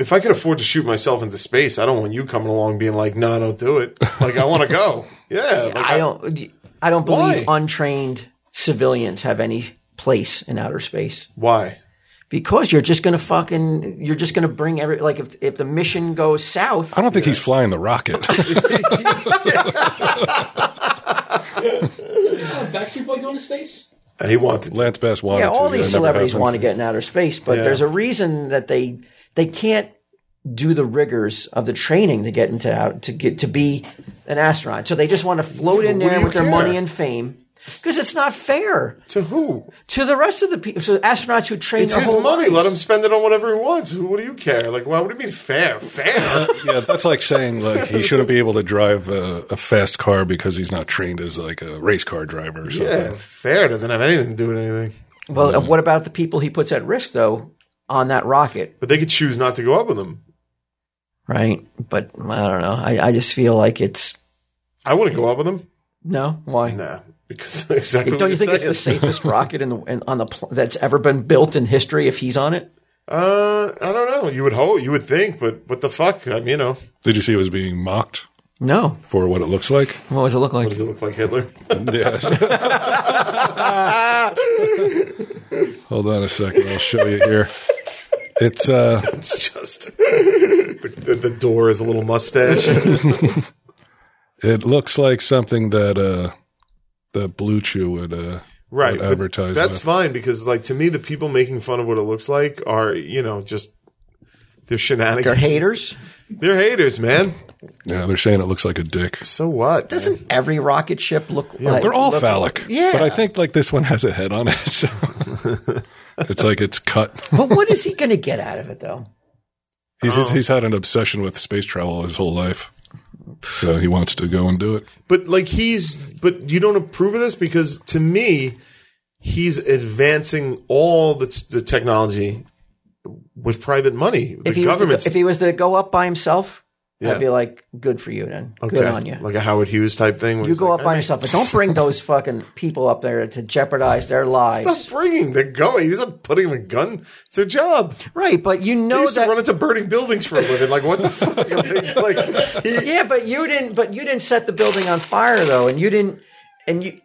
Speaker 3: If I could afford to shoot myself into space, I don't want you coming along being like, "No, don't do it." Like I want to go. Yeah, like,
Speaker 2: I don't I don't believe
Speaker 3: Why?
Speaker 2: untrained civilians have any place in outer space.
Speaker 3: Why?
Speaker 2: Because you're just gonna fucking you're just gonna bring every like if if the mission goes south
Speaker 1: I don't think he's flying the rocket.
Speaker 4: Yeah, Backstreet Boy going to space?
Speaker 3: He wanted. To.
Speaker 1: Lance Bass wanted
Speaker 2: Yeah, all
Speaker 1: to.
Speaker 2: these
Speaker 1: That never
Speaker 2: celebrities
Speaker 1: happened.
Speaker 2: want to get in outer space, but
Speaker 3: Yeah.
Speaker 2: there's a reason that they they can't do the rigors of the training to get into out to get to be an astronaut. So they just want to float in
Speaker 3: What do
Speaker 2: there
Speaker 3: you
Speaker 2: with their
Speaker 3: care?
Speaker 2: money and fame because it's not fair
Speaker 3: To who?
Speaker 2: to the rest of the people. So astronauts who train
Speaker 3: It's
Speaker 2: their
Speaker 3: his
Speaker 2: whole
Speaker 3: money.
Speaker 2: lives-
Speaker 3: Let him spend it on whatever he wants. Who? What do you care? Like, why would it be fair? Fair.
Speaker 1: Yeah, that's like saying like he shouldn't be able to drive a, a fast car because he's not trained as like a race car driver or something.
Speaker 3: yeah, fair doesn't have anything to do with anything.
Speaker 2: Well, what about the people he puts at risk though on that rocket?
Speaker 3: But they could choose not to go up with him.
Speaker 2: Right, but I don't know. I, I just feel like it's
Speaker 3: I wouldn't go up with him.
Speaker 2: no. Why?
Speaker 3: Nah, because exactly.
Speaker 2: Don't you
Speaker 3: what
Speaker 2: think
Speaker 3: you're
Speaker 2: it's the
Speaker 3: saying.
Speaker 2: safest rocket in the in, on the pl- that's ever been built in history? If he's on it,
Speaker 3: Uh, I don't know. You would hope. You would think. But what the fuck? I mean, you know,
Speaker 1: Did you see it was being mocked
Speaker 2: no.
Speaker 1: for what it looks like?
Speaker 2: What does it look like?
Speaker 3: does it look like Hitler?
Speaker 1: Yeah. Hold on a second. I'll show you here. It's uh
Speaker 3: It's just the, the door is a little mustache.
Speaker 1: it looks like something that uh that Blue Chew would uh
Speaker 3: right.
Speaker 1: would
Speaker 3: but
Speaker 1: advertise
Speaker 3: That's
Speaker 1: with.
Speaker 3: fine because, like, to me, the people making fun of what it looks like are, you know, just they're shenanigans.
Speaker 2: They're haters.
Speaker 3: They're haters, man.
Speaker 1: Yeah, they're saying it looks like a dick.
Speaker 3: So what? man?
Speaker 2: Doesn't every rocket ship look like?
Speaker 1: They're all
Speaker 2: look-
Speaker 1: phallic.
Speaker 2: Yeah.
Speaker 1: But I think like this one has a head on it. So it's like it's cut.
Speaker 2: But what is he going to get out of it though?
Speaker 1: He's he's had an obsession with space travel his whole life. So he wants to go and do it.
Speaker 3: But like he's, but you don't approve of this because to me, he's advancing all the, t- the technology with private money. The
Speaker 2: If he, was to,
Speaker 3: government's
Speaker 2: if he was to go up by himself,
Speaker 3: Yeah.
Speaker 2: I'd be like, "Good for you, then. Good on you."
Speaker 3: Like a Howard Hughes type thing. where
Speaker 2: you
Speaker 3: it's
Speaker 2: go
Speaker 3: like,
Speaker 2: up by
Speaker 3: I mean,
Speaker 2: yourself, but don't bring those fucking people up there to jeopardize their
Speaker 3: Stop
Speaker 2: lives.
Speaker 3: bringing. They're going. He's not putting him in gun. It's their job.
Speaker 2: Right, but you
Speaker 3: He
Speaker 2: know
Speaker 3: used to run
Speaker 2: that.
Speaker 3: into burning buildings for a living. Like what the fuck? like, like, he,
Speaker 2: Yeah, but you didn't. But you didn't set the building on fire though, and you didn't. And you,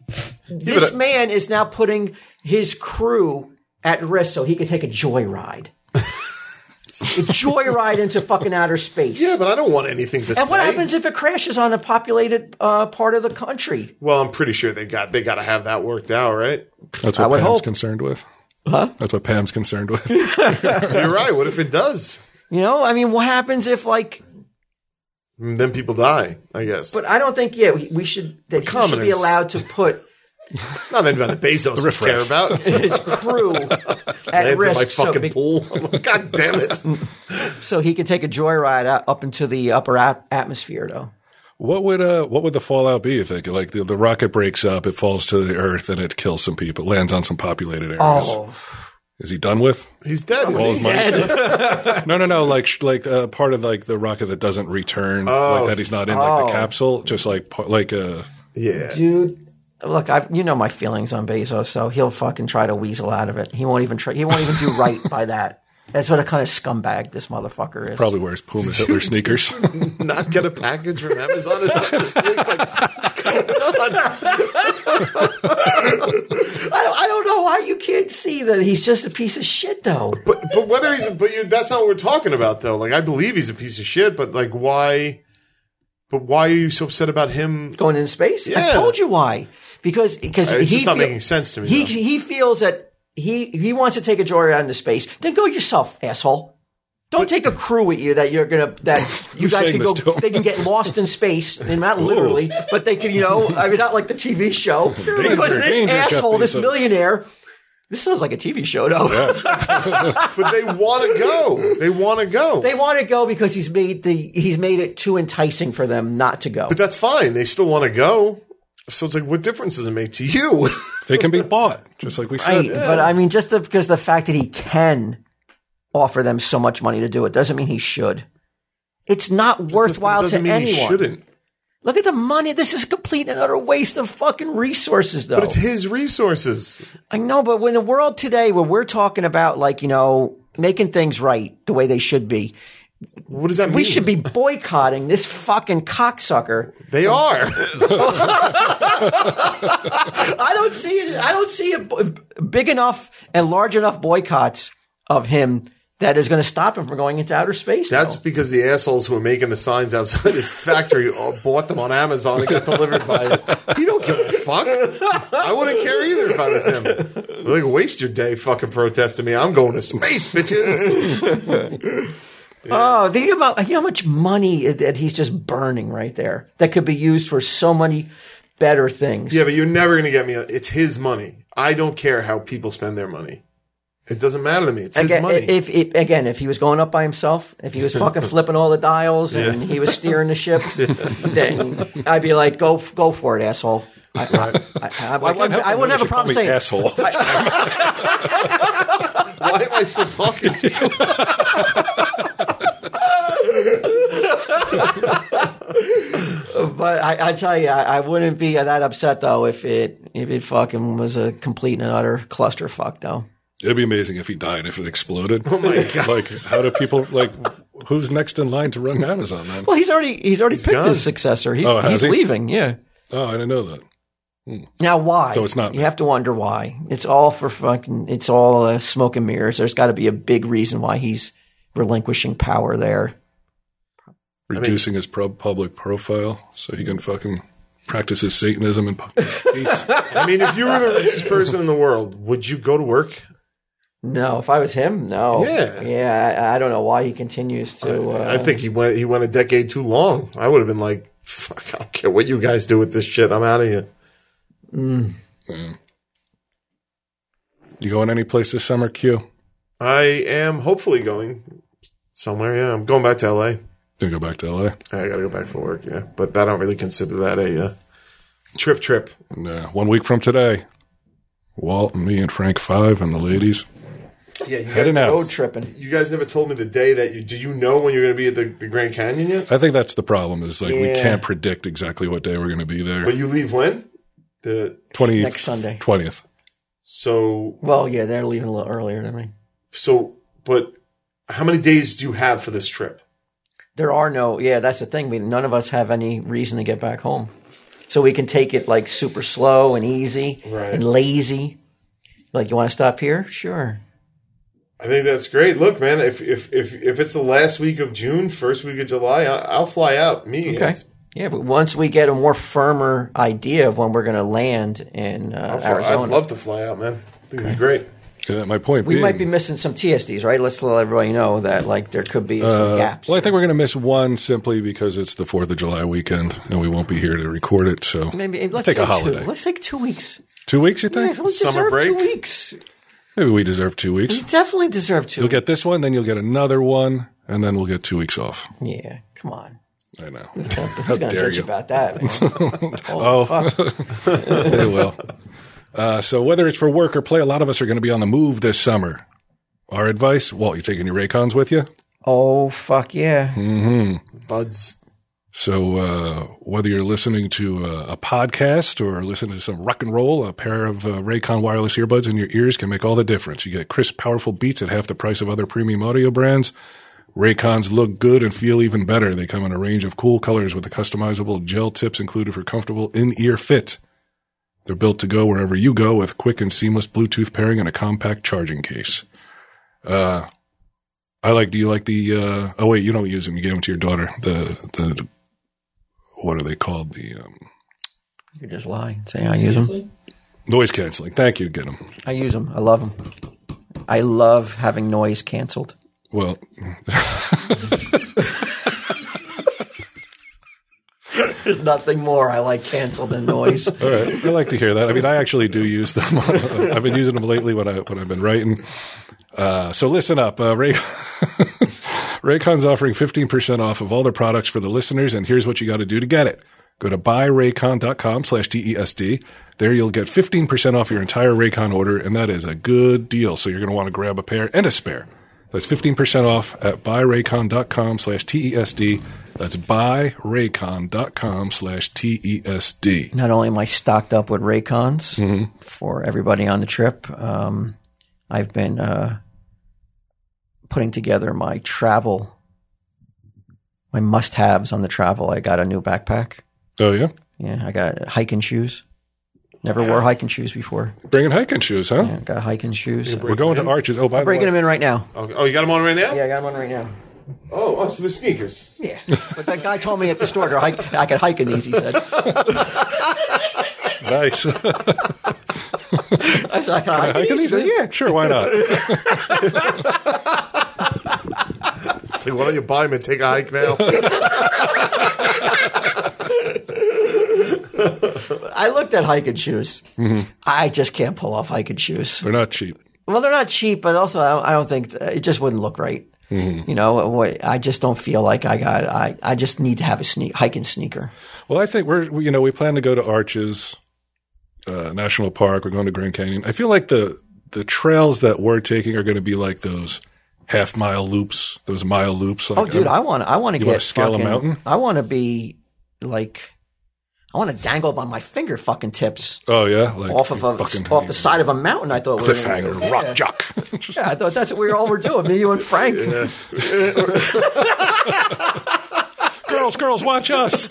Speaker 2: this
Speaker 3: I-
Speaker 2: man is now putting his crew at risk so he could take a joyride. a joyride into fucking outer space.
Speaker 3: Yeah, but I don't want anything to
Speaker 2: and
Speaker 3: say.
Speaker 2: what happens if it crashes on a populated uh, part of the country?
Speaker 3: Well, I'm pretty sure they got they got to have that worked out, right?
Speaker 1: That's
Speaker 2: I
Speaker 1: what
Speaker 2: would
Speaker 1: Pam's
Speaker 2: hope.
Speaker 1: concerned with. Huh? That's what Pam's concerned with.
Speaker 3: You're right. What if it does?
Speaker 2: You know, I mean, what happens if like?
Speaker 3: And then people die. I guess.
Speaker 2: But I don't think yeah, we, we should that he should be
Speaker 3: Commoners.
Speaker 2: allowed to put
Speaker 3: Nothing about the Bezos would care about.
Speaker 2: his crew at
Speaker 3: Lands in
Speaker 2: risk
Speaker 3: my
Speaker 2: so,
Speaker 3: fucking
Speaker 2: be-
Speaker 3: pool. God damn it!
Speaker 2: so he could take a joyride out, up into the upper ap- atmosphere though.
Speaker 1: What would uh what would the fallout be? You think like the, the rocket breaks up, it falls to the earth, and it kills some people, lands on some populated areas.
Speaker 2: Oh,
Speaker 1: Is he done with?
Speaker 3: He's dead. isn't
Speaker 1: All
Speaker 3: he?
Speaker 1: his money's no, no, no. Like sh- like uh, part of like the rocket that doesn't return,
Speaker 2: Oh.
Speaker 1: like that he's not in like the capsule, just like par- like uh
Speaker 3: Yeah.
Speaker 2: dude. Look, I've, you know my feelings on Bezos, so he'll fucking try to weasel out of it. He won't even try. He won't even do right by that. That's what a kind of scumbag this motherfucker is.
Speaker 1: probably wears Puma Hitler sneakers.
Speaker 3: Not get a package from Amazon or something this week? Like, what's going on?
Speaker 2: I don't, I don't know why you can't see that he's just a piece of shit, though.
Speaker 3: But but whether he's but you, that's not what we're talking about though. Like I believe he's a piece of shit, but like why? But why are you so upset about him?
Speaker 2: Going into space, I
Speaker 3: Yeah.
Speaker 2: told you why. Because because
Speaker 3: Uh, it's
Speaker 2: he
Speaker 3: just not making sense to me,
Speaker 2: He
Speaker 3: though.
Speaker 2: he feels that he he wants to take a joyride into space. Then go yourself, asshole. Don't take a crew with you that you're gonna that you
Speaker 1: Who's
Speaker 2: guys
Speaker 1: saying
Speaker 2: can go.
Speaker 1: this to him?
Speaker 2: They can get lost in space, and not literally, but they can you know. I mean, not like the TV show because this
Speaker 1: danger, Jeff
Speaker 2: asshole, this
Speaker 1: Bezos.
Speaker 2: millionaire. This sounds like a TV show, though.
Speaker 3: But they want to go. They want to go.
Speaker 2: They want to go because he's made the he's made it too enticing for them not to go.
Speaker 3: but that's fine. They still want to go. So it's like, what difference does it make to you?
Speaker 1: they can be bought, just like we
Speaker 2: Right,
Speaker 1: said.
Speaker 2: but I mean, just the, because the fact that he can offer them so much money to do it doesn't mean he should. It's not worthwhile
Speaker 3: doesn't
Speaker 2: to
Speaker 3: mean
Speaker 2: anyone.
Speaker 3: he shouldn't.
Speaker 2: Look at the money. This is complete and utter waste of fucking resources, though.
Speaker 3: But it's his resources.
Speaker 2: I know, but when the world today, where we're talking about like you know making things right the way they should be,
Speaker 3: What does that mean?
Speaker 2: we should be boycotting this fucking cocksucker.
Speaker 3: They are.
Speaker 2: I don't see it. I don't see a b- big enough and large enough boycotts of him that is going to stop him from going into outer space. though.
Speaker 3: That's because the assholes who are making the signs outside his factory all bought them on Amazon and got delivered by it. You don't give a fuck. I wouldn't care either if I was him. Like, waste your day fucking protesting me. I'm going to space, bitches.
Speaker 2: Oh, think about you know how much money that he's just burning right there that could be used for so many better things.
Speaker 3: Yeah, but you're never going to get me. a- It's his money. I don't care how people spend their money. It doesn't matter to me. It's his
Speaker 2: Again,
Speaker 3: money.
Speaker 2: If, if again, if he was going up by himself, if he was fucking flipping all the dials and he was steering the ship, then I'd be like, "Go, go for it, asshole." I, I, I, I, wouldn't- I wouldn't have a problem saying.
Speaker 1: asshole.
Speaker 3: Why am I still talking to you?
Speaker 2: But I, I tell you, I, I wouldn't be that upset though if it if it fucking was a complete and utter clusterfuck though.
Speaker 1: It'd be amazing if he died if it exploded. Oh my god! Like, how do people like? Who's next in line to run Amazon then?
Speaker 2: Well, he's already he's already picked
Speaker 3: gone.
Speaker 2: his successor. He's,
Speaker 1: Oh, has
Speaker 2: he's
Speaker 1: he?
Speaker 2: leaving. Yeah.
Speaker 1: Oh, I didn't know that.
Speaker 2: Now, why?
Speaker 1: So it's not
Speaker 2: You
Speaker 1: me.
Speaker 2: have to wonder why. It's all for fucking. It's all uh, smoke and mirrors. There's got to be a big reason why he's relinquishing power there.
Speaker 1: reducing his pro- public profile so he can fucking practice his Satanism and peace.
Speaker 3: I mean, if you were the richest person in the world, would you go to work?
Speaker 2: No, if I was him, no.
Speaker 3: Yeah.
Speaker 2: yeah. I, I don't know why he continues to. Uh,
Speaker 3: I think he went he went a decade too long. I would have been like, fuck, I don't care what you guys do with this shit. I'm out of here.
Speaker 1: Yeah. You going any place this summer, Q?
Speaker 3: I am hopefully going somewhere. Yeah, I'm going back to LA.
Speaker 1: Gonna go back to LA?
Speaker 3: I got to go back for work. Yeah, but I don't really consider that a uh, trip. Trip.
Speaker 1: And, uh, one week from today, Walt and me and Frank Five and the ladies
Speaker 3: Yeah, you guys,
Speaker 1: heading
Speaker 2: road
Speaker 1: out.
Speaker 2: tripping.
Speaker 3: you guys never told me the day that you. Do you know when you're going to be at the, the Grand Canyon yet?
Speaker 1: I think that's the problem is like we
Speaker 2: Yeah.
Speaker 1: can't predict exactly what day we're gonna be there.
Speaker 3: But you leave when? The
Speaker 1: Twenty
Speaker 2: Next Sunday.
Speaker 1: twentieth.
Speaker 3: so
Speaker 2: Well, yeah, they're leaving a little earlier than me.
Speaker 3: so. But how many days do you have for this trip?
Speaker 2: There are no. Yeah, that's the thing. We none of us have any reason to get back home, so we can take it like super slow and easy
Speaker 3: Right.
Speaker 2: and lazy. Like, you want to stop here? Sure.
Speaker 3: I think that's great. Look, man, if if if, if it's the last week of June, first week of July, I, I'll fly out. Me,
Speaker 2: Okay.
Speaker 3: yes.
Speaker 2: Yeah, but once we get a more firmer idea of when we're going to land in uh,
Speaker 3: I'll fly-
Speaker 2: Arizona,
Speaker 3: Oh, I'd love to fly out, man. I think it'd be great.
Speaker 1: Yeah, my point
Speaker 2: we
Speaker 1: being,
Speaker 2: might be missing some TSDs, right? Let's let everybody know that like there could be some gaps.
Speaker 1: well, I think we're going to miss one simply because it's the Fourth of July weekend and we won't be here to record it. So
Speaker 2: Maybe let's
Speaker 1: take a
Speaker 2: say two-
Speaker 1: holiday.
Speaker 2: Let's take two weeks.
Speaker 1: two weeks, you think?
Speaker 2: Yeah, we
Speaker 3: Summer
Speaker 2: deserve
Speaker 3: break?
Speaker 2: two weeks.
Speaker 1: Maybe we deserve two weeks.
Speaker 2: We definitely deserve 2
Speaker 1: You'll get this one, then you'll get another one, and then we'll get two weeks off.
Speaker 2: yeah, come on.
Speaker 1: I know.
Speaker 2: Who's going to
Speaker 1: dare
Speaker 2: bitch
Speaker 1: you.
Speaker 2: about that? man?
Speaker 1: Oh, they will. Uh, so whether it's for work or play, a lot of us are going to be on the move this summer. Our advice, Walt, you taking your Raycons with you?
Speaker 2: oh fuck yeah!
Speaker 3: Buds.
Speaker 1: So uh, whether you're listening to a, a podcast or listening to some rock and roll, a pair of uh, Raycon wireless earbuds in your ears can make all the difference. You get crisp, powerful beats at half the price of other premium audio brands. Raycons look good and feel even better. They come in a range of cool colors with the customizable gel tips included for comfortable in-ear fit. They're built to go wherever you go with quick and seamless Bluetooth pairing and a compact charging case. Uh, I like. Do you like the? Uh, oh wait, you don't use them. You gave them to your daughter. The the what are they called? The um,
Speaker 2: You could just lie and say I use them.
Speaker 1: noise canceling. Thank you. Get them.
Speaker 2: I use them. I love them. I love having noise canceled.
Speaker 1: Well,
Speaker 2: There's nothing more I like canceled than noise.
Speaker 1: all right. Uh, I like to hear that. I mean, I actually do use them. I've been using them lately when I when I've been writing. Uh, so listen up, uh, Ray. Raycon's offering 15% off of all their products for the listeners, and here's what you got to do to get it. Go to buyraycon.com slash DESD. There you'll get 15% off your entire Raycon order, and that is a good deal. So you're going to want to grab a pair and a spare. That's 15% off at buyraycon.com slash TESD. That's buyraycon.com slash E TESD.
Speaker 2: Not only am I stocked up with Raycons
Speaker 1: Mm-hmm.
Speaker 2: for everybody on the trip, um, I've been uh, putting together my travel, my must-haves on the travel. I got a new backpack.
Speaker 1: Oh, yeah?
Speaker 2: Yeah, I got hiking shoes. Never wore hiking shoes before.
Speaker 1: Bringing hiking shoes, huh?
Speaker 2: I got hiking shoes.
Speaker 1: We're going to Arches. Oh, by the way.
Speaker 2: breaking them in right now.
Speaker 3: Okay. Oh, you got them on right now?
Speaker 2: Yeah, I got one right now.
Speaker 3: Oh, oh, so the sneakers.
Speaker 2: Yeah, but that guy told me at the store to hike, I could hike in these. He said,
Speaker 1: Nice. Can
Speaker 2: "I said, I can hike,
Speaker 1: I hike in these?
Speaker 2: Yeah,
Speaker 1: Sure, why not?
Speaker 3: It's like, why don't you buy them and take a hike now?
Speaker 2: I looked at hiking shoes.
Speaker 1: Mm-hmm.
Speaker 2: I just can't pull off hiking shoes.
Speaker 1: They're not cheap.
Speaker 2: Well, they're not cheap, but also I don't, I don't think it just wouldn't look right.
Speaker 1: Mm-hmm.
Speaker 2: You know, what- I just don't feel like I got. I, I just need to have a sneak hiking sneaker.
Speaker 1: Well, I think we're we- you know we plan to go to Arches uh, National Park. We're going to Grand Canyon. I feel like the the trails that we're taking are going to be like those half mile loops, those mile loops. Like, um,
Speaker 2: Oh, dude, I want. I want to
Speaker 1: You wanna
Speaker 2: get
Speaker 1: scale a
Speaker 2: fucking-
Speaker 1: mountain?
Speaker 2: I want to be like. I want to dangle by my finger fucking tips
Speaker 1: oh yeah, like
Speaker 2: off of a,
Speaker 1: fucking
Speaker 2: off the side of a mountain. I thought we were gonna
Speaker 1: cliffhanger,
Speaker 2: do.
Speaker 1: rock
Speaker 2: Yeah.
Speaker 1: jock.
Speaker 2: Yeah, I thought that's what we were all were doing. Me, you, and Frank.
Speaker 1: girls, girls, watch us.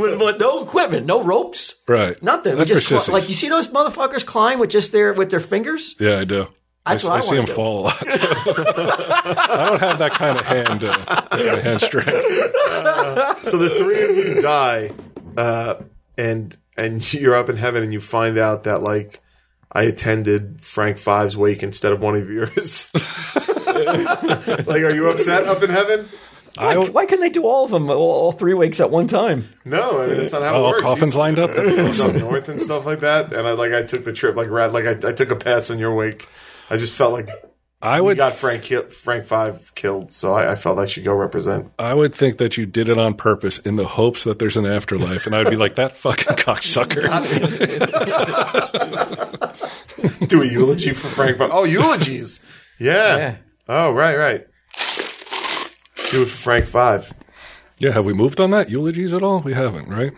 Speaker 2: with, with no equipment, no ropes,
Speaker 1: Right,
Speaker 2: nothing.
Speaker 1: That's
Speaker 2: we
Speaker 1: for
Speaker 2: just cli-
Speaker 1: sissies.
Speaker 2: like you see those motherfuckers climb with just their with their fingers.
Speaker 1: yeah, I do.
Speaker 2: That's
Speaker 1: I,
Speaker 2: what I
Speaker 1: see
Speaker 2: wanna
Speaker 1: him
Speaker 2: do.
Speaker 1: fall a lot. I don't have that kind of hand, uh, that kind of hand strength.
Speaker 3: so the three of you die, uh, and and you're up in heaven, and you find out that like I attended Frank Five's wake instead of one of yours. like, are you upset up in heaven?
Speaker 2: Why, why couldn't they do all of them, all, all three wakes at one time?
Speaker 3: No, I mean that's not how it
Speaker 1: Oh,
Speaker 3: works.
Speaker 1: coffins
Speaker 3: He's-
Speaker 1: lined up. That'd be
Speaker 3: he's up
Speaker 1: awesome.
Speaker 3: north and stuff like that, and I like I took the trip like rad. Like I, I took a pass on your wake. I just felt like
Speaker 1: I
Speaker 3: we
Speaker 1: would
Speaker 3: got Frank kill, Frank Five killed, so I, I felt I should go represent.
Speaker 1: I would think that you did it on purpose in the hopes that there's an afterlife, and I'd be like, that fucking cocksucker.
Speaker 3: Do a eulogy for Frank Five. Oh, eulogies. Yeah.
Speaker 2: Yeah.
Speaker 3: Oh, right, right. Do it for Frank Five.
Speaker 1: yeah, have we moved on that? Eulogies at all? We haven't, right?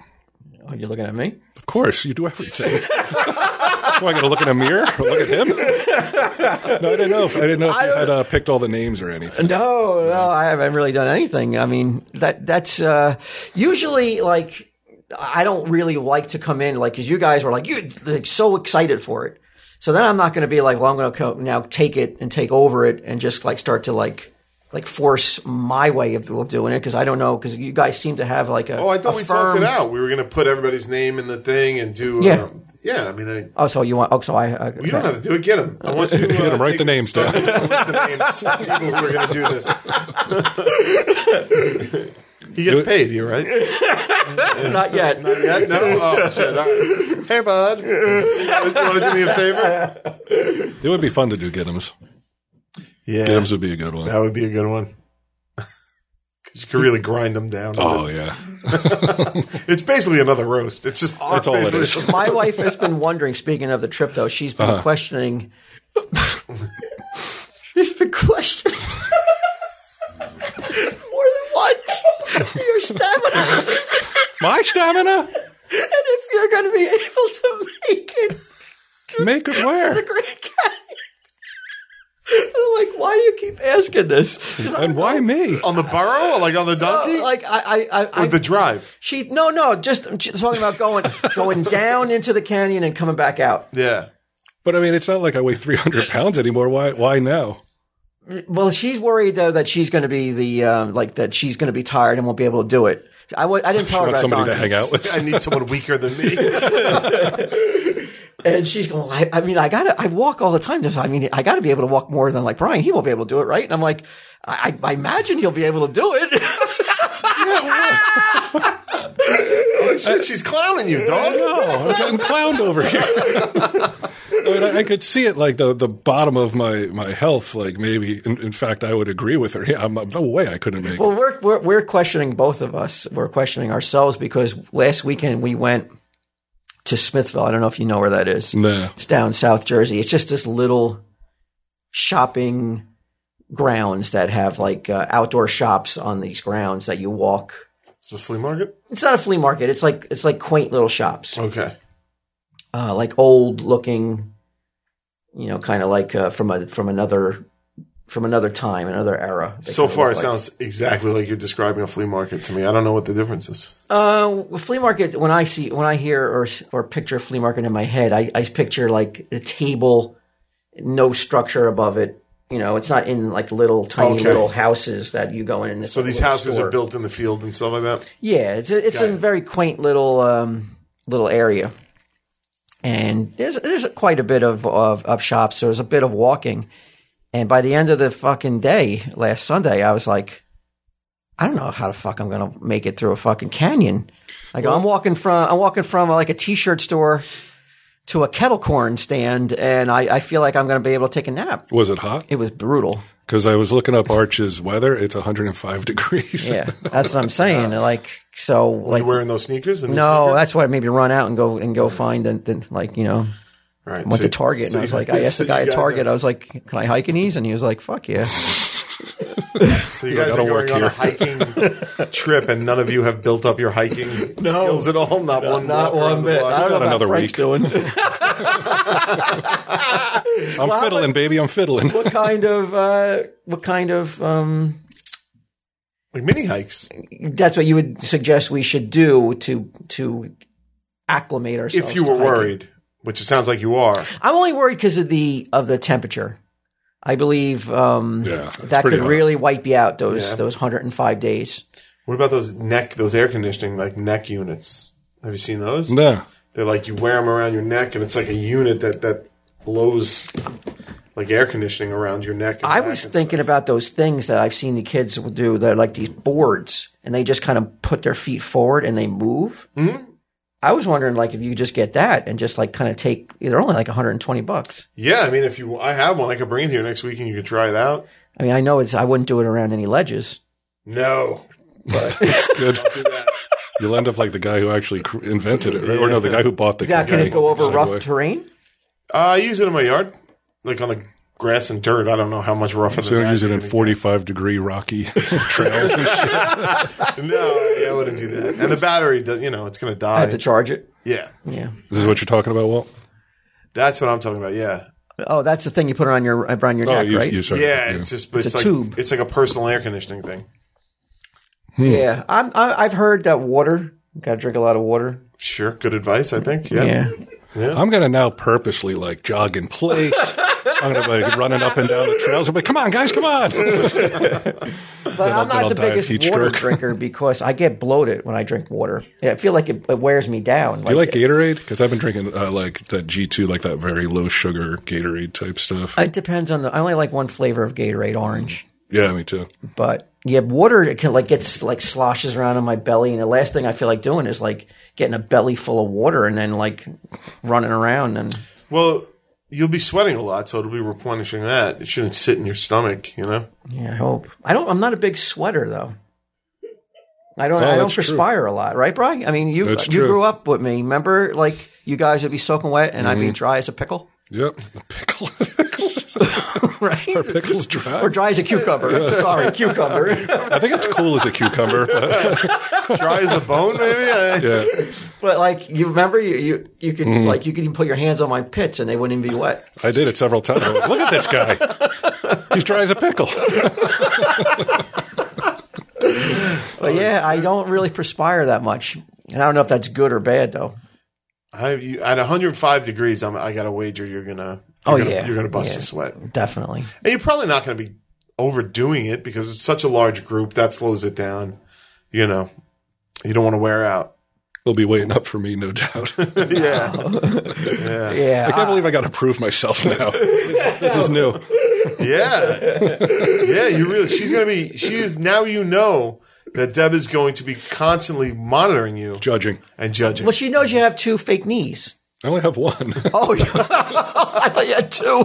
Speaker 2: Oh, you're looking at me.
Speaker 1: Of course, you do everything. well, I got to look in a mirror or look at him? no, I didn't know if, I didn't know if you had uh, picked all the names or anything.
Speaker 2: No, no, I haven't really done anything. I mean, that that's uh, usually like I don't really like to come in like because you guys were like you like so excited for it. So then I'm not going to be like, well, I'm going to co- now take it and take over it and just like start to like like force my way of, of doing it because I don't know because you guys seem to have like a
Speaker 3: Oh, I thought
Speaker 2: a
Speaker 3: we
Speaker 2: firm,
Speaker 3: talked it out. We were going to put everybody's name in the thing and do.
Speaker 2: Yeah.
Speaker 3: um, yeah. I mean, I,
Speaker 2: Oh, so you want? Oh, so I. Uh,
Speaker 3: you don't have to do it. Get them. I want you to
Speaker 1: Get 'em,
Speaker 3: uh,
Speaker 1: write
Speaker 3: take-
Speaker 1: the names
Speaker 3: start-
Speaker 1: down.
Speaker 3: list the names of people who are going to do this. he gets
Speaker 1: Do it.
Speaker 3: paid. You're right.
Speaker 2: not yet.
Speaker 3: Not yet? No? Oh, shit. All right. Hey, bud. You want to do me a favor?
Speaker 1: It would be fun to do Giddums.
Speaker 3: Yeah.
Speaker 1: Giddums would be a good one.
Speaker 3: That would be a good one. Because you could really grind them down.
Speaker 1: Oh yeah,
Speaker 3: It's basically another roast. It's just
Speaker 1: That's all it
Speaker 3: basically-
Speaker 1: is.
Speaker 2: my wife has been wondering. Speaking of the trip, though, she's been questioning. she's been questioning more than once your stamina
Speaker 1: my stamina.
Speaker 2: and if you're going to be able to make it
Speaker 1: Make it
Speaker 2: the
Speaker 1: where?
Speaker 2: Grand Canyon. And I'm like, why do you keep asking this? 'Cause I
Speaker 1: And why me?
Speaker 3: On the burro? Or, Like on the donkey?
Speaker 2: don't- Like I, I, I, I
Speaker 3: Or the drive?
Speaker 2: she, no, no, just I'm just talking about going, going down into the canyon and coming back out.
Speaker 3: Yeah.
Speaker 1: But I mean, it's not like I weigh 300 pounds anymore. Why? Why now?
Speaker 2: Well, she's worried though that she's going to be the um, like that she's going to be tired and won't be able to do it. I w- I didn't tell her
Speaker 1: Want
Speaker 2: about
Speaker 1: somebody to
Speaker 2: donkeys.
Speaker 1: hang out with?
Speaker 3: I need someone weaker than me.
Speaker 2: and she's going. I, I mean, I gotta. I walk all the time. So, I mean, I gotta be able to walk more than like Brian. He won't be able to do it, right? And I'm like, I, I I imagine he'll be able to do it.
Speaker 3: Oh, shit. She's clowning you, dog.
Speaker 2: Oh,
Speaker 1: No, I'm getting clowned over here. I mean, I, I could see it like the the bottom of my my health. Like maybe, in, in fact, I would agree with her. Yeah, I'm, no way I couldn't make. it.
Speaker 2: Well, we're, we're we're questioning both of us. We're questioning ourselves because last weekend we went to Smithville. I don't know if you know where that is.
Speaker 1: Nah.
Speaker 2: It's down South Jersey. It's just this little shopping grounds that have like uh, outdoor shops on these grounds that you walk.
Speaker 3: It's a flea market?
Speaker 2: It's not a flea market. It's like it's like quaint little shops,
Speaker 3: Okay.
Speaker 2: uh, like old looking, you know, kind of like uh, from a from another from another time, another era. They
Speaker 3: So
Speaker 2: kinda
Speaker 3: far,
Speaker 2: look
Speaker 3: it
Speaker 2: like.
Speaker 3: sounds exactly like you're describing a flea market to me. I don't know what the difference is.
Speaker 2: Uh, flea market. When I see, when I hear or or picture flea market in my head, I, I picture like a table, no structure above it. You know, it's not in like little tiny
Speaker 3: Okay.
Speaker 2: little houses that you go in. And it's
Speaker 3: So
Speaker 2: like a
Speaker 3: these
Speaker 2: little
Speaker 3: houses
Speaker 2: store.
Speaker 3: are built in the field and stuff like that.
Speaker 2: Yeah, it's a, it's
Speaker 3: Got
Speaker 2: a
Speaker 3: it.
Speaker 2: very quaint little um, little area, and there's there's quite a bit of, of of shops. There's a bit of walking, and by the end of the fucking day last Sunday, I was like, I don't know how the fuck I'm gonna make it through a fucking canyon. Like I'm walking from I'm walking from uh, like a t-shirt store to a kettle corn stand, and I, I feel like I'm gonna be able to take a nap.
Speaker 1: Was it hot?
Speaker 2: It was brutal.
Speaker 1: Because I was looking up Arch's weather. It's 105 degrees.
Speaker 2: Yeah, that's what I'm saying. Like so, like
Speaker 3: You wearing those sneakers? And
Speaker 2: No, that's why I maybe run out and go and go find and, and like you know
Speaker 3: Right.
Speaker 2: went to
Speaker 3: so-
Speaker 2: Target and
Speaker 3: so
Speaker 2: I was
Speaker 3: you-
Speaker 2: like I asked
Speaker 3: so
Speaker 2: the guy
Speaker 3: you
Speaker 2: at
Speaker 3: guys
Speaker 2: Target
Speaker 3: Are,
Speaker 2: I was like can I hike in these and he was like fuck yeah
Speaker 3: so you
Speaker 1: I
Speaker 3: guys are
Speaker 1: don't
Speaker 3: going
Speaker 1: work
Speaker 3: on
Speaker 1: here.
Speaker 3: a hiking trip, and none of you have built up your hiking skills at all. Not one.
Speaker 2: not
Speaker 3: walk around
Speaker 2: one
Speaker 3: the
Speaker 2: bit
Speaker 3: block.
Speaker 2: I don't know
Speaker 1: Not
Speaker 2: about
Speaker 1: another
Speaker 2: Frank's
Speaker 1: week.
Speaker 2: doing
Speaker 1: I'm fiddling, baby. I'm fiddling.
Speaker 2: what kind of uh, what kind of um,
Speaker 3: Like mini hikes.
Speaker 2: that's what you would suggest we should do to to acclimate ourselves
Speaker 3: If you
Speaker 2: to
Speaker 3: were
Speaker 2: hiking?
Speaker 3: worried, which it sounds like you are.
Speaker 2: I'm only worried because of the of the temperature I believe um,
Speaker 1: Yeah, it's
Speaker 2: that
Speaker 1: pretty
Speaker 2: could
Speaker 1: hot.
Speaker 2: really wipe you out those
Speaker 3: Yeah.
Speaker 2: those 105 days
Speaker 3: What about those neck, those air conditioning like neck units? Have you seen those?
Speaker 1: No.
Speaker 3: They're like you wear them around your neck, and it's like a unit that that blows like air conditioning around your neck. and
Speaker 2: I
Speaker 3: back
Speaker 2: was
Speaker 3: and
Speaker 2: thinking about those things that I've seen the kids will do. They're like these boards, and they just kind of put their feet forward and they move. Mm-hmm. I was wondering, like, if you could just get that and just like kind of take. They're only like 120 bucks.
Speaker 3: Yeah, I mean, if you, I have one. I could bring it here next week, and you could try it out.
Speaker 2: I mean, I know it's. I wouldn't do it around any ledges.
Speaker 3: No,
Speaker 1: It's good.
Speaker 3: do that.
Speaker 1: You'll end up like the guy who actually cr- invented it, right? Or no, the guy who bought the
Speaker 2: Yeah, can
Speaker 1: company.
Speaker 2: it go over rough
Speaker 1: Segway.
Speaker 2: terrain?
Speaker 3: Uh, I use it in my yard, like on the grass and dirt. I don't know how much rougher.
Speaker 1: So
Speaker 3: than
Speaker 1: you
Speaker 3: that
Speaker 1: use it in
Speaker 3: can
Speaker 1: 45 degree rocky trails. and shit.
Speaker 3: get. No, yeah, I wouldn't do that. And the battery, does, you know, it's going to
Speaker 2: I
Speaker 3: die.
Speaker 2: have to charge it.
Speaker 3: yeah,
Speaker 2: Yeah.
Speaker 1: This is what you're talking about, Walt?
Speaker 3: that's what I'm talking about. Yeah,
Speaker 2: Oh, that's the thing you put around your around your
Speaker 1: Oh,
Speaker 2: neck,
Speaker 1: you,
Speaker 2: right?
Speaker 1: you said
Speaker 3: yeah. It's just, but
Speaker 2: It's
Speaker 3: it's,
Speaker 2: a
Speaker 3: like
Speaker 2: tube.
Speaker 3: it's like a personal air conditioning thing.
Speaker 2: Yeah. I'm, I, I've heard that water Got to drink a lot of water.
Speaker 3: Sure, good advice. I think. Yeah.
Speaker 1: I'm going to now purposely like jog in place. I'm going to be like, running up and down the trails. I'm like, come on, guys, come on.
Speaker 2: But
Speaker 1: I'll-
Speaker 2: I'm
Speaker 1: then
Speaker 2: not
Speaker 1: I'll
Speaker 2: the
Speaker 1: die of
Speaker 2: biggest
Speaker 1: heat
Speaker 2: water
Speaker 1: stroke.
Speaker 2: drinker because I get bloated when I drink water. Yeah, I feel like it, it wears me down.
Speaker 1: Do you like Gatorade? Because I've been drinking uh, like that G2, like that very low sugar Gatorade type stuff.
Speaker 2: It depends on the. I only like one flavor of Gatorade, orange.
Speaker 1: yeah, me too.
Speaker 2: But yeah, water it can like gets like sloshes around in my belly, and the last thing I feel like doing is like getting a belly full of water and then like running around and
Speaker 3: Well, you'll be sweating a lot, so it'll be replenishing that. It shouldn't sit in your stomach. You know.
Speaker 2: yeah. I hope I don't. I'm not a big sweater though. I don't.
Speaker 1: Oh,
Speaker 2: I don't
Speaker 1: that's true.
Speaker 2: perspire a lot, right, Brian? I mean, you
Speaker 1: That's
Speaker 2: you
Speaker 1: true.
Speaker 2: grew up with me. Remember, like you guys would be soaking wet, and
Speaker 1: Mm-hmm.
Speaker 2: I'd be dry as a pickle,
Speaker 1: Yep. The pickle.
Speaker 2: right?
Speaker 1: Our pickles dry.
Speaker 2: or dry as a cucumber. Sorry, cucumber.
Speaker 1: I think it's cool as a cucumber. but-
Speaker 3: Dry as a bone, maybe. I-
Speaker 1: yeah.
Speaker 2: but like you remember, you you, you could like you could even put your hands on my pits and they wouldn't even be wet.
Speaker 1: I did it several times. I went, Look at this guy. He's dry as a pickle.
Speaker 2: But yeah, I don't really perspire that much, and I don't know if that's good or bad though.
Speaker 3: I, you, at 105 degrees, I'm, I got to wager you're gonna. You're
Speaker 2: Oh,
Speaker 3: gonna,
Speaker 2: yeah.
Speaker 3: you're gonna bust
Speaker 2: Yeah.
Speaker 3: a sweat, and
Speaker 2: Definitely.
Speaker 3: you're probably not gonna be overdoing it because it's such a large group that slows it down. You know, you don't want to wear out.
Speaker 1: They'll be waiting up for me, no doubt. I
Speaker 3: Yeah,
Speaker 2: Yeah.
Speaker 1: can't believe I got to prove myself now. This is new.
Speaker 3: yeah, yeah. You really. She's gonna be. She is now. You know that Deb is going to be constantly monitoring you
Speaker 1: Judging.
Speaker 3: and judging.
Speaker 2: well, she knows you have two fake knees.
Speaker 1: I only have one.
Speaker 2: Oh, yeah. I thought you had two.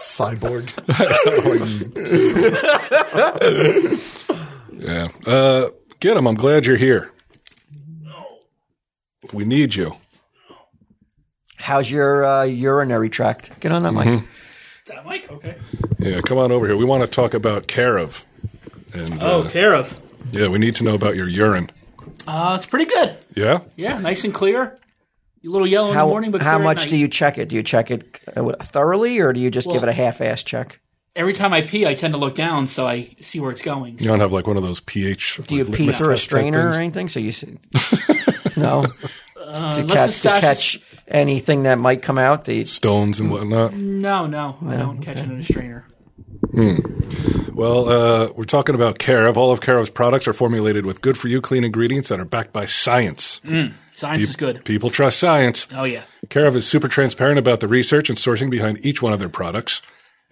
Speaker 3: Cyborg.
Speaker 1: yeah. Uh, get him. I'm glad you're here. We need you.
Speaker 2: How's your uh, urinary tract? Get on that mic.
Speaker 4: That mic, okay.
Speaker 1: Yeah, come on over here. We want to talk about care of. And
Speaker 4: Oh,
Speaker 1: uh,
Speaker 4: care of.
Speaker 1: yeah, we need to know about your urine.
Speaker 4: Uh, it's pretty good.
Speaker 1: Yeah?
Speaker 4: Yeah, nice and clear. A little yellow in
Speaker 2: How,
Speaker 4: the morning, but
Speaker 2: how
Speaker 4: clear at
Speaker 2: much
Speaker 4: night.
Speaker 2: do you check it? Do you check it uh, thoroughly or do you just give it
Speaker 4: Well-
Speaker 2: a half ass check?
Speaker 4: Every time I pee, I tend to look down so I see where it's going.
Speaker 1: You don't have like one of those pH.
Speaker 2: Do you pee through a strainer or anything? So you see. no. to
Speaker 4: Uh, unless
Speaker 2: catch,
Speaker 4: it's
Speaker 2: to
Speaker 4: stashes-
Speaker 2: catch anything that might come out. The,
Speaker 1: Stones and whatnot.
Speaker 4: No, no, I don't catch it in a strainer.
Speaker 1: Well, uh, we're talking about Care of. All of Care of's products are formulated with good for you, clean ingredients that are backed by science.
Speaker 4: Science is good.
Speaker 1: People trust science.
Speaker 4: Oh yeah.
Speaker 1: Care of is super transparent about the research and sourcing behind each one of their products.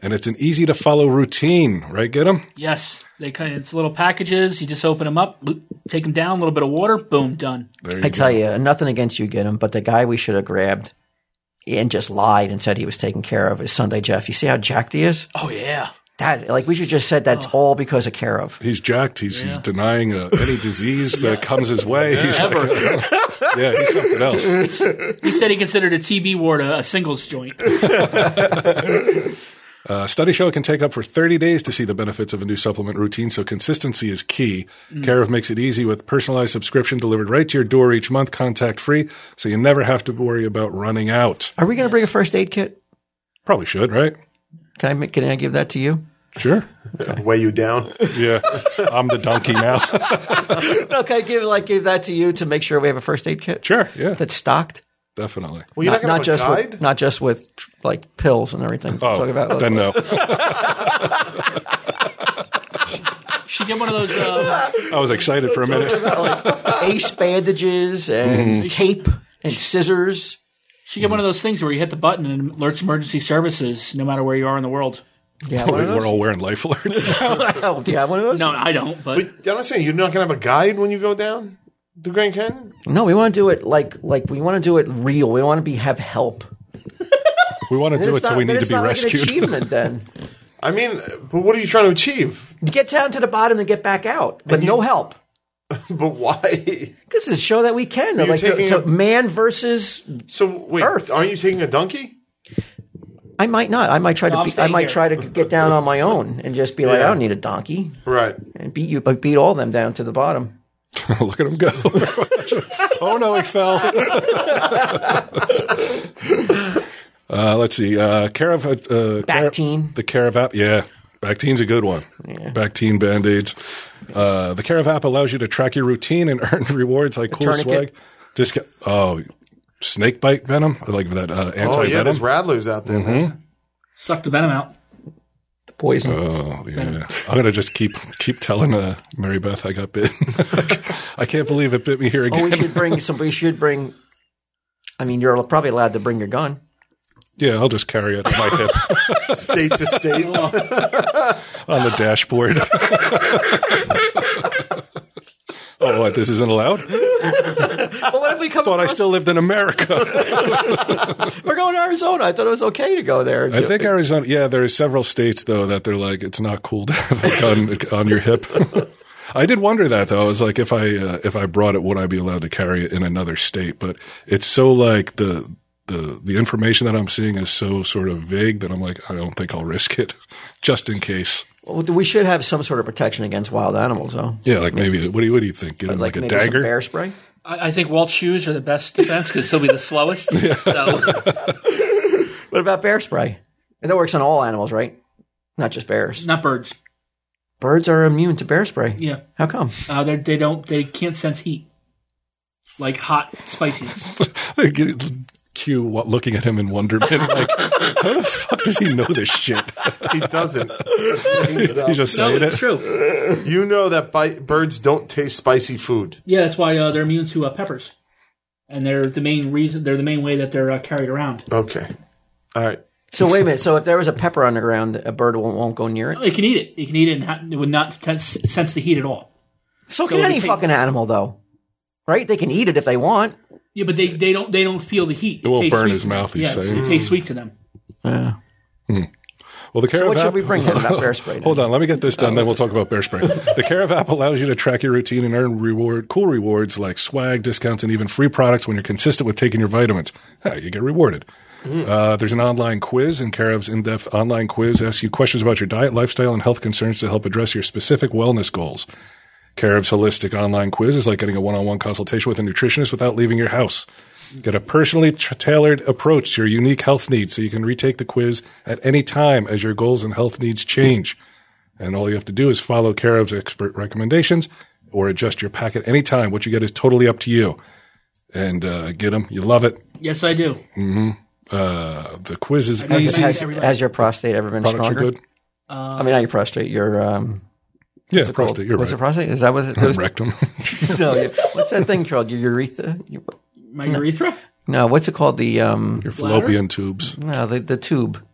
Speaker 1: And it's an easy to follow routine, right? Get them?
Speaker 4: Yes, they kind it's little packages. You just open them up, bloop, take them down, a little bit of water, boom, done.
Speaker 2: I tell you, nothing against you, get him, but the guy we should have grabbed and just lied and said he was taken care of is Sunday Jeff. You see how jacked he is?
Speaker 4: Oh yeah.
Speaker 2: That like we should just said that's all because of care of.
Speaker 1: He's jacked. He's, he's denying uh, any disease that comes his way. He's like,
Speaker 4: Ever.
Speaker 1: yeah, he's something else.
Speaker 4: he said he considered a TB ward a, a singles joint.
Speaker 1: Uh, studies show it can take up for 30 days to see the benefits of a new supplement routine, so consistency is key.
Speaker 2: Mm.
Speaker 1: Care of makes it easy with personalized subscription delivered right to your door each month, contact free, so you never have to worry about running out.
Speaker 2: Are we going to bring a first aid kit?
Speaker 1: Probably should, right?
Speaker 2: Can I make- can I give that to you?
Speaker 1: Sure.
Speaker 3: Weigh you down.
Speaker 1: Yeah. I'm the donkey now.
Speaker 2: No, can I give like give that to you to make sure we have a first aid kit
Speaker 1: sure. Yeah.
Speaker 2: that's stocked?
Speaker 1: Definitely.
Speaker 3: Well, you're not, gonna have a
Speaker 2: just
Speaker 3: guide?
Speaker 2: with not just with like pills and everything.
Speaker 1: Oh,
Speaker 2: Talk about
Speaker 1: then uh, no.
Speaker 4: She did one of those. Uh,
Speaker 1: I was excited for a minute.
Speaker 2: ace bandages and tape and scissors.
Speaker 4: she did one of those things where you hit the button and it alerts emergency services, no matter where you are in the world.
Speaker 2: Yeah, one of
Speaker 1: We're
Speaker 2: those.
Speaker 1: all wearing life alerts now.
Speaker 2: Oh, do you have one of those?
Speaker 4: No, I don't. But
Speaker 3: But I'm not saying you're not gonna have a guide when you go down the Grand Canyon.
Speaker 2: No, we want to do it like like we want to do it real. We want to be have help.
Speaker 1: We want to do it,
Speaker 2: It's
Speaker 1: so
Speaker 2: not-
Speaker 1: we
Speaker 2: then
Speaker 1: need to
Speaker 2: it's
Speaker 1: be
Speaker 2: not like an
Speaker 1: rescued.
Speaker 2: achievement then.
Speaker 3: I mean, but what are you trying to achieve?
Speaker 2: You get down to the bottom and get back out with no help.
Speaker 3: But why?
Speaker 2: This is show that we can. Like to,
Speaker 3: taking
Speaker 2: to
Speaker 3: a-
Speaker 2: man versus
Speaker 3: So wait,
Speaker 2: Earth.
Speaker 3: aren't you taking a donkey?
Speaker 2: I might not. I might try
Speaker 4: No, I'm
Speaker 2: to. Be, I
Speaker 4: staying
Speaker 2: might
Speaker 4: here.
Speaker 2: try to get down on my own and just be like, I
Speaker 3: Yeah.
Speaker 2: don't need a donkey,
Speaker 3: Right.
Speaker 2: and beat you, beat all them down to the bottom.
Speaker 1: Look at him go. oh no, he fell. uh, let's see. Uh, care of uh, uh, Care-
Speaker 2: Bactine.
Speaker 1: The care of app. Yeah, Bactine's a good one. Bactine band aids. Uh, the Carav app allows you to track your routine and earn rewards like cool
Speaker 2: tourniquet.
Speaker 1: swag. Discount. Oh, snake bite venom. I like that uh,
Speaker 3: Oh
Speaker 1: anti
Speaker 3: yeah,
Speaker 1: venom.
Speaker 3: there's rattlers out there. man.
Speaker 4: Suck the venom out.
Speaker 2: Poison.
Speaker 1: Oh, yeah. I'm gonna just keep keep telling uh, Mary Beth I got bit. I can't believe it bit me here
Speaker 2: oh, we
Speaker 1: again.
Speaker 2: should bring some. We should bring. I mean, you're probably allowed to bring your gun.
Speaker 1: yeah, I'll just carry it on my hip
Speaker 3: State to state.
Speaker 1: on the dashboard. oh, what, this isn't allowed.
Speaker 2: Well, what if we come?
Speaker 1: Thought I still lived in America.
Speaker 2: We're going to Arizona. I thought it was okay to go there.
Speaker 1: I think Arizona. Yeah, there are several states though that they're like it's not cool to have a gun on your hip. I did wonder that though. I was like, if I uh, if I brought it, would I be allowed to carry it in another state? But it's so like the the the information that I'm seeing is so sort of vague that I'm like, I don't think I'll risk it, just in case.
Speaker 2: Well, we should have some sort of protection against wild animals, though.
Speaker 1: Yeah, like maybe what do you what do you think? Get him like, a
Speaker 2: maybe some
Speaker 1: dagger.
Speaker 2: bear spray.
Speaker 4: I, I think Walt's shoes are the best defense because he'll be the slowest. So
Speaker 2: What about bear spray? And that works on all animals, right? Not just bears.
Speaker 4: not birds.
Speaker 2: Birds are immune to bear spray.
Speaker 4: Yeah,
Speaker 2: How come?
Speaker 4: uh, they they don't they can't sense heat like hot spiciness.
Speaker 1: Q what, looking at him in wonderment, like how the fuck does he know this shit?
Speaker 3: he doesn't.
Speaker 1: He's just
Speaker 4: No,
Speaker 1: saying
Speaker 4: it's
Speaker 1: it.
Speaker 4: true.
Speaker 3: You know that bi- birds don't taste spicy food.
Speaker 4: Yeah, that's why uh, they're immune to uh, peppers, and they're the main reason. They're the main way that they're uh, carried around.
Speaker 3: Okay. All right.
Speaker 2: So wait a minute. So if there was a pepper on the ground, a bird won't, won't go near it.
Speaker 4: It can eat it. It can eat it, and ha- it would not t- sense the heat at all.
Speaker 2: So
Speaker 4: So
Speaker 2: can
Speaker 4: we
Speaker 2: any
Speaker 4: take-
Speaker 2: fucking animal, though, right? They can eat it if they want.
Speaker 4: Yeah, but they, they don't they don't feel the heat. It,
Speaker 1: won't
Speaker 4: tastes
Speaker 1: burn
Speaker 4: sweet
Speaker 1: his
Speaker 4: to them.
Speaker 1: mouth, he's
Speaker 4: Yeah, it's-
Speaker 1: saying.
Speaker 4: it tastes sweet to them.
Speaker 2: Yeah.
Speaker 1: Well, the Carav
Speaker 2: what
Speaker 1: app-
Speaker 2: should we bring him? Not bear spray.
Speaker 1: Hold on, let me get this done, then we'll talk about Bear Spring. the Carav app allows you to track your routine and earn reward, cool rewards like swag, discounts, and even free products when you're consistent with taking your vitamins. Yeah, you get rewarded. Uh, there's an online quiz, and Carav's in-depth online quiz asks you questions about your diet, lifestyle, and health concerns to help address your specific wellness goals. Carav's holistic online quiz is like getting a one-on-one consultation with a nutritionist without leaving your house. Get a personally t- tailored approach to your unique health needs so you can retake the quiz at any time as your goals and health needs change. And all you have to do is follow Carav's expert recommendations or adjust your pack at any time. What you get is totally up to you. And uh, get them. You love it.
Speaker 4: Yes, I do.
Speaker 1: Uh, the quiz is
Speaker 4: mean,
Speaker 1: easy.
Speaker 2: Has,
Speaker 4: Everybody-
Speaker 2: has your prostate ever been
Speaker 1: Products are
Speaker 2: stronger?
Speaker 1: good.
Speaker 2: I mean, not your prostate. Your um,
Speaker 1: Yeah, prostate. You're
Speaker 2: what's
Speaker 1: right.
Speaker 2: it prostate? Is that what it was?
Speaker 1: Rectum.
Speaker 2: no, you- what's that thing called? Your urethra? You-
Speaker 4: My urethra,
Speaker 2: No, what's it called? The um,
Speaker 1: Your fallopian tubes.
Speaker 2: no, the, the tube.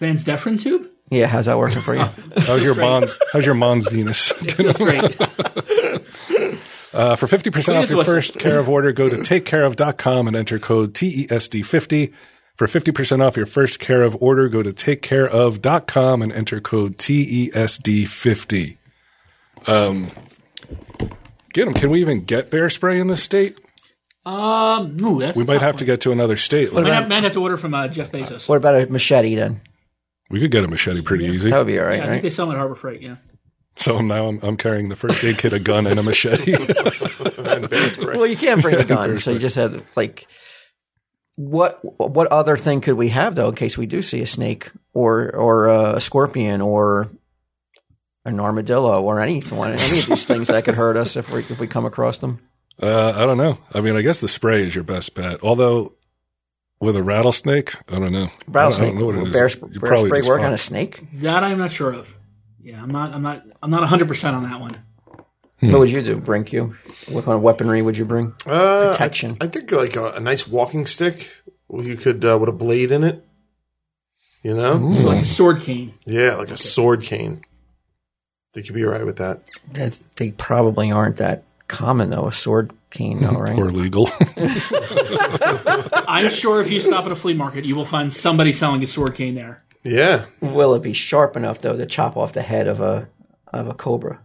Speaker 4: Van's deferent tube.
Speaker 2: Yeah, how's that working for you?
Speaker 1: How's your Mons? How's your Mons Venus?
Speaker 4: That's great.
Speaker 1: Uh, for 50% off
Speaker 4: is
Speaker 1: your
Speaker 4: what's-
Speaker 1: first care of order, go to takecareof.com and enter code E TESD50. For 50% off your first care of order, go to takecareof.com and enter code E TESD50. Um, get 'em. Can we even get bear spray in this state?
Speaker 4: Um, no, that's
Speaker 1: We might have to get to another state. Like,
Speaker 4: Might have, might have to order from uh, Jeff Bezos.
Speaker 2: what about a machete then?
Speaker 1: we could get a machete pretty easy.
Speaker 2: That would be all right,
Speaker 4: yeah, I think
Speaker 2: right?
Speaker 4: they sell them at Harbor Freight. Yeah,
Speaker 1: So now I'm, I'm carrying the first aid kit, a gun, and a machete.
Speaker 2: Well, you can't bring a gun, so you just have like what what other thing could we have though in case we do see a snake or or a scorpion or an armadillo or anything any of these things that could hurt us if we if we come across them.
Speaker 1: Uh, I don't know. I mean, I guess the spray is your best bet. Although with a rattlesnake, I don't know.
Speaker 2: Rattlesnake,
Speaker 1: I don't, I don't know what it is.
Speaker 2: bear,
Speaker 1: You're
Speaker 2: sp- bear
Speaker 1: probably
Speaker 2: spray
Speaker 1: just
Speaker 2: work
Speaker 1: fine.
Speaker 2: on a snake.
Speaker 4: that I'm not sure of. Yeah, I'm not. I'm not. I'm not 100 percent on that one.
Speaker 1: Hmm.
Speaker 2: What would you do? Bring you? What kind of weaponry would you bring?
Speaker 3: Uh,
Speaker 2: Protection.
Speaker 3: I, I think like a, a nice walking stick. Well, You could uh, with a blade in it. You know.
Speaker 4: It's like a sword cane.
Speaker 3: Yeah, like a sword cane. They could be all right with that.
Speaker 2: That's, they probably aren't that common though. A sword cane, though, right?
Speaker 1: Or legal.
Speaker 4: I'm sure if you stop at a flea market, you will find somebody selling a sword cane there.
Speaker 3: Yeah.
Speaker 2: Will it be sharp enough though to chop off the head of a of a cobra?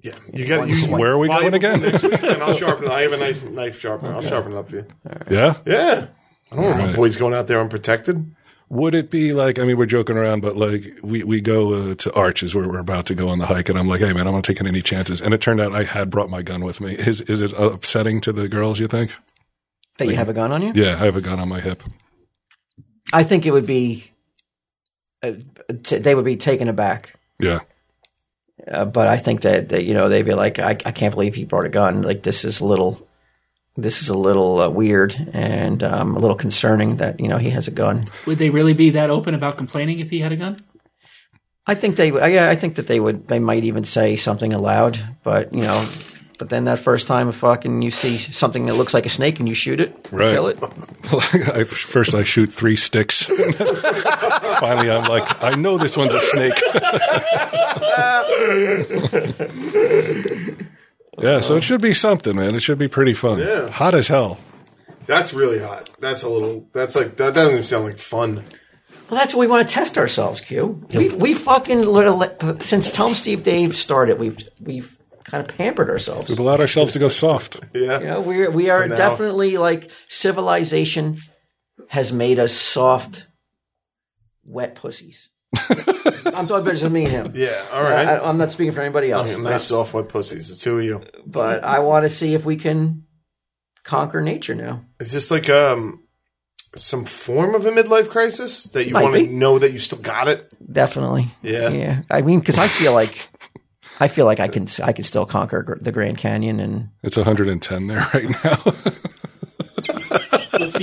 Speaker 3: Yeah. You got to
Speaker 1: Where are we going again?
Speaker 3: Next weekend, I'll sharpen it. I have a nice knife sharpener. I'll sharpen it up for you.
Speaker 1: yeah.
Speaker 3: Yeah. I don't want my
Speaker 1: Right.
Speaker 3: boys going out there unprotected.
Speaker 1: Would it be like, I mean, we're joking around, but like we, we go uh, to Arches where we're about to go on the hike and I'm like, hey man, I'm not taking any chances. And it turned out I had brought my gun with me. Is, is it upsetting to the girls, you think?
Speaker 2: That you have a gun on you?
Speaker 1: Yeah. I have a gun on my hip.
Speaker 2: I think it would be. Uh, t- they would be taken aback.
Speaker 1: Yeah.
Speaker 2: Uh, but I think that, that you know they'd be like, I, I can't believe he brought a gun. Like this is a little, this is a little uh, weird and um, a little concerning that you know he has a gun.
Speaker 4: Would they really be that open about complaining if he had a gun?
Speaker 2: I think they, I- yeah, I think that they would, they might even say something aloud. But you know, but then that first time, if fucking you see something that looks like a snake and you shoot it,
Speaker 1: Right.
Speaker 2: kill it.
Speaker 1: I, first, I shoot three sticks. Finally, I'm like, I know this one's a snake. yeah, so it should be something, man. It should be pretty fun.
Speaker 3: Yeah.
Speaker 1: Hot as hell.
Speaker 3: That's really hot. That's a little. That's like that doesn't even sound like fun.
Speaker 2: Well, that's what we want to test ourselves, Q. We we fucking little- since Tom Steve Dave started, we've we've kind of pampered ourselves.
Speaker 1: We've allowed ourselves to go soft.
Speaker 3: Yeah.
Speaker 2: You know, we're, we are
Speaker 3: now-
Speaker 2: definitely like civilization has made us soft, wet pussies. I'm talking about just me and him.
Speaker 3: Yeah. All right.
Speaker 2: I, I'm not speaking for anybody else,
Speaker 3: nice soft wet pussies. The two of you.
Speaker 2: but I want to see if we can conquer nature now.
Speaker 3: Is this like um some form of a midlife crisis that you
Speaker 2: Might
Speaker 3: want
Speaker 2: be.
Speaker 3: to know that you still got it?
Speaker 2: Definitely.
Speaker 3: Yeah.
Speaker 2: Yeah. I mean, because I feel like I feel like I can I can still conquer gr- the Grand Canyon and
Speaker 1: It's 110 there right now.
Speaker 4: What's the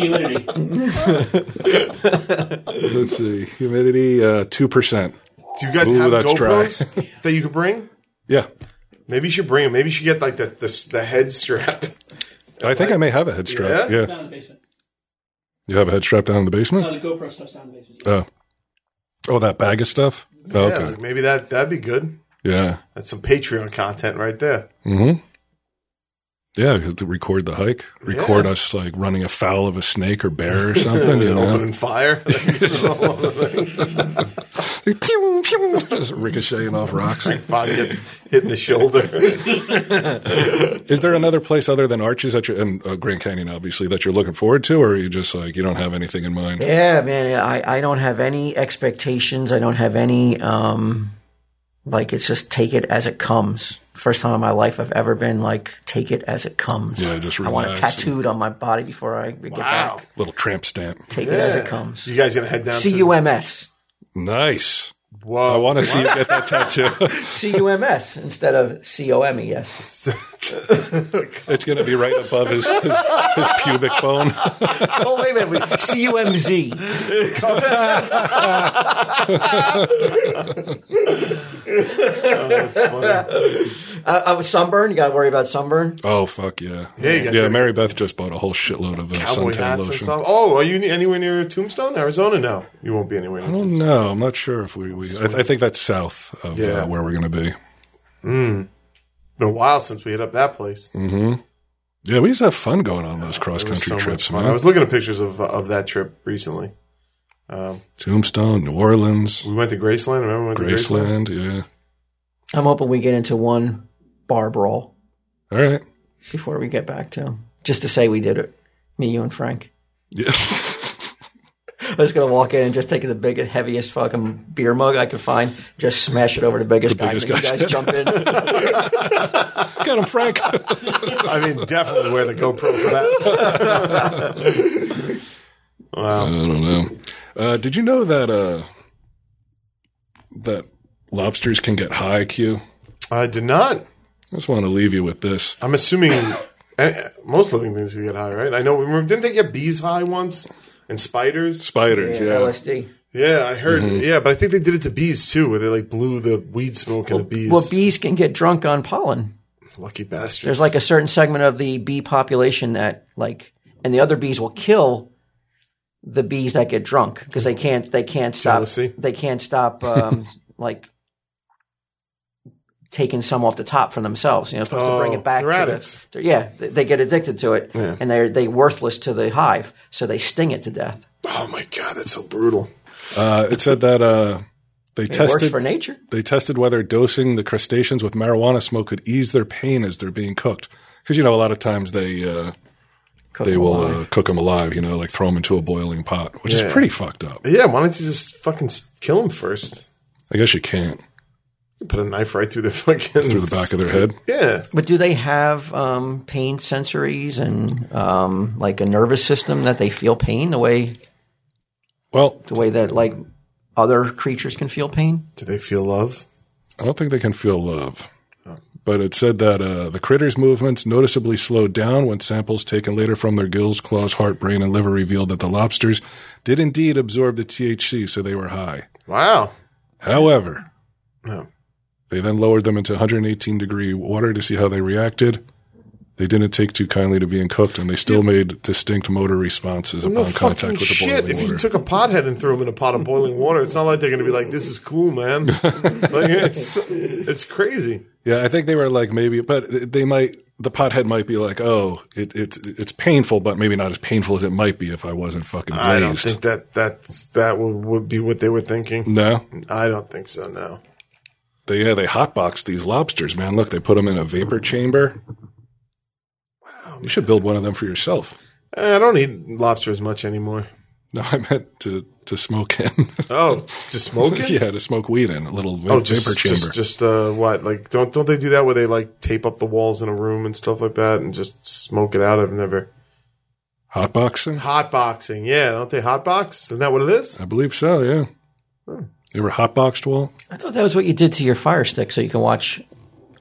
Speaker 4: humidity?
Speaker 1: Let's see. Humidity, uh, 2%.
Speaker 3: Do you guys
Speaker 1: Ooh,
Speaker 3: have
Speaker 1: that's dry.
Speaker 3: GoPros that you could bring?
Speaker 1: Yeah.
Speaker 3: Maybe you should bring them. Maybe you should get like the the, the head strap.
Speaker 1: I think I may have a head strap.
Speaker 3: Yeah?
Speaker 1: Yeah.
Speaker 4: down in the basement.
Speaker 1: You have a head strap down in the
Speaker 4: No,
Speaker 1: basement?
Speaker 4: the GoPro stuff's down in the basement.
Speaker 1: Oh. Oh, that bag of stuff? Oh,
Speaker 3: Yeah,
Speaker 1: okay.
Speaker 3: like, maybe that that'd be good.
Speaker 1: Yeah.
Speaker 3: That's some Patreon content right there.
Speaker 1: Mm-hmm. Yeah, we could record the hike. Record
Speaker 3: Yeah.
Speaker 1: us like running afoul of a snake or bear or something. you know,
Speaker 3: Opening fire.
Speaker 1: pew, pew, just ricocheting off rocks.
Speaker 3: Bob gets hit in the shoulder.
Speaker 1: Is there another place other than Arches that you're in uh, Grand Canyon, obviously, that you're looking forward to, or are you just like you don't have anything in mind?
Speaker 2: Yeah, man. I, I don't have any expectations. I don't have any um like it's just take it as it comes. First time in my life I've ever been like take it as it comes.
Speaker 1: Yeah, just
Speaker 2: I want it
Speaker 1: relax and-
Speaker 2: tattooed on my body before I get
Speaker 3: Wow.
Speaker 2: back.
Speaker 1: Little tramp stamp.
Speaker 2: Take it as it
Speaker 3: Yeah.
Speaker 2: comes.
Speaker 3: You guys gonna head down?
Speaker 2: C U M S.
Speaker 1: Nice.
Speaker 3: Whoa!
Speaker 1: I want to see you get that tattoo.
Speaker 2: C U M S instead of C O M E S.
Speaker 1: it's going to be right above his, his, his pubic bone.
Speaker 2: Oh wait a minute. C U M Z.
Speaker 3: That's funny.
Speaker 2: Uh, sunburn, you gotta worry about sunburn.
Speaker 1: Oh fuck yeah!
Speaker 3: Yeah, you guys
Speaker 1: yeah.
Speaker 3: gotta
Speaker 1: Mary Beth just bought a whole shitload of uh,
Speaker 3: Cowboy
Speaker 1: suntan
Speaker 3: hats and
Speaker 1: lotion.
Speaker 3: stuff. Oh, are you ne- anywhere near Tombstone, Arizona? No, you won't be anywhere.
Speaker 1: I
Speaker 3: Near.
Speaker 1: don't know. I'm not sure if we. we I, I think that's south of
Speaker 3: Yeah.
Speaker 1: uh, where we're going to be.
Speaker 3: Been a while since we hit up that place.
Speaker 1: Mm, Yeah, we used to have fun going on those cross
Speaker 3: It was so
Speaker 1: country
Speaker 3: much
Speaker 1: trips,
Speaker 3: fun.
Speaker 1: man.
Speaker 3: I was looking at pictures of of that trip recently.
Speaker 1: Tombstone, New Orleans,
Speaker 3: We went to Graceland. Remember, we went to Graceland.
Speaker 1: Graceland. Yeah.
Speaker 2: I'm hoping we get into one bar brawl
Speaker 1: All right.
Speaker 2: before we get back to just to say we did it. Me, you and Frank.
Speaker 1: Yeah.
Speaker 2: I was gonna walk in and just take the biggest, heaviest fucking beer mug I could find, just smash it over the biggest guy,
Speaker 1: biggest guy.
Speaker 2: and then you guys jump in.
Speaker 1: Got him, Frank.
Speaker 3: I mean, definitely wear the GoPro for that.
Speaker 1: I
Speaker 3: wow.
Speaker 1: don't know. Uh, did you know that uh, that lobsters can get high? Q.
Speaker 3: I did not.
Speaker 1: I just want to leave you with this.
Speaker 3: I'm assuming eh, most living things can get high, right? I know. Remember, didn't they get bees high once and spiders?
Speaker 1: Spiders. Yeah.
Speaker 2: LSD.
Speaker 3: Yeah, I heard.
Speaker 1: Mm-hmm.
Speaker 3: Yeah, but I think they did it to bees too, where they like blew the weed smoke in the bees.
Speaker 2: Well, bees can get drunk on pollen.
Speaker 3: Lucky bastards.
Speaker 2: There's like a certain segment of the bee population that like, and the other bees will kill the bees that get drunk because they can't they can't stop
Speaker 3: Jealousy.
Speaker 2: they can't stop um, like taking some off the top for themselves. You know, supposed to bring
Speaker 3: Oh,
Speaker 2: it back.
Speaker 3: they're
Speaker 2: to the-
Speaker 3: addicts.
Speaker 2: they're- yeah, they, they get addicted to it, and they're they worthless to the hive, so they sting it to death.
Speaker 3: oh my god, that's so brutal.
Speaker 1: Uh, it said that uh, they
Speaker 2: It
Speaker 1: tested.
Speaker 2: works for nature.
Speaker 1: They tested whether dosing the crustaceans with marijuana smoke could ease their pain as they're being cooked. Because you know, a lot of times they uh,
Speaker 2: Cook
Speaker 1: they
Speaker 2: them
Speaker 1: will
Speaker 2: alive.
Speaker 1: uh, cook them alive. You know, like throw them into a boiling pot, which
Speaker 3: Yeah.
Speaker 1: is pretty fucked up.
Speaker 3: Yeah, why don't you just fucking s- kill them first?
Speaker 1: I guess you can't
Speaker 3: Put a knife right through the fucking
Speaker 1: through the back of their head.
Speaker 3: Yeah,
Speaker 2: But do they have um, pain sensories and um, like a nervous system that they feel pain the way
Speaker 1: Well,
Speaker 2: the way that like other creatures can feel pain?
Speaker 3: do they feel love?
Speaker 1: I don't think they can feel love.
Speaker 3: Oh.
Speaker 1: But it said that uh, the critters' movements noticeably slowed down when samples taken later from their gills, claws, heart, brain, and liver revealed that the lobsters did indeed absorb the THC, so they were high.
Speaker 3: Wow.
Speaker 1: However,
Speaker 3: No.
Speaker 1: they then lowered them into 118 degree water to see how they reacted. They didn't take too kindly to being cooked, and they still made distinct motor responses
Speaker 3: No
Speaker 1: upon
Speaker 3: fucking
Speaker 1: contact with the
Speaker 3: shit.
Speaker 1: boiling
Speaker 3: If
Speaker 1: water.
Speaker 3: you took a pothead and threw him in a pot of boiling water, it's not like they're going to be like, "This is cool, man." like, it's it's crazy.
Speaker 1: Yeah, I think they were like maybe, but they might. The pothead might be like, "Oh, it, it's it's painful, but maybe not as painful as it might be if I wasn't fucking blazed."
Speaker 3: I don't think that that's that would, would be what they were thinking.
Speaker 1: no,
Speaker 3: I don't think so. No.
Speaker 1: they yeah they hotbox these lobsters, man. Look, they put them in a vapor chamber. Wow, you should build one of them for yourself.
Speaker 3: Eh, I don't eat lobster as much anymore.
Speaker 1: No, I meant to to smoke in.
Speaker 3: Oh, just smoking?
Speaker 1: yeah, to smoke weed in a little va-
Speaker 3: Oh, just
Speaker 1: vapor chamber.
Speaker 3: just just uh, what? Like, don't don't they do that where they like tape up the walls in a room and stuff like that and just smoke it out? I've never
Speaker 1: Hotboxing,
Speaker 3: hot boxing. Yeah, don't they hot box? Isn't that what it is?
Speaker 1: I believe so. Yeah, you ever hotboxed, Wall?
Speaker 2: I thought that was what you did to your Fire Stick, so you can watch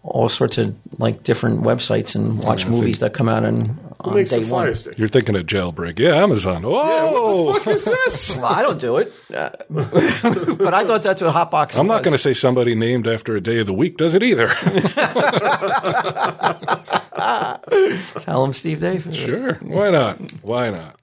Speaker 2: all sorts of like different websites and watch movies that come out on,
Speaker 3: Who
Speaker 2: on
Speaker 3: makes
Speaker 2: day
Speaker 3: the fire
Speaker 2: one.
Speaker 3: stick?
Speaker 1: You're thinking of jailbreak? Yeah, Amazon. Oh,
Speaker 3: What the fuck is this?
Speaker 2: Well, I don't do it, Uh, but I thought that's what hot boxing.
Speaker 1: I'm not going to say somebody named after a day of the week does it either.
Speaker 2: to tell him Steve Dave.
Speaker 1: sure. Why not? Why not?